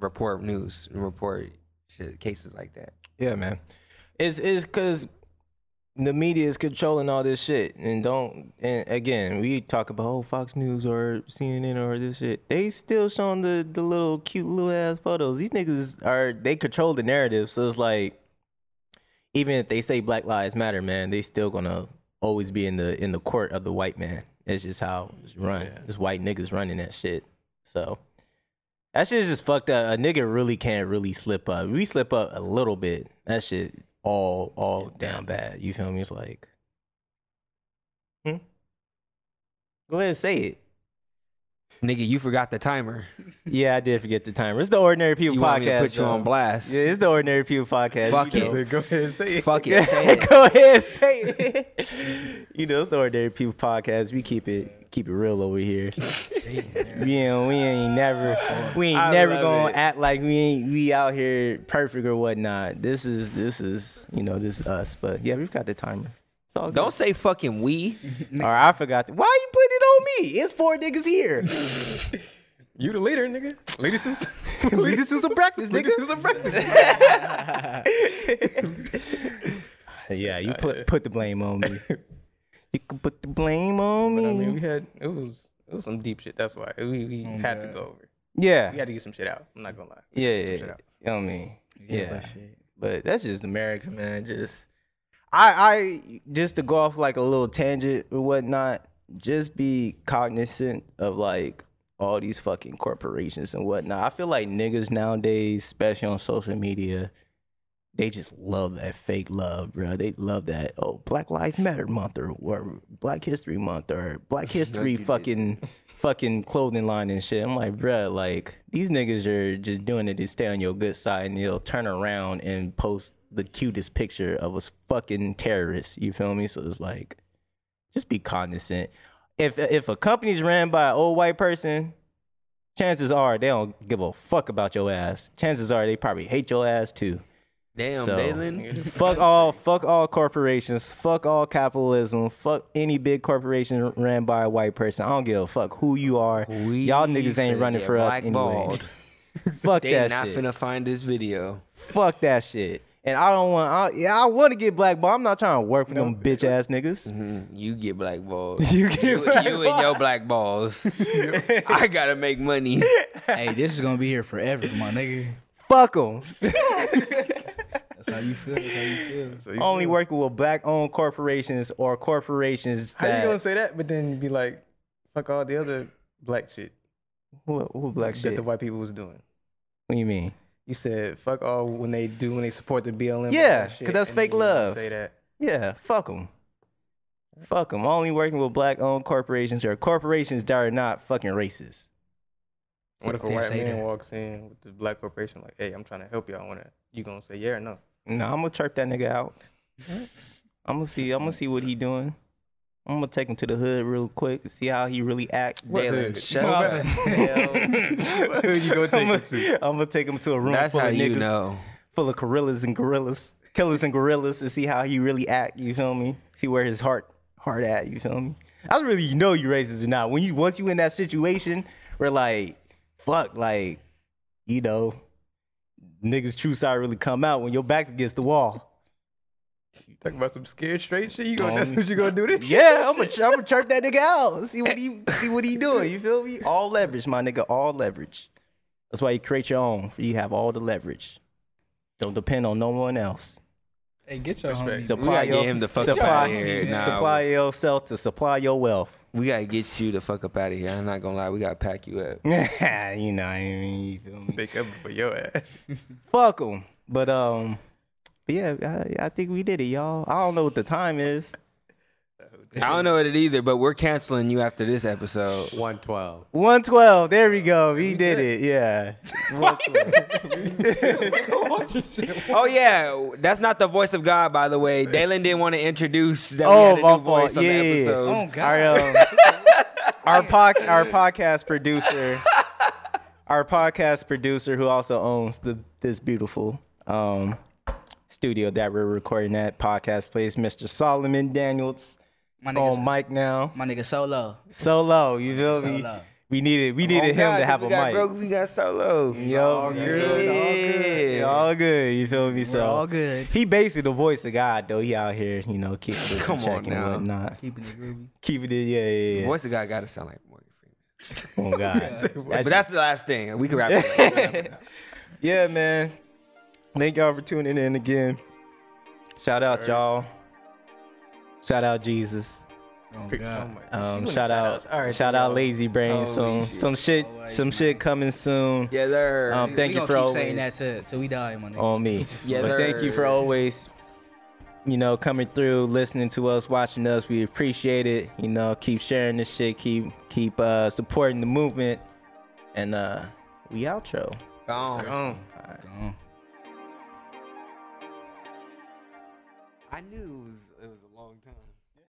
Speaker 3: report news and report shit, cases like that.
Speaker 2: Yeah, man. It's it's because the media is controlling all this shit, and don't. And again, we talk about oh Fox News or CNN or this shit. They still showing the the little cute little ass photos. These niggas are they control the narrative, so it's like even if they say Black Lives Matter, man, they still gonna always be in the in the court of the white man. It's just how it's run. It's white niggas running that shit. So that shit's just fucked up. A nigga really can't really slip up. We slip up a little bit. That shit all all down bad. You feel me? It's like, hmm? go ahead and say it.
Speaker 3: Nigga, you forgot the timer.
Speaker 2: Yeah, I did forget the timer. It's the Ordinary People
Speaker 3: You
Speaker 2: podcast.
Speaker 3: want me to put you
Speaker 2: though.
Speaker 3: on blast?
Speaker 2: Yeah, it's the Ordinary People podcast.
Speaker 3: Fuck
Speaker 2: You
Speaker 3: it.
Speaker 2: know.
Speaker 5: go ahead and say
Speaker 3: Fuck it. say it.
Speaker 2: Go ahead, and say it. you know, it's the Ordinary People podcast. We keep it keep it real over here. we ain't we ain't never we ain't
Speaker 5: I
Speaker 2: never
Speaker 5: love
Speaker 2: gonna
Speaker 5: it.
Speaker 2: act like we ain't we out here perfect or whatnot. This is this is you know this is us. But yeah, we've got the timer. It's all good.
Speaker 3: Don't say fucking we.
Speaker 2: Or I forgot. Why you put it on me? It's four niggas here.
Speaker 5: You the leader, nigga. Leaders
Speaker 2: Lead us to some breakfast, nigga.
Speaker 5: is a breakfast.
Speaker 2: Yeah, you put put the blame on me. You can put the blame on me.
Speaker 5: I mean, we had it was it was some deep shit. That's why we, we had to go over.
Speaker 2: Yeah.
Speaker 5: We had to get some shit out. I'm not gonna lie.
Speaker 2: Yeah, yeah.
Speaker 5: shit
Speaker 2: yeah.
Speaker 5: out.
Speaker 2: You know what I mean? Yeah.
Speaker 4: but shit.
Speaker 2: But that's just America, man. Just I I just to go off like a little tangent or whatnot, just be cognizant of like all these fucking corporations and whatnot. I feel like niggas nowadays, especially on social media, they just love that fake love, bro. They love that oh Black Lives Matter month or, or Black History Month or Black History fucking fucking clothing line and shit. I'm like, bruh, like these niggas are just doing it to stay on your good side and they'll turn around and post the cutest picture of a fucking terrorist. You feel me? So it's like, just be cognizant. If if a company's ran by an old white person, chances are they don't give a fuck about your ass. Chances are they probably hate your ass too.
Speaker 3: Damn,
Speaker 2: So-
Speaker 3: Dalen.
Speaker 2: fuck all fuck all corporations fuck all capitalism fuck any big corporation ran by a white person i don't give a fuck who you are y'all niggas ain't
Speaker 3: finna
Speaker 2: running
Speaker 3: get
Speaker 2: for us anyway
Speaker 3: blackballed.
Speaker 2: fuck
Speaker 3: They
Speaker 2: that
Speaker 3: not
Speaker 2: shit
Speaker 3: finna find this video.
Speaker 2: fuck that shit and i don't want I, yeah i want to get black but i'm not trying to work with them bitch ass niggas
Speaker 3: You get blackballed.
Speaker 2: Mm-hmm. you get
Speaker 3: you, you and your black balls. I gotta make money.
Speaker 4: hey, this is gonna be here forever, my nigga.
Speaker 2: fuck them
Speaker 4: That's how you feel. That's how you feel.
Speaker 5: So you,
Speaker 2: only working with black owned corporations or corporations
Speaker 5: how
Speaker 2: that
Speaker 5: you gonna say that? But then be like, fuck all the other black shit
Speaker 2: what, what black
Speaker 5: that
Speaker 2: shit
Speaker 5: the white people was doing.
Speaker 2: what do you mean
Speaker 5: You said fuck all when they do when they support the BLM. and
Speaker 2: Yeah,
Speaker 5: that
Speaker 2: 'cause
Speaker 5: shit,
Speaker 2: that's
Speaker 5: and then
Speaker 2: fake
Speaker 5: you wanna
Speaker 2: love.
Speaker 5: Say that.
Speaker 2: Yeah, fuck them. Fuck them. Only working with black owned corporations or corporations that are not fucking racist.
Speaker 5: What if a
Speaker 4: They
Speaker 5: white
Speaker 4: say
Speaker 5: man
Speaker 4: that.
Speaker 5: walks in with the black corporation like, hey, I'm trying to help you. I want to. You gonna say yeah or no?
Speaker 2: No, I'm gonna chirp that nigga out. I'm gonna see. I'm gonna see what he doing. I'm gonna take him to the hood real quick and see how he really act.
Speaker 3: Dalen, shut
Speaker 4: Come
Speaker 3: up.
Speaker 4: on,
Speaker 2: Who
Speaker 5: you gonna take
Speaker 2: I'm
Speaker 5: him to?
Speaker 2: I'm gonna take him to a room
Speaker 3: That's
Speaker 2: full
Speaker 3: how
Speaker 2: of
Speaker 3: you
Speaker 2: niggas,
Speaker 3: know.
Speaker 2: full of gorillas and gorillas, killers and gorillas, and see how he really act. You feel me? See where his heart heart at. You feel me? That's really you know you racist or not. When you once you in that situation where like fuck like you know niggas true side really come out when your back against the wall.
Speaker 5: You talking about some scared straight shit? You gonna? that's
Speaker 2: Um,
Speaker 5: what you gonna do this?
Speaker 2: Yeah, I'm gonna I'm gonna chirp that nigga out. See what he see what he doing. You feel me? All leverage, my nigga. All leverage. That's why you create your own. You have all the leverage. Don't depend on no one else.
Speaker 4: Hey, get your homie.
Speaker 3: We gotta get him the fuck up out of here. Nah,
Speaker 2: supply yourself to supply your wealth.
Speaker 3: We gotta get you the fuck up out of here. I'm not gonna lie. We gotta pack you up.
Speaker 2: you know what I mean? You feel me?
Speaker 5: Make up for your ass.
Speaker 2: Fuck them. But um, but yeah, I, I think we did it, y'all. I don't know what the time is.
Speaker 3: I don't know it either, but we're canceling you after this episode.
Speaker 6: 112.
Speaker 2: One twelve. There we go. We, did it. Yeah.
Speaker 3: Oh yeah, that's not the voice of God, by the way. Dalen didn't want to introduce that
Speaker 2: Oh,
Speaker 3: we had a
Speaker 2: my
Speaker 3: new voice
Speaker 2: fault.
Speaker 3: on
Speaker 2: Yeah,
Speaker 3: the
Speaker 2: yeah, yeah.
Speaker 3: episode.
Speaker 4: Oh God.
Speaker 2: Our um, our pod, our podcast producer, our podcast producer who also owns the this beautiful um studio that we're recording at podcast place, Mr. Solomon Daniels.
Speaker 4: My nigga,
Speaker 2: On mic now,
Speaker 4: my nigga solo.
Speaker 2: solo. You feel me?
Speaker 4: Solo.
Speaker 2: We needed we needed him to have a
Speaker 3: Oh, we got
Speaker 2: mic.
Speaker 3: Broke, we got solos.
Speaker 2: Yo, all good,
Speaker 3: Yeah.
Speaker 2: all good. You feel me? So
Speaker 4: all good.
Speaker 2: He basically the voice of God, though. He out here, you know, keeping it
Speaker 3: Come
Speaker 2: Come
Speaker 3: on
Speaker 2: checking and
Speaker 3: now.
Speaker 2: whatnot,
Speaker 4: Keeping it groovy.
Speaker 2: keeping it. Yeah, yeah, yeah.
Speaker 3: Voice of God gotta sound like Morgan Freeman.
Speaker 2: Oh God, That's-
Speaker 3: but that's the last thing. We can wrap it up.
Speaker 2: yeah, man. Thank y'all for tuning in again. Shout out y'all. Shout out Jesus.
Speaker 4: Oh
Speaker 5: Oh
Speaker 4: God.
Speaker 2: Um,
Speaker 5: my- she wanna
Speaker 2: shout out,
Speaker 5: outs. All right,
Speaker 2: shout
Speaker 5: then,
Speaker 2: out,
Speaker 5: y'all.
Speaker 2: Lazy Brain. Some
Speaker 3: shit.
Speaker 2: some shit, some shit coming soon
Speaker 3: yeah, there.
Speaker 2: Um, thank
Speaker 4: we
Speaker 2: you
Speaker 4: gonna
Speaker 2: for
Speaker 4: keep
Speaker 2: always-
Speaker 4: saying that till, till we die, my nigga.
Speaker 2: on me.
Speaker 3: Yeah,
Speaker 2: but thank you for
Speaker 3: there.
Speaker 2: always, you know, coming through, listening to us, watching us. We appreciate it. You know, keep sharing this shit. Keep keep uh, supporting the movement. And uh, we outro.
Speaker 3: Gone.
Speaker 5: Um,
Speaker 2: Oh.
Speaker 4: Gone.
Speaker 3: I knew it was, it was a long time.